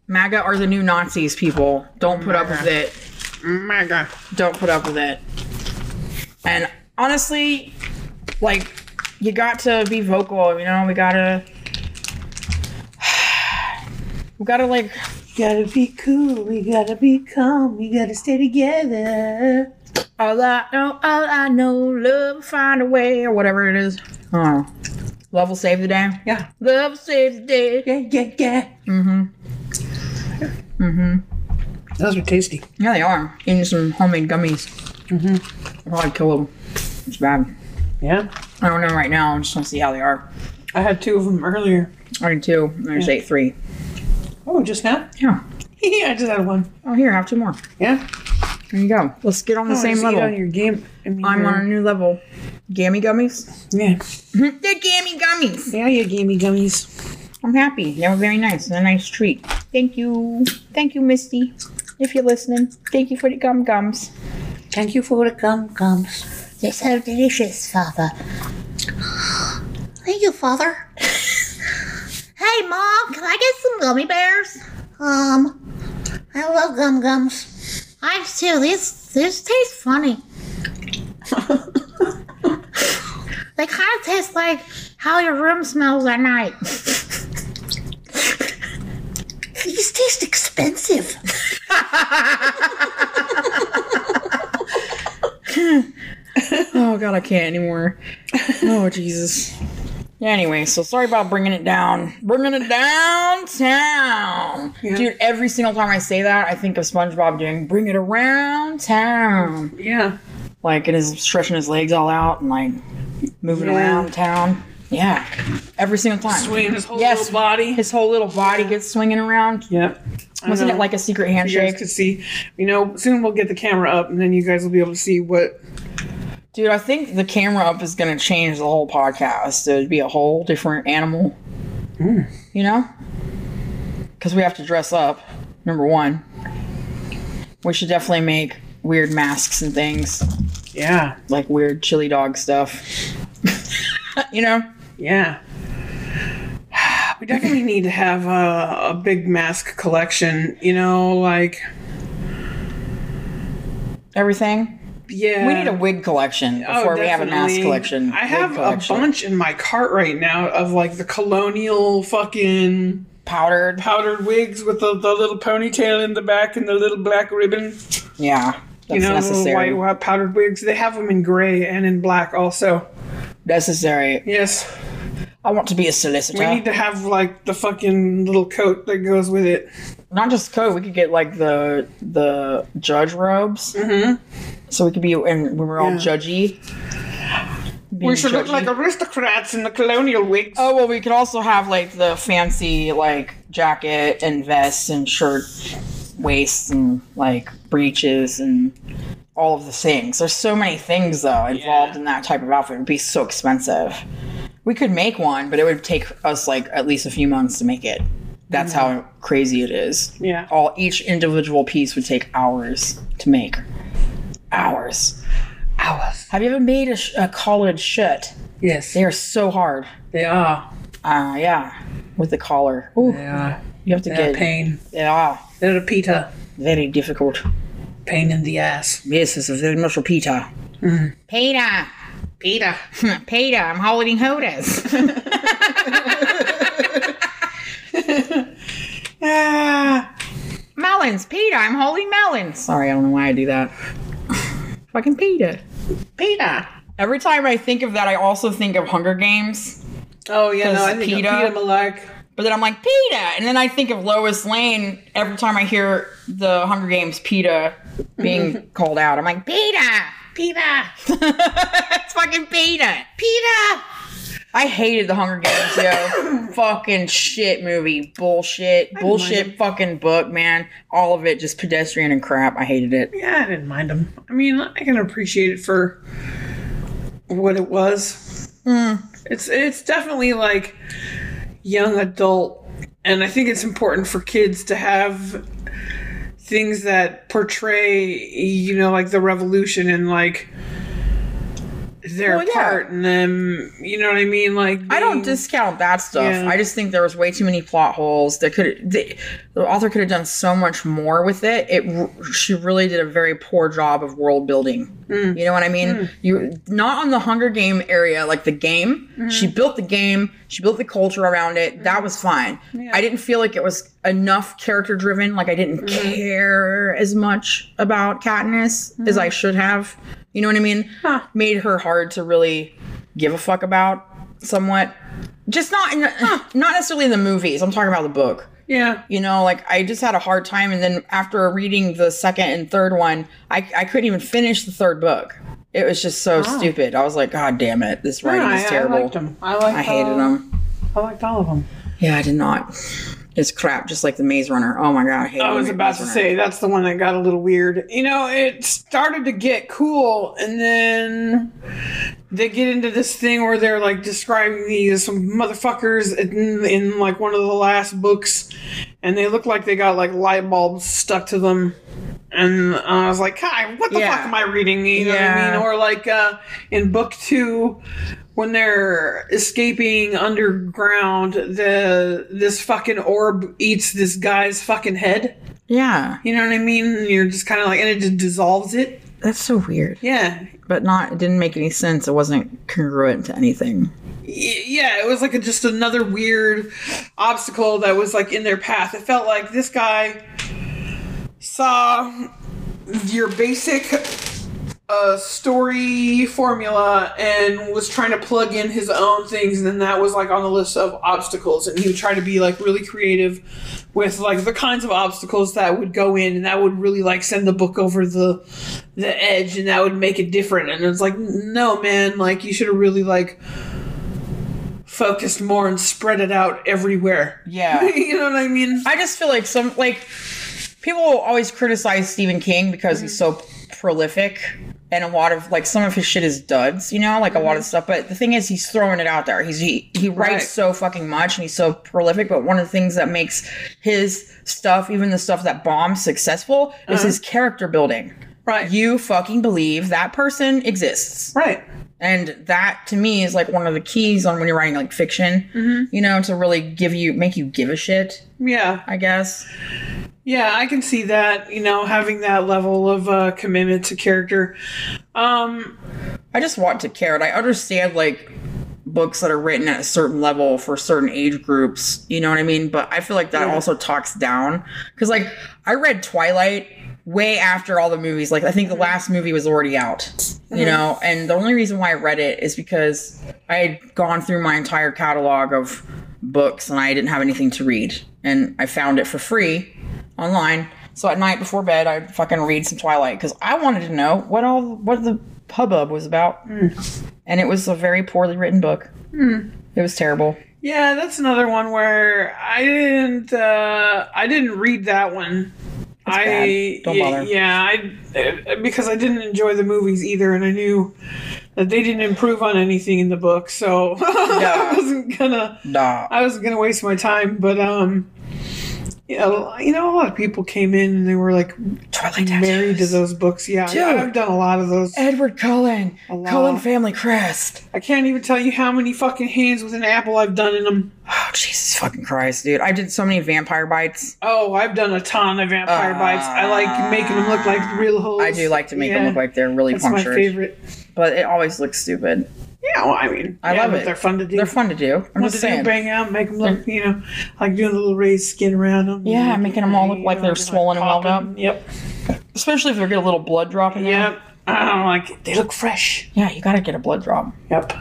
S3: MAGA are the new Nazis, people. Don't put up with it.
S1: My God.
S3: don't put up with it. And honestly, like you got to be vocal, you know, we gotta [SIGHS] we gotta like
S1: Gotta be cool. We gotta be calm. We gotta stay together.
S3: all I know, all I know, love will find a way or whatever it is. Oh. Love will save the day.
S1: Yeah.
S3: Love will save the day.
S1: Yeah, yeah, yeah.
S3: Mm-hmm.
S1: Those are tasty.
S3: Yeah, they are. Eating some homemade gummies. Mm-hmm. I'll probably kill them. It's bad.
S1: Yeah.
S3: I don't know right now. I just want to see how they are.
S1: I had two of them earlier.
S3: I did two. and I just ate three.
S1: Oh, just now?
S3: Yeah.
S1: [LAUGHS] I just had one.
S3: Oh, here, have two more.
S1: Yeah.
S3: There you go. Let's get on the
S1: Oh,
S3: same
S1: just eat
S3: level.
S1: On your game. I mean,
S3: I'm
S1: your-
S3: on a new level. Gammy gummies?
S1: [LAUGHS] Yeah.
S3: They're gammy gummies.
S1: Yeah, you gamey gummies.
S3: I'm happy. They were very nice. A nice treat. Thank you. Thank you, Misty. If you're listening, thank you for the gum gums.
S4: Thank you for the gum gums. They're so delicious, Father. Thank you, Father. hey, Mom, can I get some gummy bears? Um, I love gum gums. I too. These these taste [LAUGHS] funny. they kind of taste like how your room smells at night. these taste expensive.
S3: Oh, God, I can't [LAUGHS] anymore. oh, Jesus. Yeah, anyway, so sorry about bringing it down. Bringing it downtown. Dude, every single time I say that, I think of SpongeBob doing bring it around town.
S1: Yeah.
S3: like and is stretching his legs all out and like moving around town. Yeah, every single time.
S1: Swinging his whole
S3: Yes.
S1: little body.
S3: His whole little body gets swinging around.
S1: Yep.
S3: Wasn't it
S1: know.
S3: like a secret
S1: you guys
S3: handshake?
S1: could see. You know, soon we'll get the camera up, and then you guys will be able to see what.
S3: Dude, I think the camera up is gonna change the whole podcast. It'd be a whole different animal. You know, because we have to dress up. Number one, we should definitely make weird masks and things
S1: Yeah,
S3: like weird chili dog stuff. [LAUGHS] you know.
S1: yeah. [SIGHS] We definitely need to have a, a big mask collection. You know, like
S3: Everything.
S1: yeah.
S3: We need a wig collection
S1: Oh,
S3: before we have a mask
S1: definitely.
S3: collection.
S1: I
S3: Wig
S1: have
S3: collection.
S1: a bunch in my cart right now of like the colonial fucking
S3: powdered.
S1: powdered wigs with the, the little ponytail in the back and the little black ribbon.
S3: Yeah, that's
S1: You know, the little
S3: necessary.
S1: white, white powdered wigs. They have them in gray and in black also.
S3: Necessary.
S1: Yes.
S3: I want to be a
S1: We
S3: solicitor.
S1: need to have like the fucking little coat that goes with it.
S3: Not just coat. We could get like the the judge robes. Mm-hmm. So we could be and when we're all
S1: Yeah.
S3: judgy.
S1: We
S3: being
S1: should look like
S3: judgy.
S1: aristocrats in the colonial wigs.
S3: Oh well, we could also have like the fancy like jacket and vests and shirt waists and like breeches and all of the things. There's so many things though involved in that type of outfit. It would be so expensive. We could make one, but it would take us like at least a few months to make it. That's how crazy it is.
S1: Yeah.
S3: All each individual piece would take hours to make. Hours. Hours. Have you ever made a, sh- a collared shirt?
S6: Yes,
S3: They are so hard.
S6: they are.
S3: Ah, yeah, with the collar. Ooh,
S6: They are.
S3: you have to
S6: They are
S3: get.
S6: pain.
S3: Yeah,
S6: They're a Peter.
S3: very difficult.
S6: Pain in the ass.
S3: Yes, it's a very much a Peter. Peter,
S6: Peter.
S3: Peter, I'm holding holders. melons, Peter, I'm holding melons. Sorry, I don't know why I do that. Fucking Peter.
S1: Peta.
S3: Every time I think of that, I also think of Hunger Games.
S1: Oh yeah, no, I think
S3: Peta.
S1: Peta, Peta Malark.
S3: But then I'm like, PETA! And then I think of Lois Lane every time I hear the Hunger Games PETA being called out. I'm like, PETA! PETA! [LAUGHS] it's fucking PETA! PETA! I hated the Hunger Games, yo. fucking shit movie. Bullshit. Bullshit fucking book, man. All of it just pedestrian and crap. I hated it.
S1: Yeah, I didn't mind them. I mean, I can appreciate it for what it was.
S3: Hmm.
S1: It's it's definitely like young adult, and I think it's important for kids to have things that portray, you know, like the revolution and like their
S3: Well, yeah.
S1: part in them. You know what I mean? Like
S3: I don't
S1: being-
S3: discount that stuff.
S1: Yeah.
S3: I just think there was way too many plot holes. That could the, the author could have done so much more with it. It r- she really did a very poor job of world building. You know what I mean? You not on the Hunger Game area like the game. She built the game. She built the culture around it. That was fine. I didn't feel like it was enough character driven. Like I didn't care as much about Katniss as I should have. You know what I mean? Made her hard to really give a fuck about somewhat just not in the, [SIGHS] not necessarily in the movies i'm talking about the book
S1: yeah.
S3: you know like i just had a hard time and then after reading the second and third one i, I couldn't even finish the third book it was just so stupid i was like god damn it this writing
S1: Oh. I,
S3: is
S1: I
S3: terrible
S1: liked them. I liked.
S3: I hated
S1: all-
S3: them
S1: I liked all of them.
S3: yeah i did not it's crap just like the maze runner oh my god i hate
S1: I was about to say that's the one that got a little weird. You know, it started to get cool, and then they get into this thing where they're like describing these some motherfuckers in, in like one of the last books, and they look like they got like light bulbs stuck to them. And I was like, "Hi, what the
S3: Yeah.
S1: fuck am I reading?" You know what I
S3: Yeah.
S1: mean? Or like uh, in book two, when they're escaping underground, the this fucking orb eats this guy's fucking head.
S3: yeah
S1: You know what I mean? And You're just kind of like, and it just dissolves it.
S3: that's so weird
S1: Yeah,
S3: but not it didn't make any sense it wasn't congruent to anything
S1: Y- yeah. It was like a, just another weird obstacle that was like in their path. It felt like this guy saw your basic uh, story formula and was trying to plug in his own things, and then that was like on the list of obstacles. And he would try to be like really creative with like the kinds of obstacles that would go in, and that would really like send the book over the the edge, and that would make it different. And it's like, no, man, like you should have really like focused more and spread it out everywhere.
S3: [LAUGHS] yeah
S1: [LAUGHS] you know what I mean?
S3: I just feel like some like people always criticize Stephen King because he's so prolific and a lot of like some of his shit is duds, you know, like a lot of stuff. But the thing is, he's throwing it out there. He's he he writes
S1: Right.
S3: so fucking much and he's so prolific. But one of the things that makes his stuff, even the stuff that bombs, successful is his character building.
S1: Right.
S3: You fucking believe that person exists.
S1: right.
S3: And that to me is like one of the keys on when you're writing like fiction, you know, to really give you, make you give a shit,
S1: Yeah.
S3: I guess.
S1: Yeah, I can see that, you know, having that level of uh, commitment to character. Um,
S3: I just want to care. And I understand like books that are written at a certain level for certain age groups. You know what I mean? But I feel like that also talks down because like I read Twilight way after all the movies. Like I think the last movie was already out. you know and the only reason why i read it is because i had gone through my entire catalog of books and i didn't have anything to read and i found it for free online so at night before bed i'd fucking read some twilight because i wanted to know what all what the hubbub was about
S1: Hmm.
S3: and it was a very poorly written book it was terrible
S1: Yeah, that's another one where I didn't uh I didn't read that one. I
S3: bad. Don't
S1: y-
S3: bother.
S1: Yeah, I uh, because I didn't enjoy the movies either and I knew that they didn't improve on anything in the book, so [LAUGHS] I
S3: Yeah.
S1: wasn't gonna
S3: nah
S1: I wasn't gonna waste my time, but um you know, you know, a lot of people came in and they were like
S3: twilight
S1: married to
S3: Tattoos.
S1: those books. Yeah,
S3: Dude.
S1: I've done a lot of those.
S3: edward cullen
S1: A lot.
S3: cullen family crest
S1: I can't even tell you how many fucking hands with an apple I've done in them.
S3: oh jesus fucking christ dude i did so many vampire bites
S1: Oh, I've done a ton of vampire
S3: Uh,
S1: bites. I like making them look like real holes.
S3: I do like to make them
S1: Yeah,
S3: look like they're really
S1: that's my
S3: punctured,
S1: favorite.
S3: but it always looks stupid.
S1: Yeah, well, I mean,
S3: I
S1: yeah,
S3: love
S1: but
S3: it.
S1: They're fun to do.
S3: They're fun to do. I'm
S1: Fun
S3: just
S1: to do,
S3: saying.
S1: bang out, make them look, you know, like doing a little raised skin around them.
S3: Yeah, making 'em all look like they're swollen and welled up.
S1: Yep,
S3: Especially if they get a little blood drop in there.
S1: yep. I don't like it. They look fresh.
S3: Yeah, you gotta get a blood drop.
S1: Yep.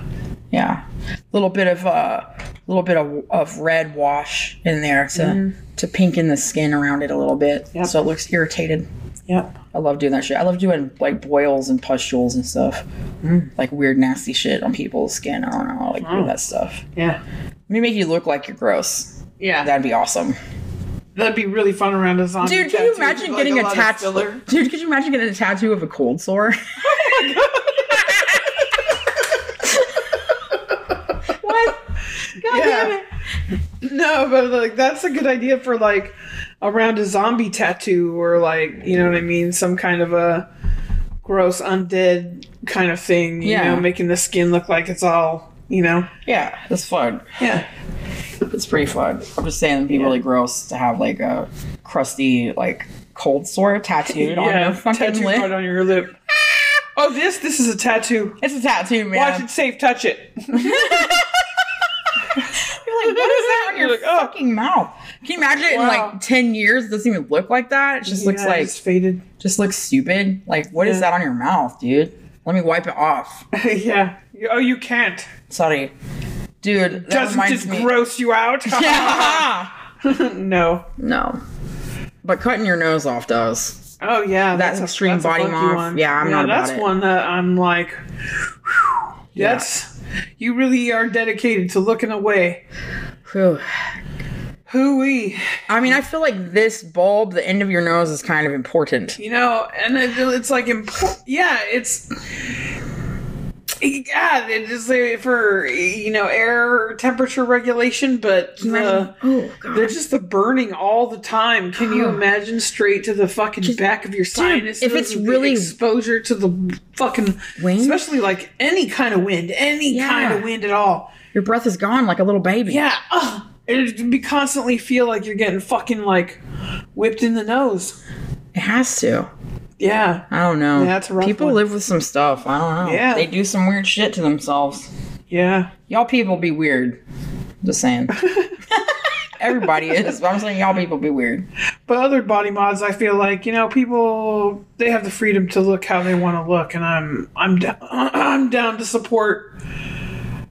S3: Yeah, little bit of uh, little bit of, of red wash in there to to pinken the skin around it a little bit,
S1: Yep.
S3: so it looks irritated.
S1: Yep.
S3: I love doing that shit. I love doing like boils and pustules and stuff, like weird nasty shit on people's skin. I don't know, I like do that stuff.
S1: Yeah.
S3: Let me make you look like you're gross.
S1: Yeah.
S3: That'd be awesome.
S1: That'd be really fun around a zombie.
S3: Dude, can you
S1: tattoo,
S3: imagine
S1: like
S3: getting a,
S1: lot of
S3: tattoo?
S1: filler.
S3: Dude, could you imagine getting a tattoo of a cold sore? what? God damn it.
S1: No, but like that's a good idea for like around a zombie tattoo or like you know what I mean, some kind of a gross undead kind of thing. You
S3: Yeah.
S1: know, making the skin look like it's all you know.
S3: Yeah, that's fun.
S1: Yeah,
S3: It's pretty fun. I'm just saying it'd be really gross to have like a crusty, like cold sore tattooed
S1: [LAUGHS]
S3: on
S1: yeah.
S3: your fucking
S1: tattoo
S3: lip.
S1: part on your lip. oh, this this is a tattoo.
S3: It's a tattoo, man.
S1: Watch it safe, touch it.
S3: You're like, what is that
S1: [LAUGHS]
S3: on your
S1: You're like, oh.
S3: fucking mouth? Can you imagine it in
S1: Wow.
S3: like 10 years it doesn't even look like that? It just looks
S1: Yeah,
S3: like
S1: it's faded. [LAUGHS]
S3: just looks stupid. Like, what is
S1: Yeah.
S3: that on your mouth, dude? Let me wipe it off.
S1: yeah. Oh, you can't.
S3: Sorry, dude. That
S1: Doesn't
S3: reminds
S1: just
S3: me.
S1: gross you out?
S3: [LAUGHS] Yeah.
S1: [LAUGHS] no.
S3: No, but cutting your nose off does.
S1: Oh yeah,
S3: That's extreme body
S1: funky
S3: morph. Yeah, I'm not about
S1: That's
S3: it.
S1: one that I'm like, whew,
S3: Yeah.
S1: that's you really are dedicated to looking away.
S3: Whew.
S1: Hooey,
S3: I mean, I feel like this bulb, the end of your nose, is kind of important.
S1: you know, and it, it's like important. Yeah, it's. Yeah, it is uh, for you know air temperature regulation, but uh, the,
S3: oh god.
S1: they're just the burning all the time. Can you imagine straight to the fucking back of your sinus?
S3: if it's really-
S1: exposure to the fucking
S3: Wind?
S1: especially like any kind of wind, any
S3: Yeah.
S1: kind of wind at all.
S3: Your breath is gone like a little baby.
S1: Yeah, ugh. it'd be constantly feel like you're getting fucking like whipped in the nose.
S3: It has to.
S1: Yeah,
S3: I don't know.
S1: Yeah, that's a rough
S3: People
S1: one.
S3: live with some stuff. I don't know.
S1: Yeah.
S3: They do some weird shit to themselves.
S1: yeah.
S3: Y'all people be weird.
S1: [LAUGHS]
S3: Just saying. Everybody is, but I'm saying y'all people be weird.
S1: But other body mods, I feel like you know people they have the freedom to look how they want to look, and I'm I'm down [CLEARS THROAT] I'm down to support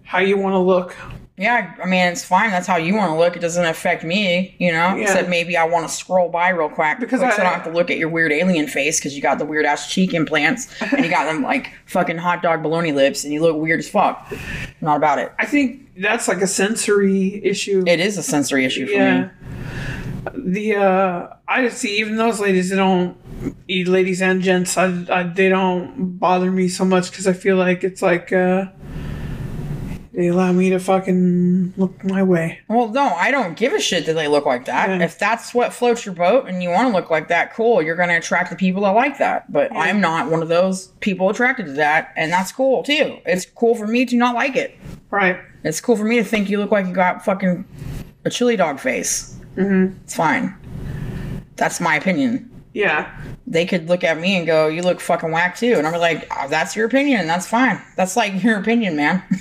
S1: how you want to look.
S3: Yeah, I mean it's fine. That's how you want to look. It doesn't affect me, you know. Except maybe I want to scroll by real quick
S1: Because
S3: quick so I
S1: I-
S3: don't have to look at your weird alien face because you got the weird ass cheek implants and you got them like fucking hot dog bologna lips and you look weird as fuck. Not about it.
S1: I think that's like a sensory issue.
S3: It is a sensory issue for me.
S1: yeah. The uh, I see even those ladies they don't, e- ladies and gents, I, I they don't bother me so much because I feel like it's like uh, they allow me to fucking look my way.
S3: Well, no, I don't give a shit that they look like that.
S1: Yeah.
S3: If that's what floats your boat and you want to look like that, cool. You're going to attract the people that like that. But I'm not one of those people attracted to that, and that's cool too. It's cool for me to not like it.
S1: Right?
S3: It's cool for me to think you look like you got fucking a chili dog face. Mm-hmm. It's fine. That's my opinion.
S1: Yeah.
S3: They could look at me and go, "You look fucking whack too," and I'm like, "Ah, "That's your opinion. That's fine. That's like your opinion, man." [LAUGHS]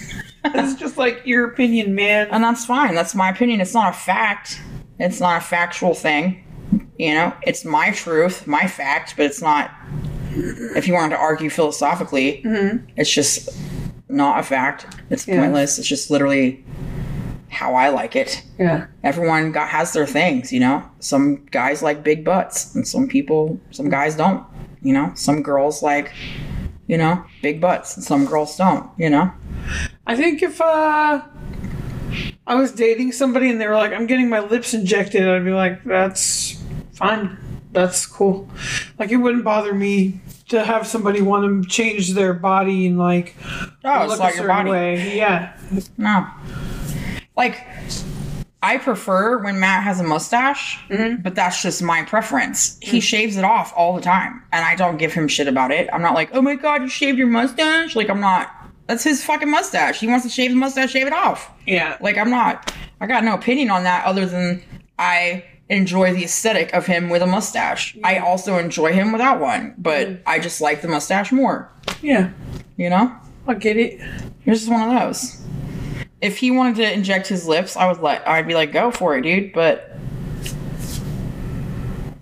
S1: It's just like your opinion, man.
S3: and that's fine. That's my opinion. It's not a fact. It's not a factual thing. You know, it's my truth, my fact, but it's not if you wanted to argue philosophically,
S1: Mm-hmm.
S3: it's just not a fact. It's pointless. It's just literally how I like it.
S1: Yeah.
S3: Everyone got, has their things, you know. Some guys like big butts, and some people, some guys don't. You know, some girls like, you know, big butts, and some girls don't. You know.
S1: I think if uh, I was dating somebody and they were like, "I'm getting my lips injected," I'd be like, "That's fine. That's cool." Like it wouldn't bother me to have somebody want to change their body and like
S3: Oh,
S1: look a certain way. Yeah.
S3: No. Like, I prefer when Matt has a mustache, but that's just my preference. He shaves it off all the time, and I don't give him shit about it. I'm not like, oh my god, you shaved your mustache. Like, I'm not. That's his fucking mustache. He wants to shave his mustache, shave it off.
S1: Yeah.
S3: Like, I'm not. I got no opinion on that other than I enjoy the aesthetic of him with a mustache. I also enjoy him without one, but I just like the mustache more,
S1: Yeah.
S3: you know?
S1: I get it.
S3: You're just one of those. If he wanted to inject his lips, I would let. I'd be like, go for it, dude. But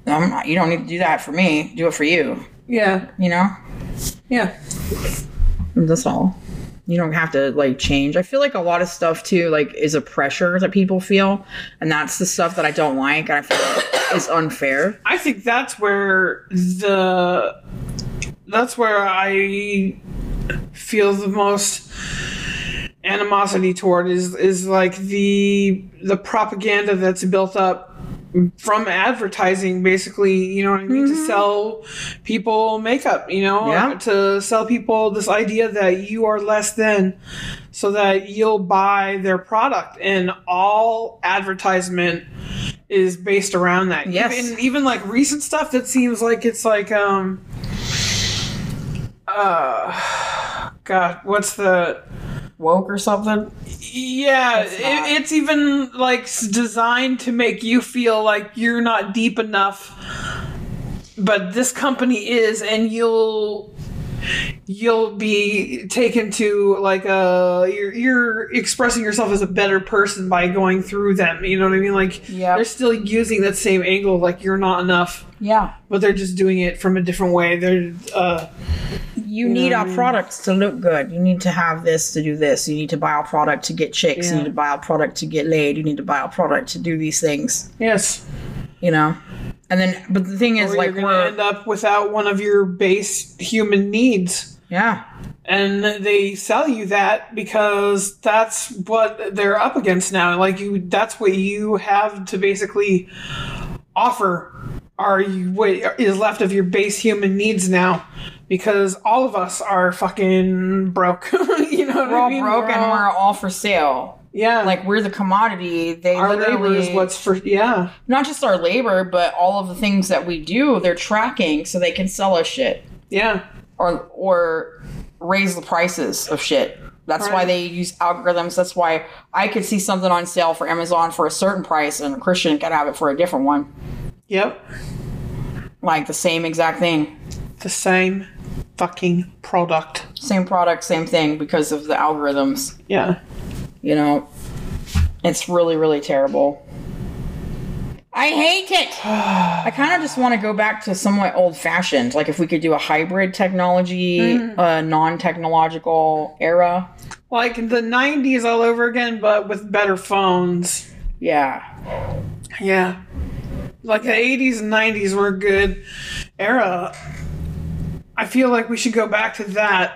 S3: I'm not, you don't need to do that for me. Do it for you.
S1: Yeah.
S3: You know.
S1: Yeah.
S3: That's all. You don't have to like change. I feel like a lot of stuff too, like, is a pressure that people feel, and that's the stuff that I don't like, and I feel is unfair.
S1: I think that's where the that's where I feel the most animosity toward is is like the the propaganda that's built up from advertising basically you know what i mean to sell people makeup you know
S3: Yeah.
S1: to sell people this idea that you are less than so that you'll buy their product and all advertisement is based around that
S3: Yes.
S1: even, even like recent stuff that seems like it's like um uh god what's the
S3: Woke or something.
S1: yeah,
S3: It's
S1: it's,
S3: not.
S1: it, it's even like s- designed to make you feel like you're not deep enough, but this company is, and you'll you'll be taken to like a you're you're expressing yourself as a better person by going through them. You know what I mean? Like
S3: Yep.
S1: they're still using that same angle, like you're not enough,
S3: Yeah.
S1: but they're just doing it from a different way. They're uh,
S3: you need our products to look good. You need to have this to do this. You need to buy our product to get chicks. You
S1: Yeah.
S3: need to buy our product to get laid. You need to buy our product to do these things.
S1: yes. you
S3: You know. And then, but the thing is, like,
S1: you're gonna
S3: we're
S1: end up without one of your base human needs.
S3: yeah,
S1: and they sell you that because that's what they're up against now like you that's what you have to basically offer are you what is left of your base human needs now because all of us are fucking broke [LAUGHS] you know what
S3: we're
S1: I
S3: all
S1: mean?
S3: broke and we're all for sale.
S1: yeah
S3: Like we're the commodity. They
S1: our labor
S3: literally
S1: is what's for yeah
S3: not just our labor, but all of the things that we do. They're tracking so they can sell us shit.
S1: yeah
S3: or or raise the prices of shit. That's why
S1: Right.
S3: they use algorithms. That's why I could see something on sale for Amazon for a certain price, and Christian can have it for a different one,
S1: yep
S3: like the same exact thing,
S1: the same fucking product
S3: same product, same thing, because of the algorithms.
S1: yeah
S3: You know, it's really really terrible. I hate it. I kind of just want to go back to somewhat old fashioned. Like if we could do a hybrid technology, uh, non technological era.
S1: like the 90s all over again but with better phones
S3: Yeah,
S1: Yeah. Like the 80s and 90s were a good era. I feel like we should go back to that.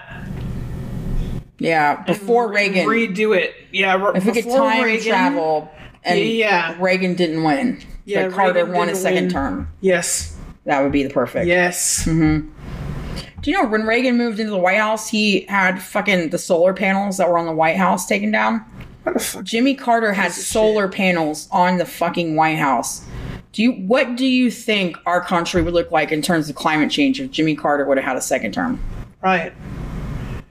S3: Yeah, before Reagan.
S1: Redo it. Yeah, re-
S3: if we could time
S1: Reagan-
S3: travel and
S1: Yeah.
S3: Reagan didn't win,
S1: Yeah,
S3: but Carter
S1: Reagan
S3: won a
S1: didn't
S3: second
S1: win.
S3: term.
S1: Yes.
S3: That would be the perfect.
S1: Yes.
S3: Mm-hmm. Do you know when Reagan moved into the White House, he had fucking the solar panels that were on the White House taken down? Jimmy Carter had solar panels on the fucking White House. Do you what do you think our country would look like in terms of climate change if Jimmy Carter would have had a second term?
S1: Right.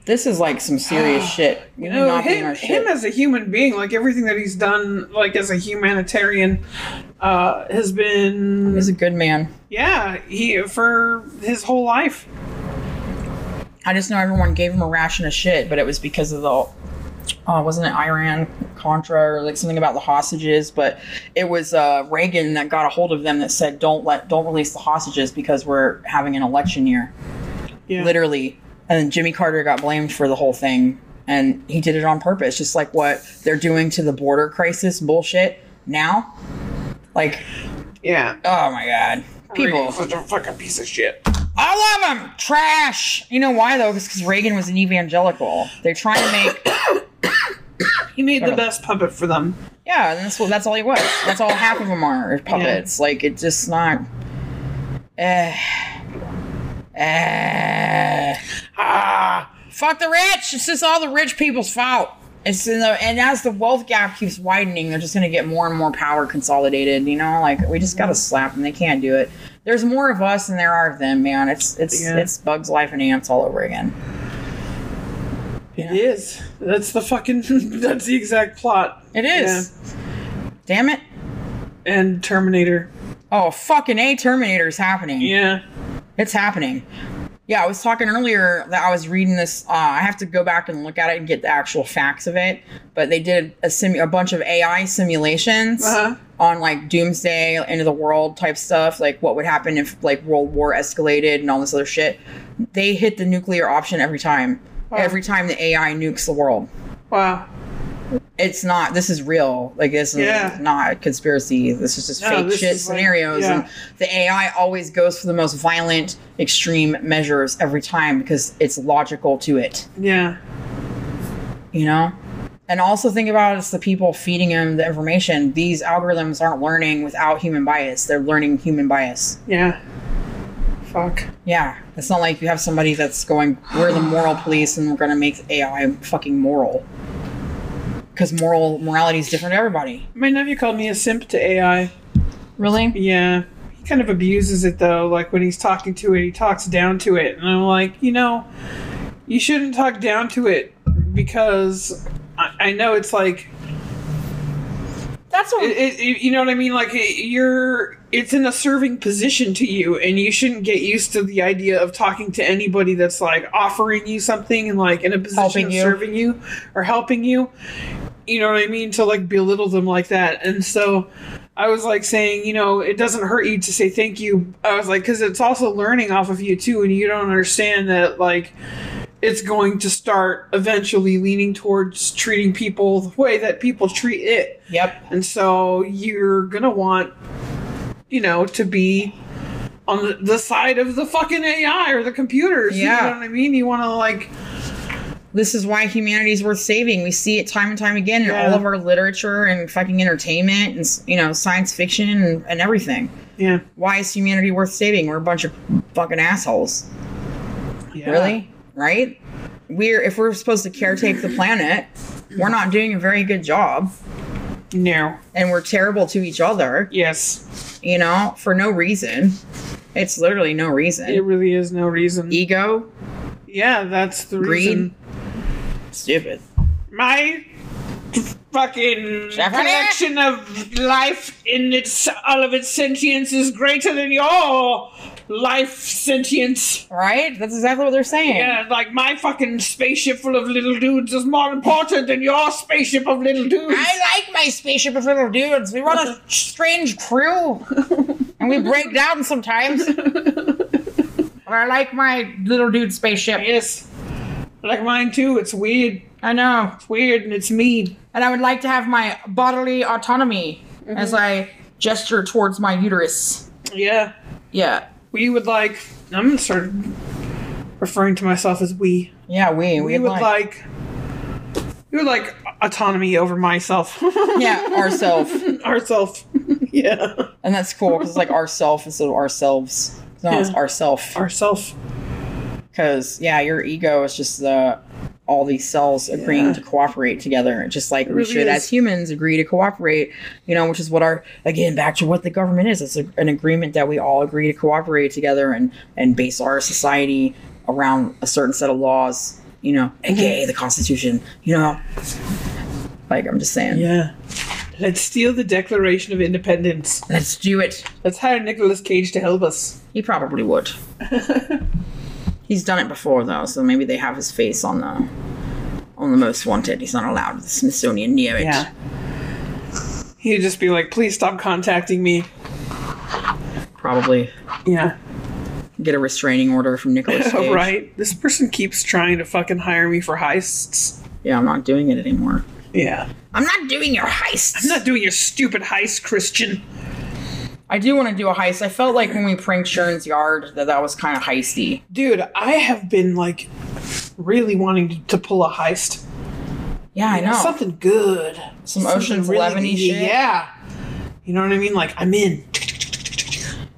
S3: This is like
S1: [SIGHS]
S3: some serious shit. We
S1: You
S3: would
S1: know,
S3: not be in
S1: him,
S3: our
S1: him
S3: shit.
S1: as a human being, like everything that he's done, like as a humanitarian, uh, has been.
S3: He's a good man.
S1: Yeah, he for his whole life.
S3: I just know everyone gave him a ration of shit, but it was because of the, uh, wasn't it Iran Contra or like something about the hostages? But it was uh, Reagan that got a hold of them that said, "Don't let, don't release the hostages because we're having an election year."
S1: Yeah.
S3: literally. And then Jimmy Carter got blamed for the whole thing, and he did it on purpose, just like what they're doing to the border crisis bullshit now. Like,
S1: Yeah.
S3: oh my god, people.
S1: Reagan's Such a fucking piece of shit.
S3: I love them. Trash. You know why though? Because Reagan was an evangelical. They're trying to make.
S1: He made the best puppet for them.
S3: Yeah, and that's what. That's all he was. That's all half of them are is puppets. Like it's just not. Eh. Eh.
S1: Ah.
S3: Fuck the rich. It's just all the rich people's fault. It's in the, and as the wealth gap keeps widening, they're just going to get more and more power consolidated. You know, like we just got to slap them. They can't do it. There's more of us than there are of them, man. It's it's
S1: Yeah.
S3: it's Bugs Life and Ants all over again.
S1: It is. That's the fucking. [LAUGHS] That's the exact plot.
S3: It is. Damn it.
S1: And Terminator.
S3: Oh, fucking A Terminator is happening.
S1: Yeah.
S3: It's happening. Yeah, I was talking earlier that I was reading this. Uh, I have to go back and look at it and get the actual facts of it. But they did a, simu- a bunch of AI simulations
S1: Uh-huh.
S3: on like doomsday, end of the world type stuff, like what would happen if like World War escalated and all this other shit. They hit the nuclear option every time. Every time the AI nukes the world.
S1: Wow.
S3: it's not this is real like this is
S1: Yeah.
S3: not a conspiracy this is just
S1: No,
S3: fake
S1: this
S3: shit
S1: is like-
S3: scenarios
S1: yeah.
S3: and the ai always goes for the most violent extreme measures every time because it's logical to it
S1: Yeah.
S3: you know and also think about it's the people feeding them the information these algorithms aren't learning without human bias they're learning human bias
S1: Yeah. Fuck.
S3: yeah it's not like you have somebody that's going we're the moral police and we're going to make ai fucking moral because moral morality is different to everybody
S1: My nephew called me a simp to AI.
S3: really
S1: Yeah. He kind of abuses it though. Like when he's talking to it, he talks down to it. And I'm like, you know, you shouldn't talk down to it because I, I know it's like,
S3: That's what.
S1: it, it, it- you know what I mean? Like it, you're, it's in a serving position to you, and you shouldn't get used to the idea of talking to anybody that's like offering you something and like in a position
S3: Helping
S1: of
S3: you.
S1: serving you or helping you. You know what I mean? To like belittle them like that, and so. I was like saying, you know, it doesn't hurt you to say thank you. I was like, because it's also learning off of you too, and you don't understand that like it's going to start eventually leaning towards treating people the way that people treat it.
S3: yep.
S1: And so you're gonna want, you know, to be on the, the side of the fucking AI or the computers. You
S3: Yeah.
S1: know what I mean? You wanna like
S3: This is why humanity is worth saving. We see it time and time again in
S1: Yeah.
S3: all of our literature and fucking entertainment and s- you know science fiction and, and everything.
S1: Yeah.
S3: Why is humanity worth saving? We're a bunch of fucking assholes.
S1: yeah.
S3: Really? Right? We're if we're supposed to caretake the planet, we're not doing a very good job,
S1: No.
S3: and we're terrible to each other.
S1: Yes.
S3: You know, for no reason. It's literally no reason.
S1: It really is no reason.
S3: Ego,
S1: Yeah, that's the
S3: Greed.
S1: reason.
S3: stupid.
S1: My fucking
S3: Stephanie?
S1: connection of life in its all of its sentience is greater than your life sentience.
S3: Right? That's exactly what they're saying.
S1: Yeah, like my fucking spaceship full of little dudes is more important than your spaceship of little dudes.
S3: I like my spaceship of little dudes. We run
S1: [LAUGHS]
S3: a strange crew, and we break down sometimes. But I like my little dude spaceship.
S1: yes. I Like mine too. It's weird.
S3: I know,
S1: It's weird and it's mean.
S3: and I would like to have my bodily autonomy
S1: Mm-hmm.
S3: as I gesture towards my uterus.
S1: Yeah.
S3: Yeah,
S1: We would like. I'm gonna start referring to myself as we.
S3: yeah, we
S1: We would like. We would like autonomy over myself. [LAUGHS]
S3: yeah ourself,
S6: [LAUGHS]
S1: Ourself. yeah.
S3: and that's cool because like ourself instead of ourselves. No, it's
S1: Yeah.
S3: ourself.
S1: Ourself.
S3: Because yeah, your ego is just the all these cells agreeing
S1: Yeah.
S3: to cooperate together, just like we
S1: really
S3: should
S1: is.
S3: as humans agree to cooperate. You know, which is what our again back to what the government is. It's a, an agreement that we all agree to cooperate together and and base our society around a certain set of laws. You know,
S1: Mm-hmm.
S3: aka the Constitution. You know, like I'm just saying,
S1: Yeah. Let's steal the Declaration of Independence.
S3: let's do it.
S1: Let's hire Nicolas Cage to help us.
S3: He
S1: [LAUGHS]
S3: probably would. He's done it before though, so maybe they have his face on the on the most wanted. He's not allowed the Smithsonian near it.
S1: Yeah. He'd just be like, please stop contacting me.
S3: Probably.
S1: Yeah.
S6: get a restraining order from Nicholas
S1: [LAUGHS]
S6: Cage.
S1: right? This person keeps trying to fucking hire me for heists.
S6: Yeah, I'm not doing it anymore.
S1: Yeah.
S6: I'm not doing your heists.
S1: I'm not doing your stupid heist, Christian.
S6: I do want to do a heist. I felt like when we pranked Sharon's yard that that was kind of heisty.
S1: Dude, I have been like really wanting to, to pull a heist.
S6: Yeah, I know.
S1: Something good.
S6: Some
S1: Something
S6: Ocean's
S1: really-
S6: Eleven-y shit.
S1: Yeah. You know what I mean? Like, I'm in.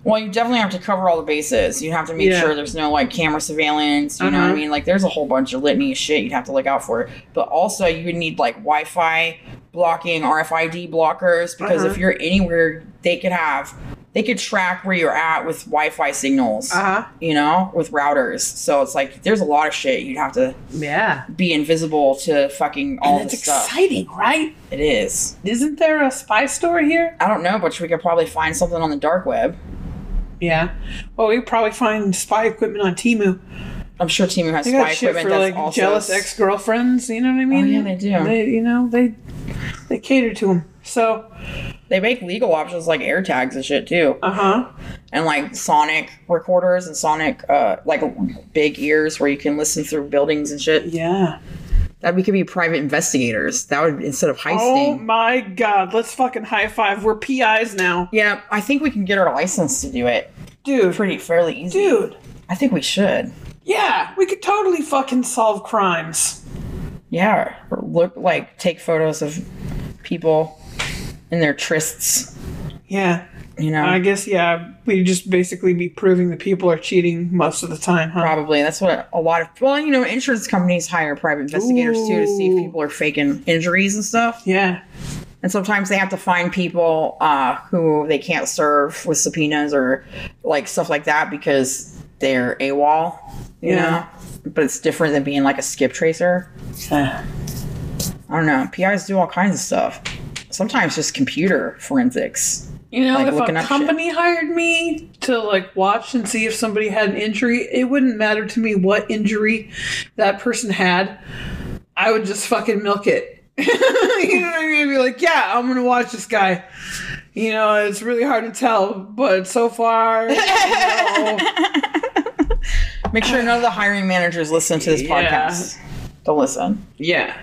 S6: Well, you definitely have to cover all the bases. You have to make
S1: Yeah.
S6: sure there's no like camera surveillance. You know what I
S1: Uh-huh.
S6: mean? Like, there's a whole bunch of litany of shit you'd have to look out for. But also, you would need like Wi-Fi blocking, RFID blockers, because
S1: Uh-huh.
S6: if you're anywhere, they could have, they could track where you're at with Wi-Fi signals.
S1: Uh huh.
S6: You know, with routers. So it's like there's a lot of shit you'd have to
S1: Yeah.
S6: be invisible to fucking all
S1: That's
S6: this stuff.
S1: exciting, right?
S6: It is.
S1: Isn't there a spy store here?
S6: I don't know, but we could probably find something on the dark web.
S1: Yeah. Well, we could probably find spy equipment on Timu.
S6: I'm sure Timu has
S1: They
S6: spy
S1: got shit
S6: equipment
S1: for
S6: that's
S1: like
S6: also Oh,
S1: jealous ex girlfriends. You know what I mean?
S6: yeah, they do.
S1: They, you know, they they cater to them. So,
S6: They make legal options like air tags and shit too,
S1: uh huh.
S6: and like sonic recorders and sonic uh, like big ears where you can listen through buildings and shit.
S1: Yeah.
S6: That we could be private investigators. That would instead of
S1: Oh
S6: heisting.
S1: my god, let's fucking high five. We're PIs now.
S6: yeah, I think we can get our license to do it
S1: Dude,
S6: pretty fairly easy.
S1: dude.
S6: I think we should.
S1: Yeah, we could totally fucking solve crimes.
S6: Yeah, or look like take photos of people in their trysts.
S1: Yeah.
S6: You know,
S1: I guess, yeah, we just basically be proving that people are cheating most of the time, huh?
S6: Probably. That's what a lot of well, you know, insurance companies hire private investigators too to see if
S1: Ooh.
S6: people are faking injuries and stuff.
S1: Yeah.
S6: And sometimes they have to find people uh, who they can't serve with subpoenas or like stuff like that because they're AWOL, you
S1: Yeah.
S6: know. But it's different than being like a skip tracer. I don't know. PIs do all kinds of stuff. Sometimes just computer forensics.
S1: You know,
S6: Like, looking
S1: if
S6: up
S1: a company hired me to like watch and see if somebody had an injury, it wouldn't matter to me what injury that person had. I would just fucking milk it. [LAUGHS] you know what I mean? I'd be like, yeah, I'm gonna watch this guy. You know, it's really hard to tell, but so far, you
S6: [LAUGHS]
S1: know,
S6: Make sure none of the hiring managers listen to this
S1: Yeah.
S6: podcast. Don't listen.
S1: yeah.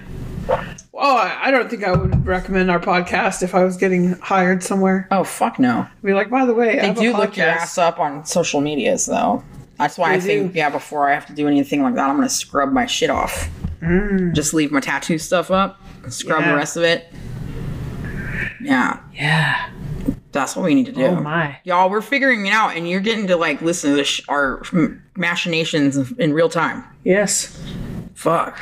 S1: Oh, I I don't think I would recommend our podcast if I was getting hired somewhere.
S6: Oh fuck no.
S1: I'd be like, by the way, I
S6: They
S1: have a
S6: do look your
S1: podcast.
S6: ass up on social medias, though. That's why I
S1: They
S6: think,
S1: do.
S6: yeah, before I have to do anything like that, I'm going to scrub my shit off. Just leave my tattoo stuff up, scrub
S1: Mm. Yeah.
S6: the rest of it. Yeah. Yeah. That's what we need to do.
S1: Oh my.
S6: Y'all, we're figuring it out, and you're getting to, like, listen to this sh- our m- machinations in real time.
S1: Yes. [LAUGHS]
S6: Fuck.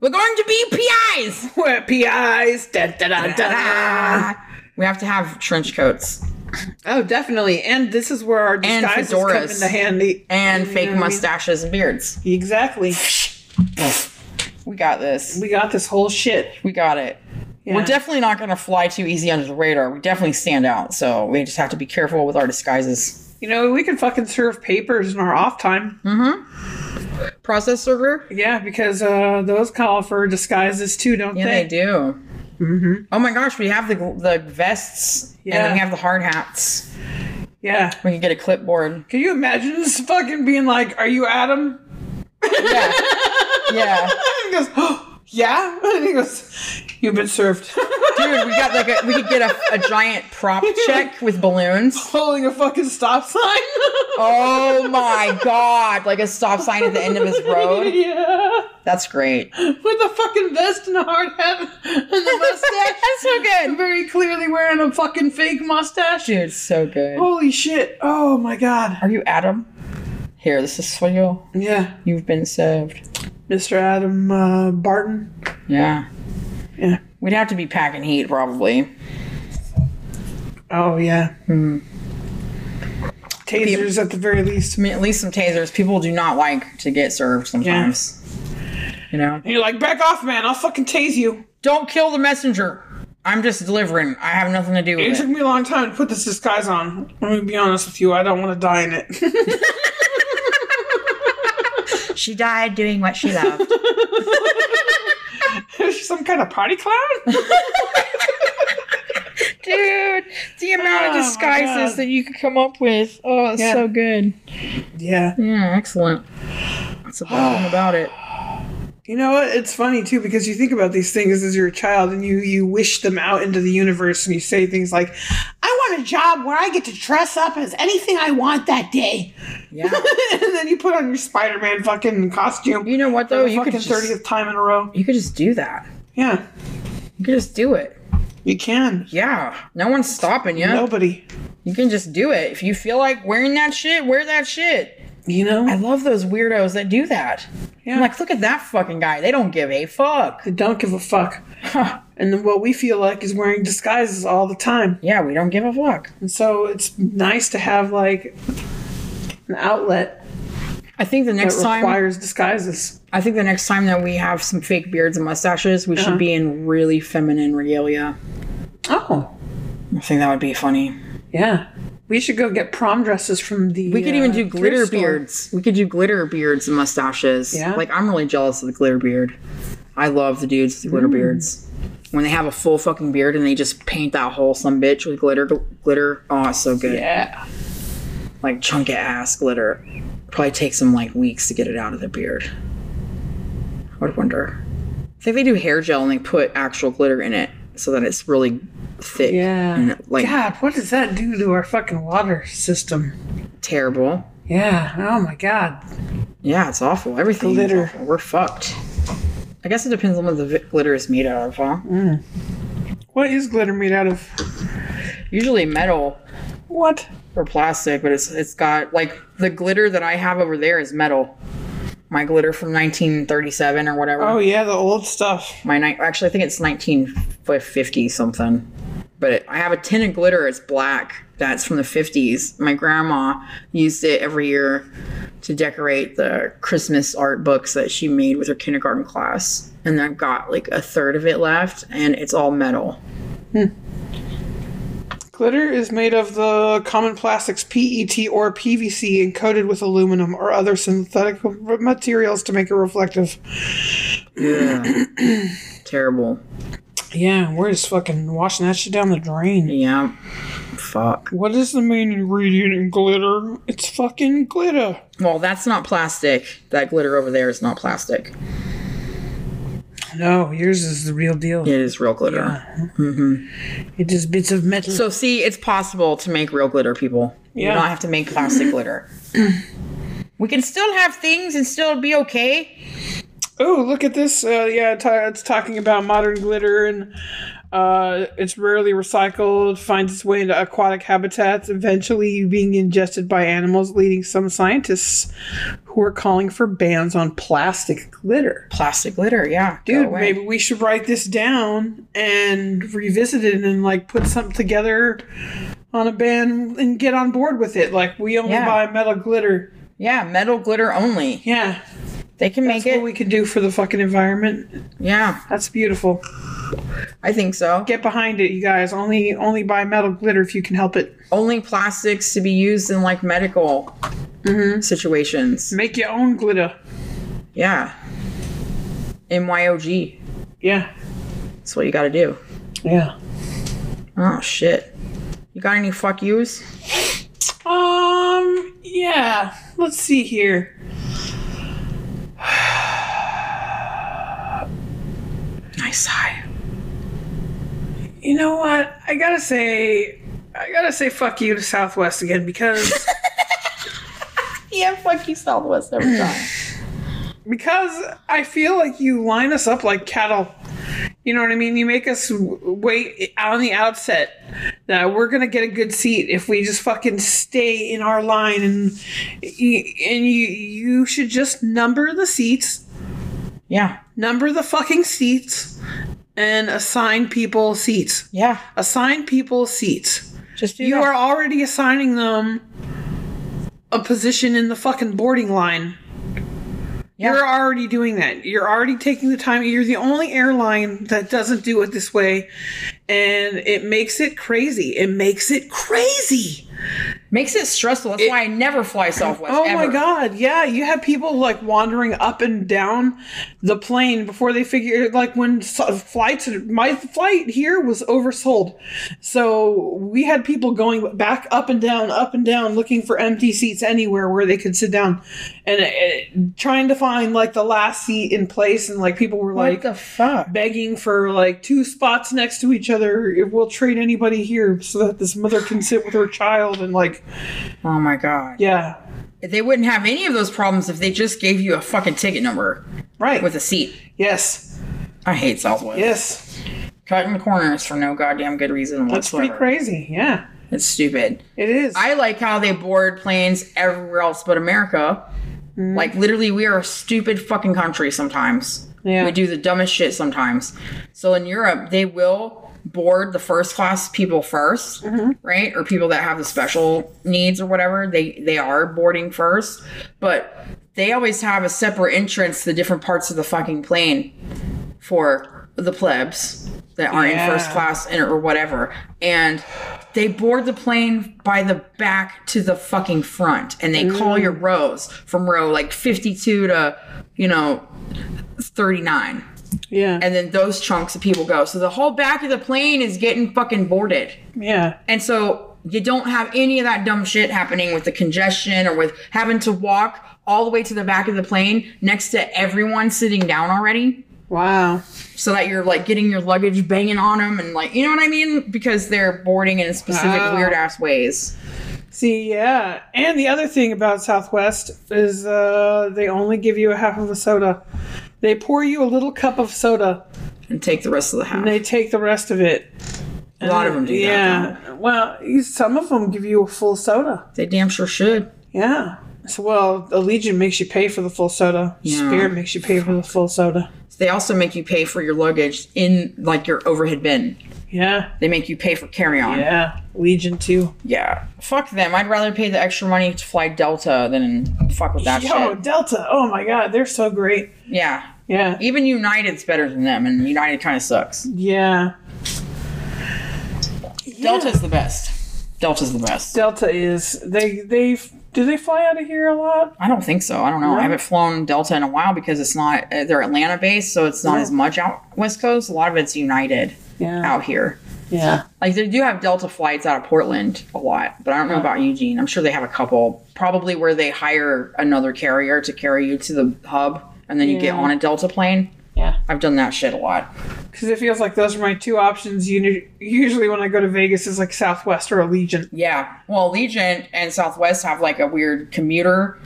S6: We're going to be PIs!
S1: We're PIs. Da, da, da, da, da.
S6: Ah. We have to have trench coats
S1: Oh, definitely. And this is where our
S6: And
S1: disguises come
S6: fedoras.
S1: into handy.
S6: and
S1: You know
S6: fake
S1: what I mean?
S6: mustaches and beards.
S1: Exactly.
S6: We got this.
S1: We got this whole shit.
S6: We got it.
S1: Yeah.
S6: We're definitely not going to fly too easy under the radar. We definitely stand out, so we just have to be careful with our disguises.
S1: you know, we can fucking serve papers in our off time.
S6: Process server?
S1: Yeah, because uh, those call for disguises too, don't
S6: Yeah,
S1: they?
S6: they do. Mm-hmm. Oh my gosh, we have the the vests, and
S1: Yeah.
S6: then we have the hard hats.
S1: Yeah.
S6: We can get a clipboard.
S1: Can you imagine this fucking being like, "Are you Adam?" [LAUGHS]
S6: Yeah, yeah,
S1: And he goes, oh, "Yeah." [LAUGHS] And he goes, "You've been served." [LAUGHS]
S6: dude, we got like a we could get a, a giant prop check with balloons.
S1: Holding a fucking stop sign. [LAUGHS]
S6: Oh my god, like a stop sign at the end of his road.
S1: [LAUGHS] yeah.
S6: That's great.
S1: With a fucking vest and a hard hat and the mustache.
S6: [LAUGHS] That's so good,
S1: very clearly wearing a fucking fake mustache.
S6: dude. So good.
S1: Holy shit. Oh my god.
S6: Are you Adam? Here, this is for you.
S1: Yeah.
S6: You've been served.
S1: Mr. Adam uh, Barton.
S6: Yeah.
S1: Yeah.
S6: We'd have to be packing heat probably.
S1: Oh yeah. Tasers at the very least.
S6: I mean, at least some tasers. People do not like to get served sometimes. You know?
S1: And you're like, back off, man. I'll fucking tase you.
S6: Don't kill the messenger. I'm just delivering. I have nothing to do
S1: It
S6: with
S1: took
S6: it.
S1: me a long time to put this disguise on. Let me be honest with you. I don't want to die in it.
S6: [LAUGHS] She died doing what
S1: [LAUGHS]
S6: she loved.
S1: Is she some kind of party clown?
S2: Dude, the amount
S1: Oh,
S2: of
S1: my
S2: disguises
S1: God.
S2: that you could come up with. Oh, it's
S1: Yeah.
S2: so good.
S1: Yeah.
S6: Yeah, excellent. That's the best thing about it.
S1: You know what? It's funny too because you think about these things as you're a child and you you wish them out into the universe and you say things like, "I want a job where I get to dress up as anything I want that day,"
S6: Yeah.
S1: [LAUGHS] and then you put on your Spider-Man fucking costume.
S6: You know what
S1: for
S6: though?
S1: the
S6: You could
S1: fucking
S6: just
S1: thirtieth time in a row.
S6: you could just do that.
S1: Yeah,
S6: You could just do it.
S1: you can.
S6: Yeah. No one's stopping you.
S1: Nobody,
S6: You can just do it. If you feel like wearing that shit, wear that shit.
S1: you know,
S6: I love those weirdos that do that.
S1: yeah,
S6: I'm like, look at that fucking guy. They don't give a fuck.
S1: they don't give a
S6: [LAUGHS]
S1: fuck. And then what we feel like is wearing disguises all the time.
S6: Yeah, we don't give a fuck.
S1: And so it's nice to have like an outlet
S6: I think the
S1: that
S6: next time
S1: requires disguises.
S6: I think the next time that we have some fake beards and mustaches, we should be in really feminine regalia.
S1: Oh.
S6: I think that would be funny.
S1: Yeah. We should go get prom dresses from the.
S6: We could even
S1: uh,
S6: do
S1: thrift
S6: glitter
S1: store.
S6: beards. We could do glitter beards and mustaches.
S1: Yeah.
S6: Like I'm really jealous of the glitter beard. I love the dudes with the
S1: Mm.
S6: glitter beards. When they have a full fucking beard and they just paint that whole some bitch with glitter, gl- glitter. Oh, it's so good.
S1: Yeah.
S6: Like chunk of ass glitter. Probably takes them like weeks to get it out of their beard. I would wonder. I think they do hair gel and they put actual glitter in it so that it's really thick.
S1: Yeah.
S6: And like
S1: God, what does that do to our fucking water system?
S6: terrible.
S1: Yeah. Oh my God.
S6: Yeah, it's awful. Everything is
S1: Glitter.
S6: awful. We're fucked. I guess it depends on what the vi- glitter is made out of, huh?
S1: What is glitter made out of?
S6: Usually metal
S1: What?
S6: or plastic, but it's it's got like the glitter that I have over there is metal. My glitter from 1937 or whatever.
S1: Oh yeah, the old stuff.
S6: My ni- actually, I think it's 1950 something. But it, I have a tin of glitter. It's black. That's from the 50s. My grandma used it every year to decorate the Christmas art books that she made with her kindergarten class. And I've got like a third of it left, and it's all metal.
S1: Glitter is made of the common plastics PET or PVC and coated with aluminum or other synthetic materials to make it reflective.
S6: Yeah. Terrible.
S1: Yeah, we're just fucking washing that shit down the drain.
S6: Yeah. Fuck.
S1: What is the main ingredient in glitter? It's fucking glitter.
S6: Well, that's not plastic. That glitter over there is not plastic.
S1: No, yours is the real deal.
S6: It is real glitter.
S1: It is bits of metal.
S6: So see, it's possible to make real glitter, people. You
S1: Yeah.
S6: don't have to make plastic glitter. We can still have things and still be okay.
S1: oh, look at this. Uh, yeah, ta it's talking about modern glitter and uh, it's rarely recycled, finds its way into aquatic habitats, eventually being ingested by animals, leading some scientists who are calling for bans on plastic glitter.
S6: Plastic glitter, yeah. go
S1: Dude,
S6: away.
S1: maybe we should write this down and revisit it and like put something together on a ban and get on board with it. Like we only
S6: Yeah.
S1: buy metal glitter.
S6: Yeah, metal glitter only.
S1: Yeah.
S6: They can
S1: That's
S6: make it.
S1: what we can do for the fucking environment.
S6: yeah,
S1: That's beautiful.
S6: I think so.
S1: Get behind it, you guys. Only only buy metal glitter if you can help it.
S6: only plastics to be used in like medical
S1: Mm-hmm.
S6: situations.
S1: Make your own glitter.
S6: Yeah. MYOG.
S1: Yeah.
S6: That's what you got to do.
S1: Yeah.
S6: Oh shit. You got any fuck yous?
S1: Um yeah. Let's see here.
S6: Nice sigh.
S1: You know what? I gotta say I gotta say fuck you to Southwest again because
S6: [LAUGHS] Yeah, fuck you, Southwest every time.
S1: [SIGHS] because I feel like you line us up like cattle. You know what I mean? You make us w- wait on the outset that we're gonna get a good seat if we just fucking stay in our line, and y- and you you should just number the seats,
S6: yeah,
S1: number the fucking seats, and assign people seats.
S6: yeah.
S1: Assign people seats.
S6: Just do
S1: You
S6: that.
S1: are already assigning them a position in the fucking boarding line.
S6: Yeah.
S1: You're already doing that. You're already taking the time. You're the only airline that doesn't do it this way. And it makes it crazy. It makes it crazy.
S6: Makes it stressful. That's
S1: It-
S6: why I never fly Southwest.
S1: Oh my
S6: ever.
S1: god, yeah, you have people like wandering up and down the plane before they figure like when so- flights my flight here was oversold. So we had people going back up and down, up and down looking for empty seats anywhere where they could sit down and uh, trying to find like the last seat in place and like people were like
S7: fuck?
S1: begging for like two spots next to each other if we'll trade anybody here so that this mother can sit with her child and like
S6: Oh my god.
S1: yeah
S6: They wouldn't have any of those problems if they just gave you a fucking ticket number
S1: right
S6: with a seat.
S1: yes
S6: I hate Southwest.
S1: yes
S6: Cutting corners for no goddamn good reason
S1: that's pretty
S6: whatsoever.
S1: crazy yeah
S6: It's stupid.
S1: it is
S6: I like how they board planes everywhere else but America. Like literally, we are a stupid fucking country sometimes.
S1: Yeah.
S6: We do the dumbest shit sometimes. So in Europe, they will board the first class people 1st right? Or people that have the special needs or whatever. They they are boarding first, but they always have a separate entrance to the different parts of the fucking plane for the plebs that aren't in first
S1: Yeah.
S6: class and- or whatever. And they board the plane by the back to the fucking front and they
S1: Mm.
S6: call your rows from row like 52 to, you know, 39.
S1: yeah
S6: And then those chunks of people go. So the whole back of the plane is getting fucking boarded.
S1: yeah
S6: And so you don't have any of that dumb shit happening with the congestion or with having to walk all the way to the back of the plane next to everyone sitting down already
S1: wow
S6: so that you're like getting your luggage banging on them and like you know what I mean because they're boarding in specific
S1: Wow.
S6: weird ass ways.
S1: see yeah and the other thing about southwest is uh they only give you a half of a soda they pour you a little cup of soda
S6: and take the rest of the half.
S1: and they take the rest of it
S6: a lot of them do that.
S1: yeah well some of them give you a full soda
S6: don't They They damn sure should.
S1: Yeah. So, well, Allegiant makes you pay for the full soda.
S6: Yeah.
S1: Spirit makes you pay for the full soda.
S6: They also make you pay for your luggage in like your overhead bin.
S1: Yeah.
S6: They make you pay for carry on. Yeah.
S1: Yeah. Legion too.
S6: Fuck them. I'd rather pay the extra money to fly Delta than fuck with that
S1: Yo,
S6: shit.
S1: Delta. Oh my God, they're so great.
S6: Yeah.
S1: Yeah.
S6: Even United's better than them, and United kind of sucks.
S1: Yeah.
S6: Delta's the best. Delta's the best.
S1: Delta is they they do they fly out of here a lot?
S6: I don't think so. I don't know. I haven't flown Delta in a while because it's not uh, they're Atlanta based, so it's not as much out West Coast. A lot of it's United
S1: Yeah.
S6: out here.
S1: Yeah.
S6: Like they do have Delta flights out of Portland a lot, but I don't know about Eugene. I'm sure they have a couple, probably where they hire another carrier to carry you to the hub, and then you get
S1: Yeah.
S6: on a Delta plane.
S1: Yeah.
S6: I've done that shit a lot.
S1: Because it feels like those are my two options. You usually when I go to Vegas is like Southwest or Allegiant.
S6: Yeah. Well, Allegiant and Southwest have like a weird commuter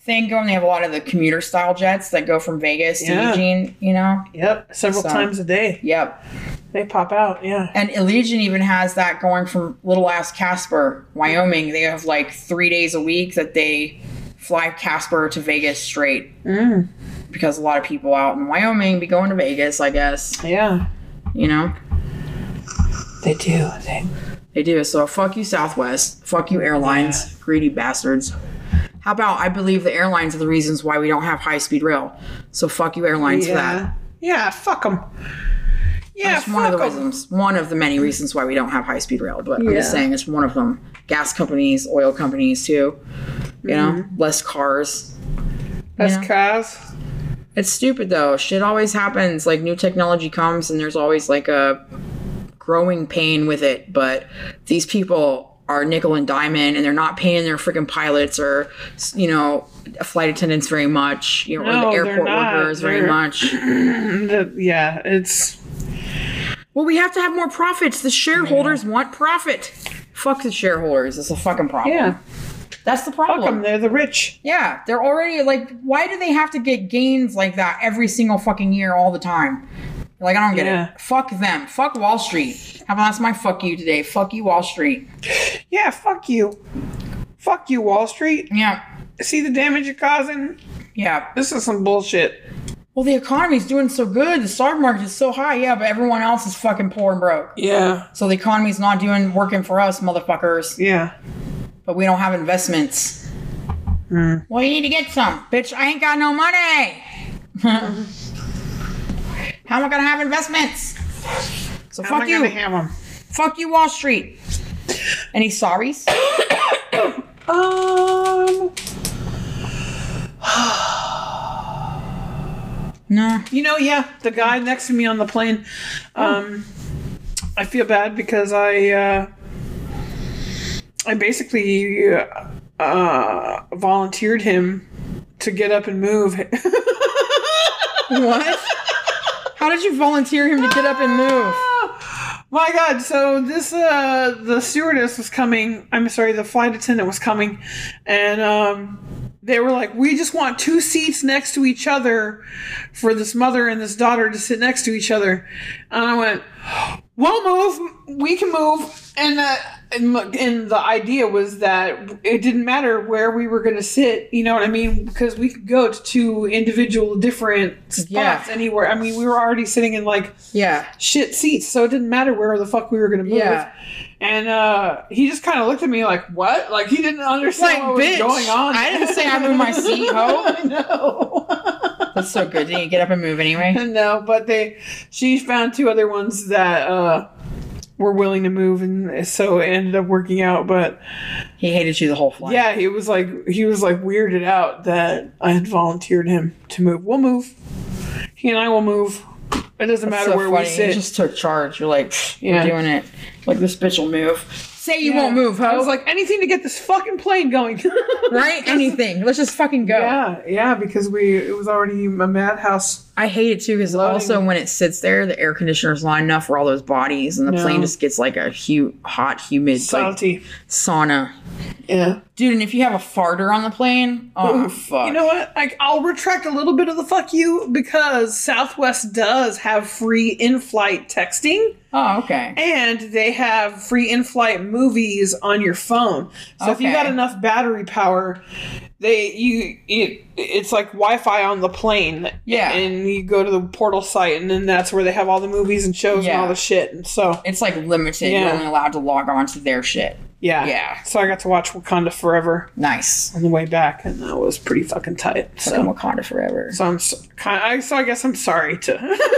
S6: thing going. They have a lot of the commuter style jets that go from Vegas to
S1: Yeah.
S6: Eugene. You know.
S1: Yep. Several
S6: So-
S1: times a day
S6: Yep.
S1: they pop out. Yeah.
S6: And Allegiant even has that going from little ass Casper, Wyoming. They have like three days a week that they fly Casper to Vegas straight.
S1: Mm.
S6: Because a lot of people out in Wyoming be going to Vegas, I guess.
S1: Yeah.
S6: You know?
S1: They do. They
S6: They do. So fuck you, Southwest. Fuck you, airlines. Greedy bastards. How about I believe the airlines are the reasons why we don't have high speed rail. So fuck you, airlines, for that.
S1: Yeah. Yeah, fuck them. Yeah,
S6: That's one of
S1: fuck
S6: the
S1: 'em.
S6: reasons, one of the many reasons why we don't have high speed rail. But I'm just saying it's one of them. Gas companies, oil companies too. You know,
S1: Mm-hmm.
S6: less cars.
S1: That's
S6: Yeah.
S1: Kaz.
S6: It's stupid though. Shit always happens. Like new technology comes and there's always like a growing pain with it. But these people are nickel and diamond and they're not paying their freaking pilots or, you know, flight attendants very much, you know,
S1: No,
S6: or the
S1: they're
S6: airport
S1: not.
S6: workers very
S1: They're-
S6: much.
S1: The- yeah, it's
S6: Well, we have to have more profits. The shareholders want profit. Fuck the shareholders. It's a fucking problem.
S1: yeah.
S6: That's the
S1: Fuck them.
S6: problem.
S1: They're the rich.
S6: yeah, they're already like, why do they have to get gains like that every single fucking year all the time? Like, I don't get
S1: Yeah.
S6: it. Fuck them. Fuck Wall Street. How about that's my fuck you today? Fuck you, Wall Street.
S1: Yeah, fuck you. Fuck you, Wall Street.
S6: Yeah.
S1: See the damage you're causing?
S6: Yeah.
S1: This is some bullshit.
S6: Well, the economy's doing so good. The stock market is so high. Yeah, but everyone else is fucking poor and broke.
S1: Yeah.
S6: So the economy's not doing working for us, motherfuckers.
S1: Yeah.
S6: but we don't have investments. Well, you need to get some. Bitch, I ain't got no money. How am I going to have investments? So
S1: How am I
S6: fuck you.
S1: gonna have 'em?
S6: fuck you, Wall Street. Any sorries?
S1: Um,
S6: No.
S1: you know, yeah, the guy next to me on the plane. Um, I feel bad because I, uh, I basically uh, uh, volunteered him to get up and move.
S6: What? How did you volunteer him to get up and move?
S1: My God! So this uh, the stewardess was coming. I'm sorry, the flight attendant was coming, and um, they were like, "We just want two seats next to each other for this mother and this daughter to sit next to each other." And I went, "We'll move. We can move." And uh, and, look, and the idea was that it didn't matter where we were going to sit. You know what I mean? Because we could go to two individual different spots
S6: Yeah.
S1: anywhere. I mean, we were already sitting in like
S6: Yeah.
S1: shit seats, so it didn't matter where the fuck we were gonna move.
S6: Yeah.
S1: And uh, he just kind of looked at me like, "What?" Like he didn't understand
S6: Like,
S1: what
S6: bitch,
S1: was going on.
S6: I didn't say I moved
S1: [LAUGHS]
S6: my seat, ho.
S1: I know. [LAUGHS]
S6: That's so good. Didn't you get up and move anyway?
S1: no, but they, she found two other ones that uh, were willing to move, and so it ended up working out. But
S6: He hated you the whole flight.
S1: yeah, he was like, he was like weirded out that I had volunteered him to move. We'll move. He and I will move. It doesn't
S6: That's
S1: matter
S6: so
S1: where
S6: funny.
S1: we sit.
S6: You just took charge. You're like,
S1: Yeah.
S6: we're doing it. Like this bitch will move. Say you won't move,
S1: I
S6: ho.
S1: was like, anything to get this fucking plane going. [LAUGHS]
S6: right? Anything. Let's just fucking go.
S1: Yeah, yeah, because we it was already a madhouse.
S6: I hate it too because
S1: Loading.
S6: also when it sits there, the air conditioner's not enough for all those bodies, and the
S1: No.
S6: plane just gets like a hu- hot, humid like,
S1: Salty.
S6: sauna.
S1: yeah.
S6: Dude, and if you have a farter on the plane, [LAUGHS] oh fuck.
S1: You know what? Like I'll retract a little bit of the fuck you because Southwest does have free in-flight texting
S6: oh okay.
S1: and they have free in-flight movies on your phone. So if you
S6: Okay.
S1: got enough battery power, they you it, it's like Wi-Fi on the plane.
S6: Yeah.
S1: And you go to the portal site and then that's where they have all the movies and shows and
S6: Yeah.
S1: all the shit. And so
S6: It's like limited. You're
S1: Yeah.
S6: only allowed to log on to their shit.
S1: yeah.
S6: Yeah.
S1: So I got to watch Wakanda Forever.
S6: Nice.
S1: on the way back, and that was pretty fucking tight.
S6: Fucking
S1: So,
S6: Wakanda forever.
S1: so I'm so, kind I, so I guess I'm sorry to. [LAUGHS]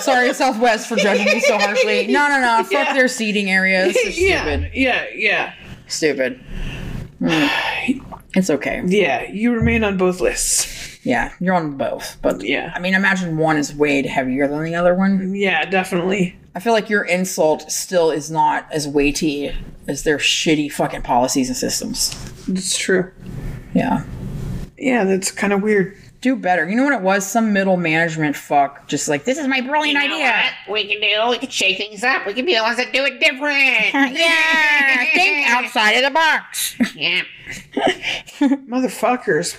S6: Sorry, Southwest, for judging me so harshly. No, no, no. Fuck
S1: Yeah.
S6: their seating area. It's
S1: [LAUGHS]
S6: just
S1: yeah,
S6: stupid.
S1: yeah, yeah,
S6: Stupid. Mm. It's okay.
S1: yeah. You remain on both lists.
S6: Yeah, you're on both. But
S1: Yeah.
S6: I mean, imagine one is way heavier than the other one.
S1: Yeah, definitely.
S6: I feel like your insult still is not as weighty as their shitty fucking policies and systems.
S1: It's true.
S6: Yeah.
S1: Yeah, that's kind of weird.
S6: Do better. You know what it was? Some middle management fuck just like, this is my brilliant
S4: You know
S6: idea.
S4: what We can do, we can shake things up. We can be the ones that do it different.
S6: yeah, think outside of the box.
S4: yeah.
S1: Motherfuckers,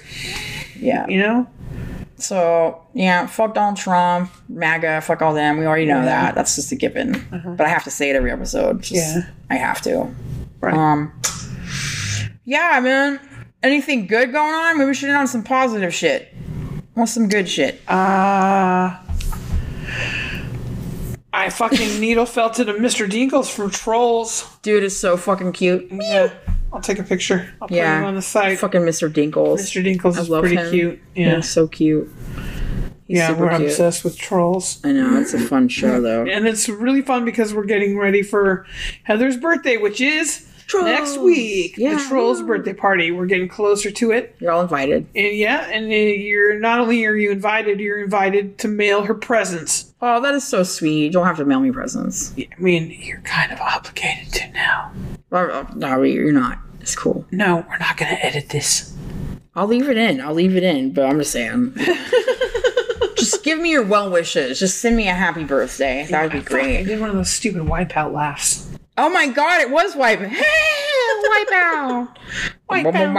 S6: Yeah.
S1: you know?
S6: So yeah, fuck Donald Trump, MAGA, fuck all them. We already know that. That's just a given. But I have to say it every episode. Just,
S1: Uh-huh. Yeah.
S6: I have to.
S1: Right.
S6: Um. Yeah, man. Anything good going on? Maybe we should end on some positive shit. What's some good shit?
S1: Uh, I
S6: [LAUGHS]
S1: fucking needle felted a Mr. Dinkles from Trolls.
S6: Dude is so fucking cute.
S1: Yeah. I'll take a picture. I'll put
S6: Yeah.
S1: it on the site.
S6: Fucking Mr. Dinkles.
S1: Mr. Dinkles
S6: I
S1: is
S6: love
S1: pretty
S6: him.
S1: cute.
S6: Yeah,
S1: Yeah.
S6: so cute. He's
S1: Yeah,
S6: super
S1: we're
S6: cute.
S1: obsessed with trolls.
S6: I know it's a fun show though.
S1: and it's really fun because we're getting ready for Heather's birthday, which is next week. The
S6: Yeah.
S1: Trolls birthday party. We're getting closer to it,
S6: You're all invited.
S1: and yeah, and uh, you're not only are you invited, you're invited to mail her presents.
S6: Oh, that is so sweet. You don't have to mail me presents.
S1: I mean, you're kind of obligated to now.
S6: Oh, oh, No, you're not. It's cool.
S1: No, we're not going to edit this.
S6: I'll leave it in. I'll leave it in, but I'm just saying. just give me your well wishes. Just send me a happy birthday. That would be
S1: I
S6: great.
S1: did one of those stupid wipeout laughs.
S6: Oh my god, it was [LAUGHS] wipe. wipe out.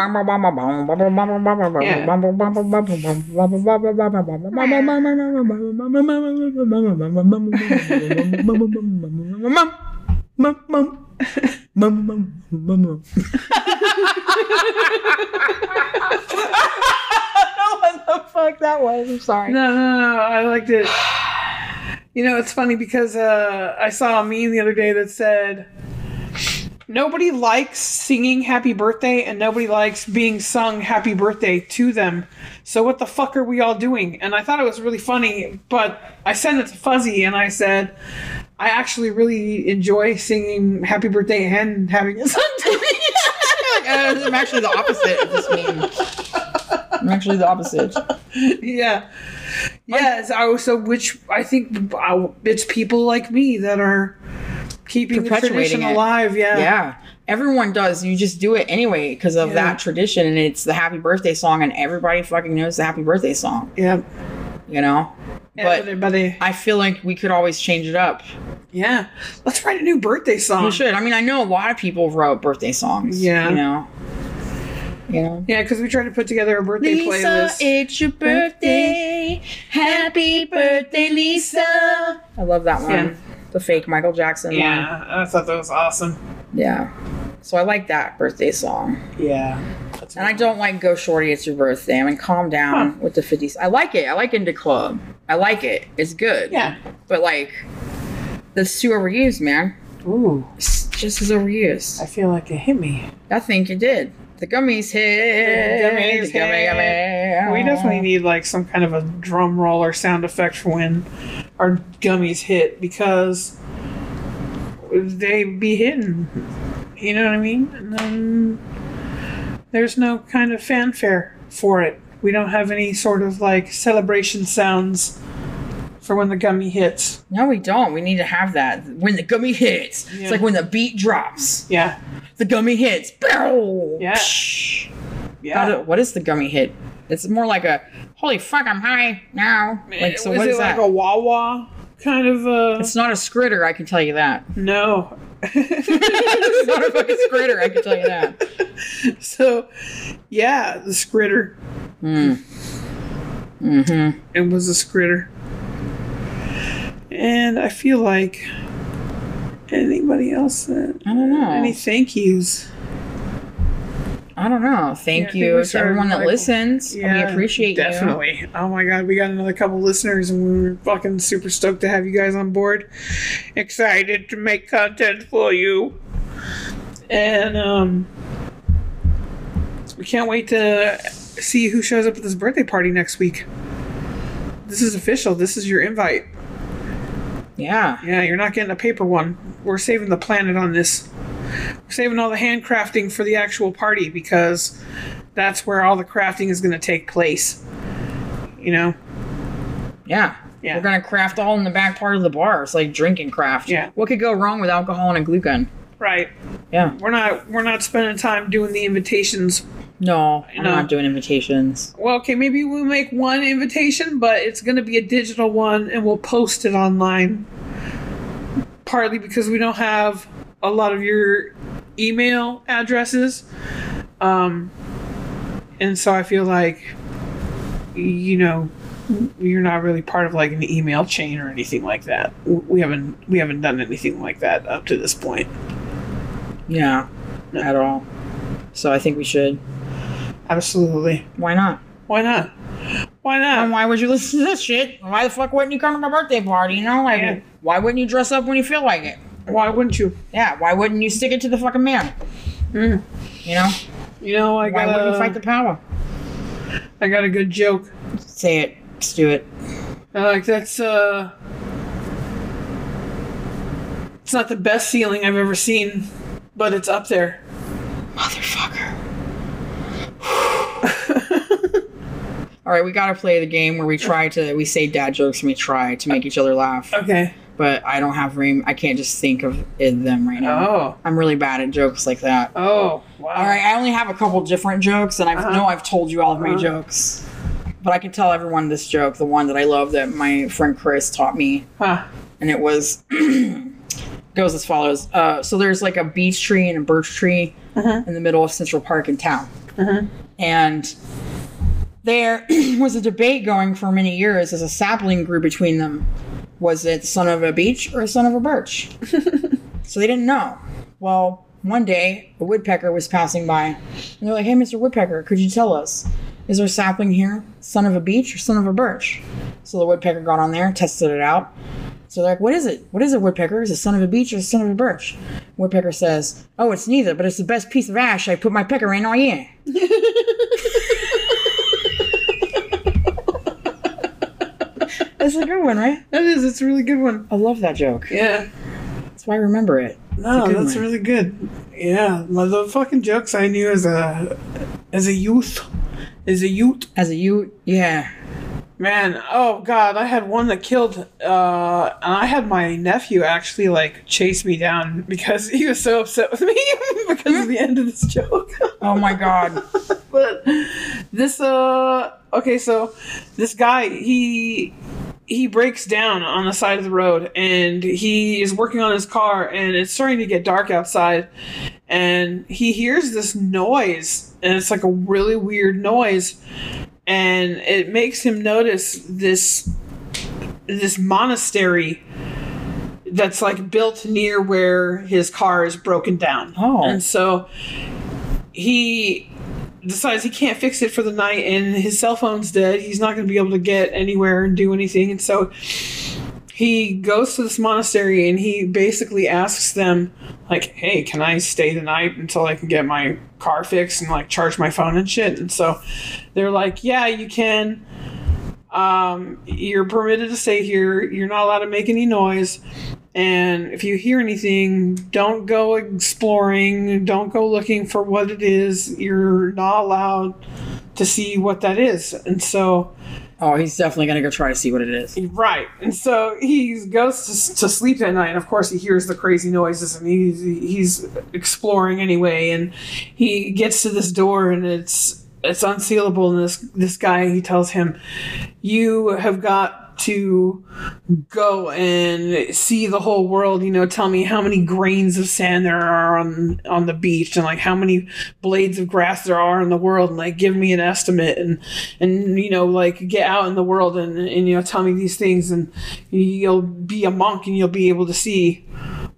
S1: No, no, no, no, I liked it. You know, it's funny because uh, I saw a meme the other day that said, Nobody likes singing happy birthday and nobody likes being sung happy birthday to them. So what the fuck are we all doing? And I thought it was really funny, but I sent it to Fuzzy and I said, I [LAUGHS] actually really enjoy singing happy birthday and having a son to me.
S6: uh, I'm actually the opposite of this meme. I'm actually the opposite.
S1: Yeah. Yeah. So, so which I think uh, it's people like me that are keeping the
S6: Perpetuating
S1: tradition
S6: it.
S1: alive. Yeah.
S6: [LAUGHS] Yeah. Everyone does. You just do it anyway because of
S1: Yeah.
S6: that tradition, and it's the happy birthday song, and everybody fucking knows the happy birthday song,
S1: Yeah.
S6: you know? But
S1: Everybody.
S6: I feel like we could always change it up.
S1: Yeah. Let's write a new birthday song.
S6: We should. I mean, I know a lot of people wrote birthday songs.
S1: Yeah.
S6: You know? You know?
S1: Yeah, because we tried to put together a birthday playlist.
S6: it's your birthday. Happy birthday, Lisa. I love that one.
S1: Yeah.
S6: The fake Michael Jackson one.
S1: yeah, I thought that was awesome.
S6: Yeah. So I like that birthday song.
S1: Yeah.
S6: And I don't like Go Shorty, It's Your Birthday. I mean, calm down with the 50s. I like it. I like Indie Club. I like it. It's good.
S1: Yeah.
S6: But like, that's too overused, man.
S1: Ooh,
S6: It's just as overused.
S1: I feel like it hit me.
S6: I think you did. The gummies hit.
S1: The gummies
S6: The gummy, gummy.
S1: We definitely need like some kind of a drum roll or sound effect for when our gummies hit because they be hidden. You know what I mean? And then there's no kind of fanfare for it. We don't have any sort of like celebration sounds for when the gummy hits.
S6: No, we don't. We need to have that. When the gummy hits,
S1: Yeah.
S6: it's like when the beat drops.
S1: Yeah.
S6: The gummy hits. Bow!
S1: Yeah.
S6: Psh.
S1: Yeah.
S6: How do- what is the gummy hit? It's more like a holy fuck, I'm high now. Like, so
S1: Eh, was
S6: what
S1: it
S6: is
S1: like
S6: that?
S1: a wah wah kind of uh
S6: It's not a scritter, I can tell you that. [LAUGHS]
S1: no. [LAUGHS]
S6: it's not a fucking scritter, I can tell you that.
S1: So yeah, the scritter.
S6: Mm. Mm-hmm.
S1: It was a scritter. And I feel like anybody else that,
S6: I don't know.
S1: any thank yous.
S6: I don't know.
S1: Yeah, I
S6: Thank
S1: think we
S6: you to
S1: started
S6: everyone that
S1: like-
S6: listens. we appreciate you.
S1: definitely. Oh my god, we got another couple listeners and we're fucking super stoked to have you guys on board.
S8: Excited to make content for you.
S1: And um we can't wait to see who shows up at this birthday party next week. This is official. This is your invite.
S6: Yeah.
S1: Yeah, you're not getting a paper one. We're saving the planet on this. We're saving all the handcrafting for the actual party because that's where all the crafting is going to take place. You know?
S6: Yeah.
S1: Yeah.
S6: We're gonna craft all in the back part of the bar. It's like drinking craft.
S1: Yeah.
S6: What could go wrong with alcohol and a glue gun?
S1: Right.
S6: Yeah.
S1: We're not we're not spending time doing the invitations.
S6: No, I'm
S1: No.
S6: not doing invitations.
S1: Well, okay, maybe we'll make one invitation, but it's going to be a digital one and we'll post it online. Partly because we don't have a lot of your email addresses. Um, and so I feel like, you know, you're not really part of like an email chain or anything like that. We haven't we haven't done anything like that up to this point.
S6: Yeah.
S1: No.
S6: At all. So I think we should.
S1: Absolutely.
S6: Why not?
S1: Why not? Why not?
S6: And why would you listen to this shit? Why the fuck wouldn't you come to my birthday party? You know, like,
S1: Yeah.
S6: why wouldn't you dress up when you feel like it?
S1: Why wouldn't you?
S6: Yeah, why wouldn't you stick it to the fucking man?
S1: Mm.
S6: You know,
S1: You know, I got
S6: why wouldn't
S1: a,
S6: you fight the power?
S1: I got a good joke.
S6: Say it, just do it.
S1: And, like that's uh It's not the best ceiling I've ever seen, but it's up there.
S6: Motherfucker. All right, we gotta play the game where we try to we say dad jokes and we try to make each other laugh.
S1: Okay.
S6: But I don't have room. I can't just think of it- them right now.
S1: Oh.
S6: I'm really bad at jokes like that.
S1: Oh. Wow.
S6: All right, I only have a couple different jokes, and I
S1: Uh-huh.
S6: know I've told you all of my
S1: Uh-huh.
S6: jokes, but I can tell everyone this joke, the one that I love that my friend Chris taught me,
S1: Huh.
S6: and it was [CLEARS THROAT] goes as follows. Uh, so there's like a beech tree and a birch tree in the middle of Central Park in town, and there [CLEARS THROAT] was a debate going for many years as a sapling grew between them. Was it the son of a beech or the son of a birch? so they didn't know. Well, one day a woodpecker was passing by, and they're like, "Hey, Mr. Woodpecker, could you tell us, is there a sapling here, son of a beech or son of a birch?" So the woodpecker got on there, tested it out. So they're like, "What is it? What is it, woodpecker? Is it son of a beech or the son of a birch?" Woodpecker says, "Oh, it's neither, but it's the best piece of ash I put my pecker in all year." That's a good one, right?
S1: That is. It's a really good one.
S6: I love that joke.
S1: Yeah.
S6: That's why I remember it.
S1: No,
S6: a good
S1: that's
S6: one.
S1: really good. yeah, motherfucking jokes I knew as a as a youth. As a youth.
S3: As a you, yeah.
S1: Man, oh god, I had one that killed uh and I had my nephew actually like chase me down because he was so upset with me [LAUGHS] because of the end of this joke. [LAUGHS]
S3: Oh my god.
S1: but this uh okay so this guy he he breaks down on the side of the road and he is working on his car and it's starting to get dark outside and he hears this noise and it's like a really weird noise and it makes him notice this this monastery that's like built near where his car is broken down
S3: Oh.
S1: and so he decides he can't fix it for the night and his cell phone's dead. He's not going to be able to get anywhere and do anything. And so he goes to this monastery and he basically asks them, like, hey, can I stay the night until I can get my car fixed and like charge my phone and shit? And so they're like, yeah, you can. Um, you're permitted to stay here. You're not allowed to make any noise. And if you hear anything, don't go exploring, don't go looking for what it is. You're not allowed to see what that is. And so,
S3: Oh, he's definitely gonna go try to see what it is.
S1: right. And so he goes to, to sleep at night. And of course, he hears the crazy noises and he's, he's exploring anyway. And he gets to this door and it's it's unsealable. And this, this guy, he tells him, You have got to go and see the whole world you know tell me how many grains of sand there are on on the beach and like how many blades of grass there are in the world and like give me an estimate and and you know like get out in the world and and you know tell me these things and you'll be a monk and you'll be able to see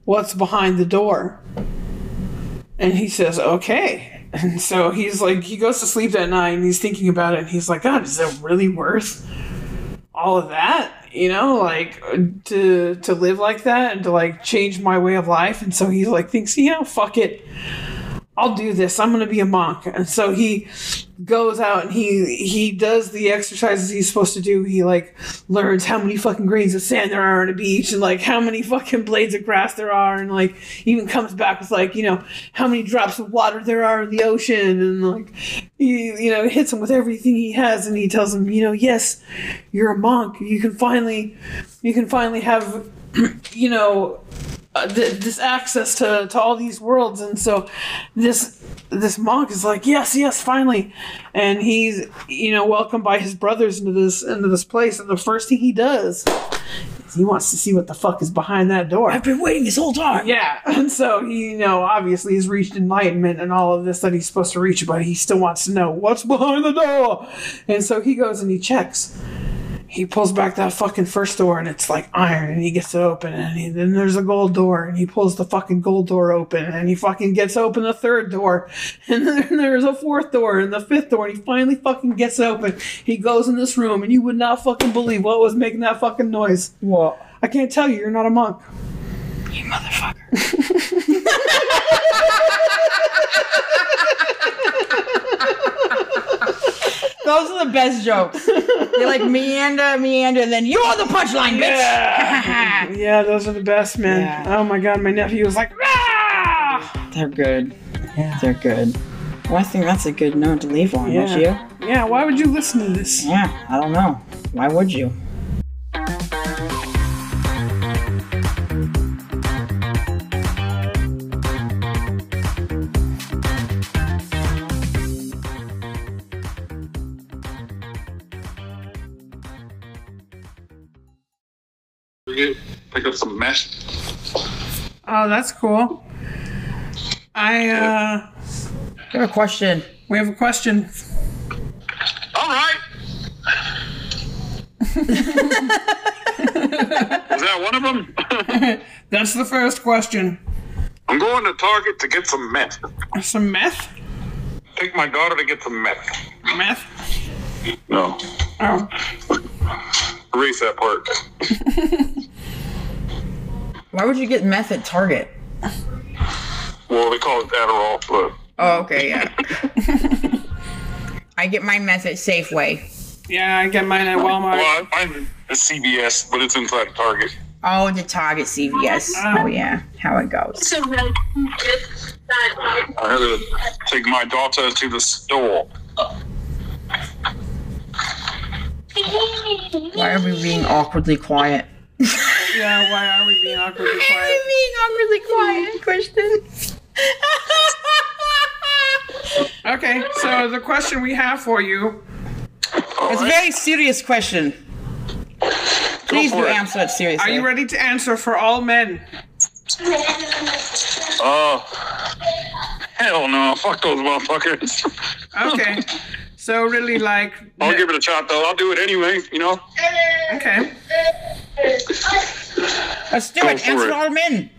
S1: what's behind the door and he says okay and so he's like he goes to sleep that night and he's thinking about it and he's like god is that really worth all of that you know like uh, to to live like that and to like change my way of life and so he like thinks you know fuck it i'll do this i'm gonna be a monk and so he goes out and he he does the exercises he's supposed to do he like learns how many fucking grains of sand there are on a beach and like how many fucking blades of grass there are and like even comes back with like you know how many drops of water there are in the ocean and like he you know hits him with everything he has and he tells him you know yes you're a monk you can finally you can finally have [CLEARS THROAT] you know uh, th- this access to, to all these worlds and so this this monk is like yes yes finally and he's you know welcomed by his brothers into this into this place and the first thing he does is he wants to see what the fuck is behind that door
S6: I've been waiting this whole time.
S1: yeah, [LAUGHS] and so he, you know, obviously has reached enlightenment and all of this that he's supposed to reach, but he still wants to know what's behind the door. And so he goes and he checks. He pulls back that fucking first door and it's like iron and he gets it open and he, then there's a gold door and he pulls the fucking gold door open and he fucking gets open the third door [LAUGHS] and then there's a fourth door and the fifth door and he finally fucking gets it open. He goes in this room and you would not fucking believe what was making that fucking noise.
S3: Well,
S1: I can't tell you, you're not a monk.
S3: those are the
S1: [LAUGHS]
S3: best jokes. They like meander, meander, and then you are the punchline, bitch.
S6: [LAUGHS]
S1: Yeah. yeah, those are the best, man.
S3: Yeah.
S1: Oh my god, my nephew was like, "Ah!"
S3: They're good. They're good. Well, I think that's a good note to leave on, don't you?
S1: Yeah. yeah, why would you listen to this?
S3: Yeah, I don't know. Why would you?
S9: Forget, pick up some mesh.
S1: Oh, that's cool. I, uh,
S3: I have a question.
S1: we have a question.
S9: All right. Is that one of them?
S1: That's the first question.
S9: I'm going to Target to get some meth.
S1: Some meth?
S9: Take my daughter to get some meth.
S1: Meth?
S9: No,
S1: Oh,
S9: erase that part.
S3: Why would you get meth at Target?
S9: Well, they call it Adderall, but
S3: Oh, okay,
S1: [LAUGHS]
S3: yeah. I get my meth at Safeway.
S1: yeah, I get mine at Walmart.
S9: well, I, I'm it's CVS, but it's inside Target.
S3: Oh, the Target CVS.
S1: Ah.
S3: Oh yeah, how it goes.
S9: I had to take my daughter to the store.
S3: Why are we being awkwardly quiet?
S1: Yeah, why are we being awkwardly quiet? Okay, so the question we have for you
S3: It's a very serious question. Please
S9: for
S3: do
S9: it.
S3: answer it seriously.
S1: are you ready to answer for all men?
S9: Oh, hell no. Fuck those motherfuckers.
S1: Okay,
S3: [LAUGHS]
S1: so really, like,
S9: I'll give it a shot, though. I'll do it anyway, you know?
S1: okay,
S3: Let's do
S9: Go
S3: it.
S9: for
S3: Answer
S9: it.
S3: all men.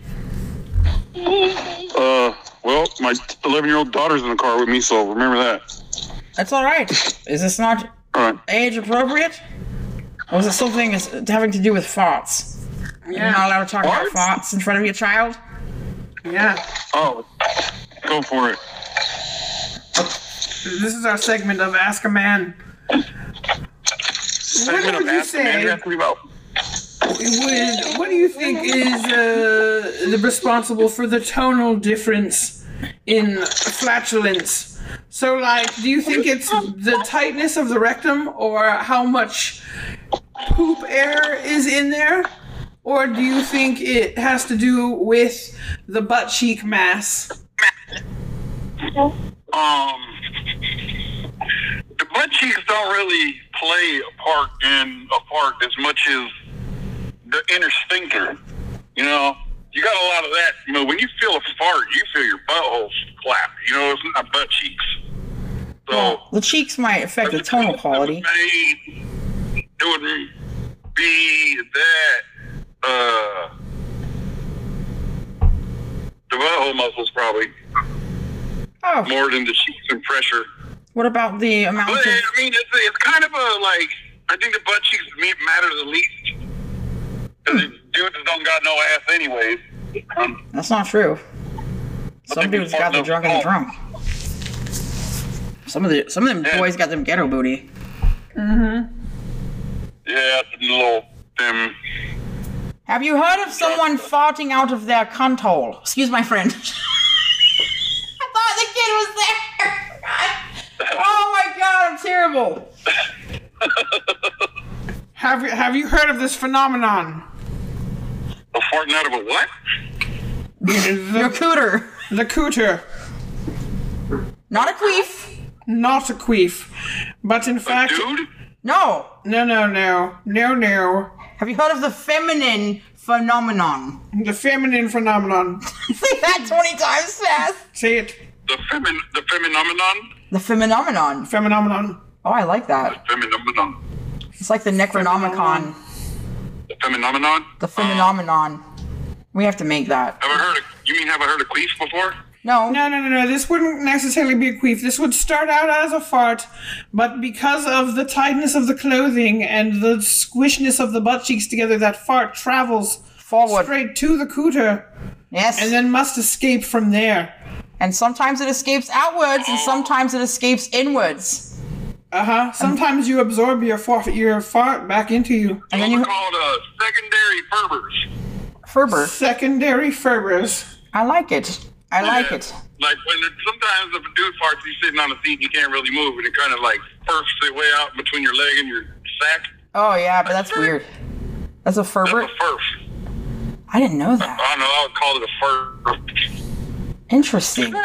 S9: Uh, well, my 11 year old daughter's in the car with me, so remember that.
S3: That's all right. Is this not
S9: All right.
S3: age appropriate? Or is it something that's having to do with farts? You're not allowed to talk about farts in front of your child?
S1: yeah.
S9: Oh, go for it.
S1: This is our segment of Ask a Man.
S9: Segment
S1: would
S9: of
S1: you
S9: Ask the Man
S1: say-
S9: you're asking me about.
S1: Would- what do you think is uh, the responsible for the tonal difference in flatulence? So, like, do you think it's the tightness of the rectum, or how much poop air is in there, or do you think it has to do with the butt cheek mass?
S9: um, the butt cheeks don't really play a part in a part as much as the inner stinker. You know, you got a lot of that. You know, when you feel a fart, you feel your butthole clap. You know, it's not butt cheeks. So
S3: The cheeks might affect the tonal quality.
S9: it would be- it would be that uh, the butthole muscles probably
S3: Oh,
S9: more than the cheeks and pressure.
S3: what about the amount
S9: But
S3: of.
S9: I mean, it's, it's kind of a like. I think the butt cheeks ma- matter the least. 'Cause the dudes don't got no ass anyways. Um,
S3: That's not true. Some
S9: think we
S3: dudes got
S9: fucked
S3: the
S9: up
S3: drunk and the
S9: all-
S3: drunk. Some of the some of them
S9: Yeah.
S3: boys got them ghetto booty.
S9: yeah, it's a little them.
S3: Have you heard of someone farting out of their cunt hole? Excuse my friend. [LAUGHS] I thought the kid was there. [LAUGHS] oh my god, I'm terrible.
S1: Have you, have you heard of this phenomenon?
S9: A farting out of a what?
S3: Your cooter,
S1: The cooter,
S3: not a queef.
S1: not a queef, but in
S9: A
S1: fact,
S9: dude?
S3: No.
S1: no, no, no, no, no.
S3: Have you heard of the feminine [LAUGHS] phenomenon?
S1: The feminine phenomenon.
S3: Say that twenty times fast.
S1: Say it.
S9: The femin the phenomenon.
S3: The phenomenon.
S1: Phenomenon.
S3: Oh, I like that.
S9: Phenomenon.
S3: It's like the Necronomicon.
S9: The phenomenon.
S3: The phenomenon. We have to make that.
S9: Have I heard? Of, you mean have I heard of queef before?
S3: No.
S1: No, no, no, no. This wouldn't necessarily be a queef. This would start out as a fart, but because of the tightness of the clothing and the squishness of the butt cheeks together, that fart travels
S3: Forward.
S1: straight to the cooter
S3: Yes.
S1: and then must escape from there.
S3: And sometimes it escapes outwards, and sometimes it escapes inwards.
S1: Uh huh. Sometimes you absorb your fart, your fart back into you.
S3: And then
S9: Those
S3: you
S9: are called uh, secondary ferbers.
S3: Ferber.
S1: Secondary Ferbers.
S3: I like it. I like it.
S9: Like when it, sometimes if a dude farts, he's sitting on a seat and you can't really move, and it kind of like bursts its way out between your leg and your sack.
S3: Oh yeah, but that's weird. That's a
S9: That's
S3: Ferber.
S9: a furf.
S3: I didn't know that.
S9: I don't know. I would call it a furf.
S3: Interesting.
S9: Cause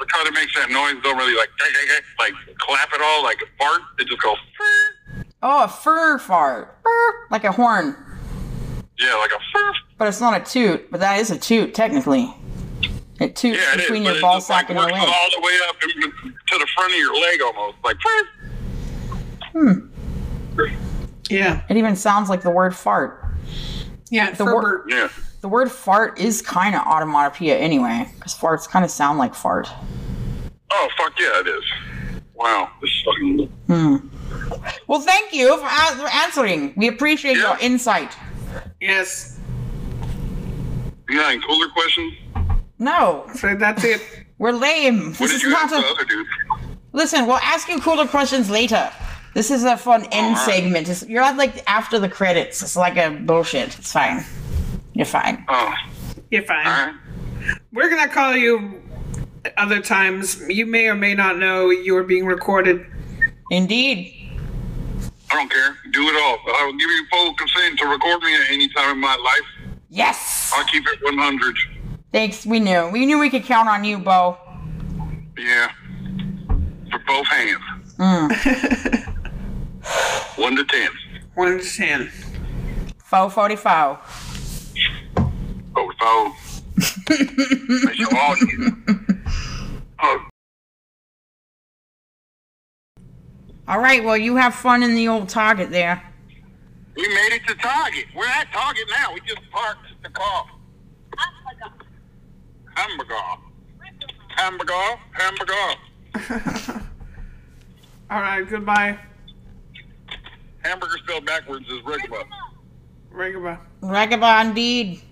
S9: it kind of makes that noise. Don't really like "Gah, gah, gah," like clap at all, like a fart. It just goes. "Furr."
S3: Oh, a fur fart. Burr, Like a horn,
S9: Yeah, like a furf.
S3: but it's not a toot. But that is a toot technically. It toots
S9: Yeah, it is.
S3: between
S9: but
S3: your
S9: it
S3: ball
S9: just,
S3: sack
S9: like,
S3: and your
S9: works
S3: leg.
S9: all the way up and to the front of your leg almost, like. "Furr."
S3: Hmm.
S1: Yeah.
S3: It even sounds like the word fart.
S1: Yeah.
S3: The wor-
S1: Ferber.
S9: Yeah.
S3: The word fart is kind of onomatopoeia anyway, because farts kind of sound like fart.
S9: Oh fuck yeah, it is. Wow. This is fucking.
S3: Well, thank you for, a- for answering. We appreciate
S9: Yeah.
S3: your insight.
S1: Yes.
S9: You got any cooler questions?
S3: No,
S1: So that's it.
S3: we're lame.
S9: What
S3: This
S9: did
S3: is
S9: you
S3: not
S9: ask the
S3: a.
S9: other dude?
S3: Listen, we'll ask you cooler questions later. This is a fun end
S9: Alright.
S3: segment. It's- you're at like after the credits. It's like a bullshit. It's fine.
S10: You're fine.
S9: Oh,
S1: You're fine.
S9: all right.
S1: We're gonna call you other times. You may or may not know you are being recorded.
S10: Indeed.
S9: I don't care. Do it all. I will give you full consent to record me at any time in my life.
S10: Yes.
S9: I'll keep it 100.
S10: Thanks. We knew. We knew we could count on you, Bo.
S9: Yeah. For both hands. One to ten.
S1: One to ten.
S10: Fo forty fo.
S9: Oh,
S10: [LAUGHS]
S9: so. That's your audience. Oh,
S10: All right. Well, you have fun in the old target there.
S9: we made it to Target. We're at Target now. We just parked the car. Hamburger. Hamburger. Hamburger.
S1: All right. Goodbye.
S9: Hamburger spelled backwards is regular.
S1: Right, goodbye.
S10: Ragaba indeed.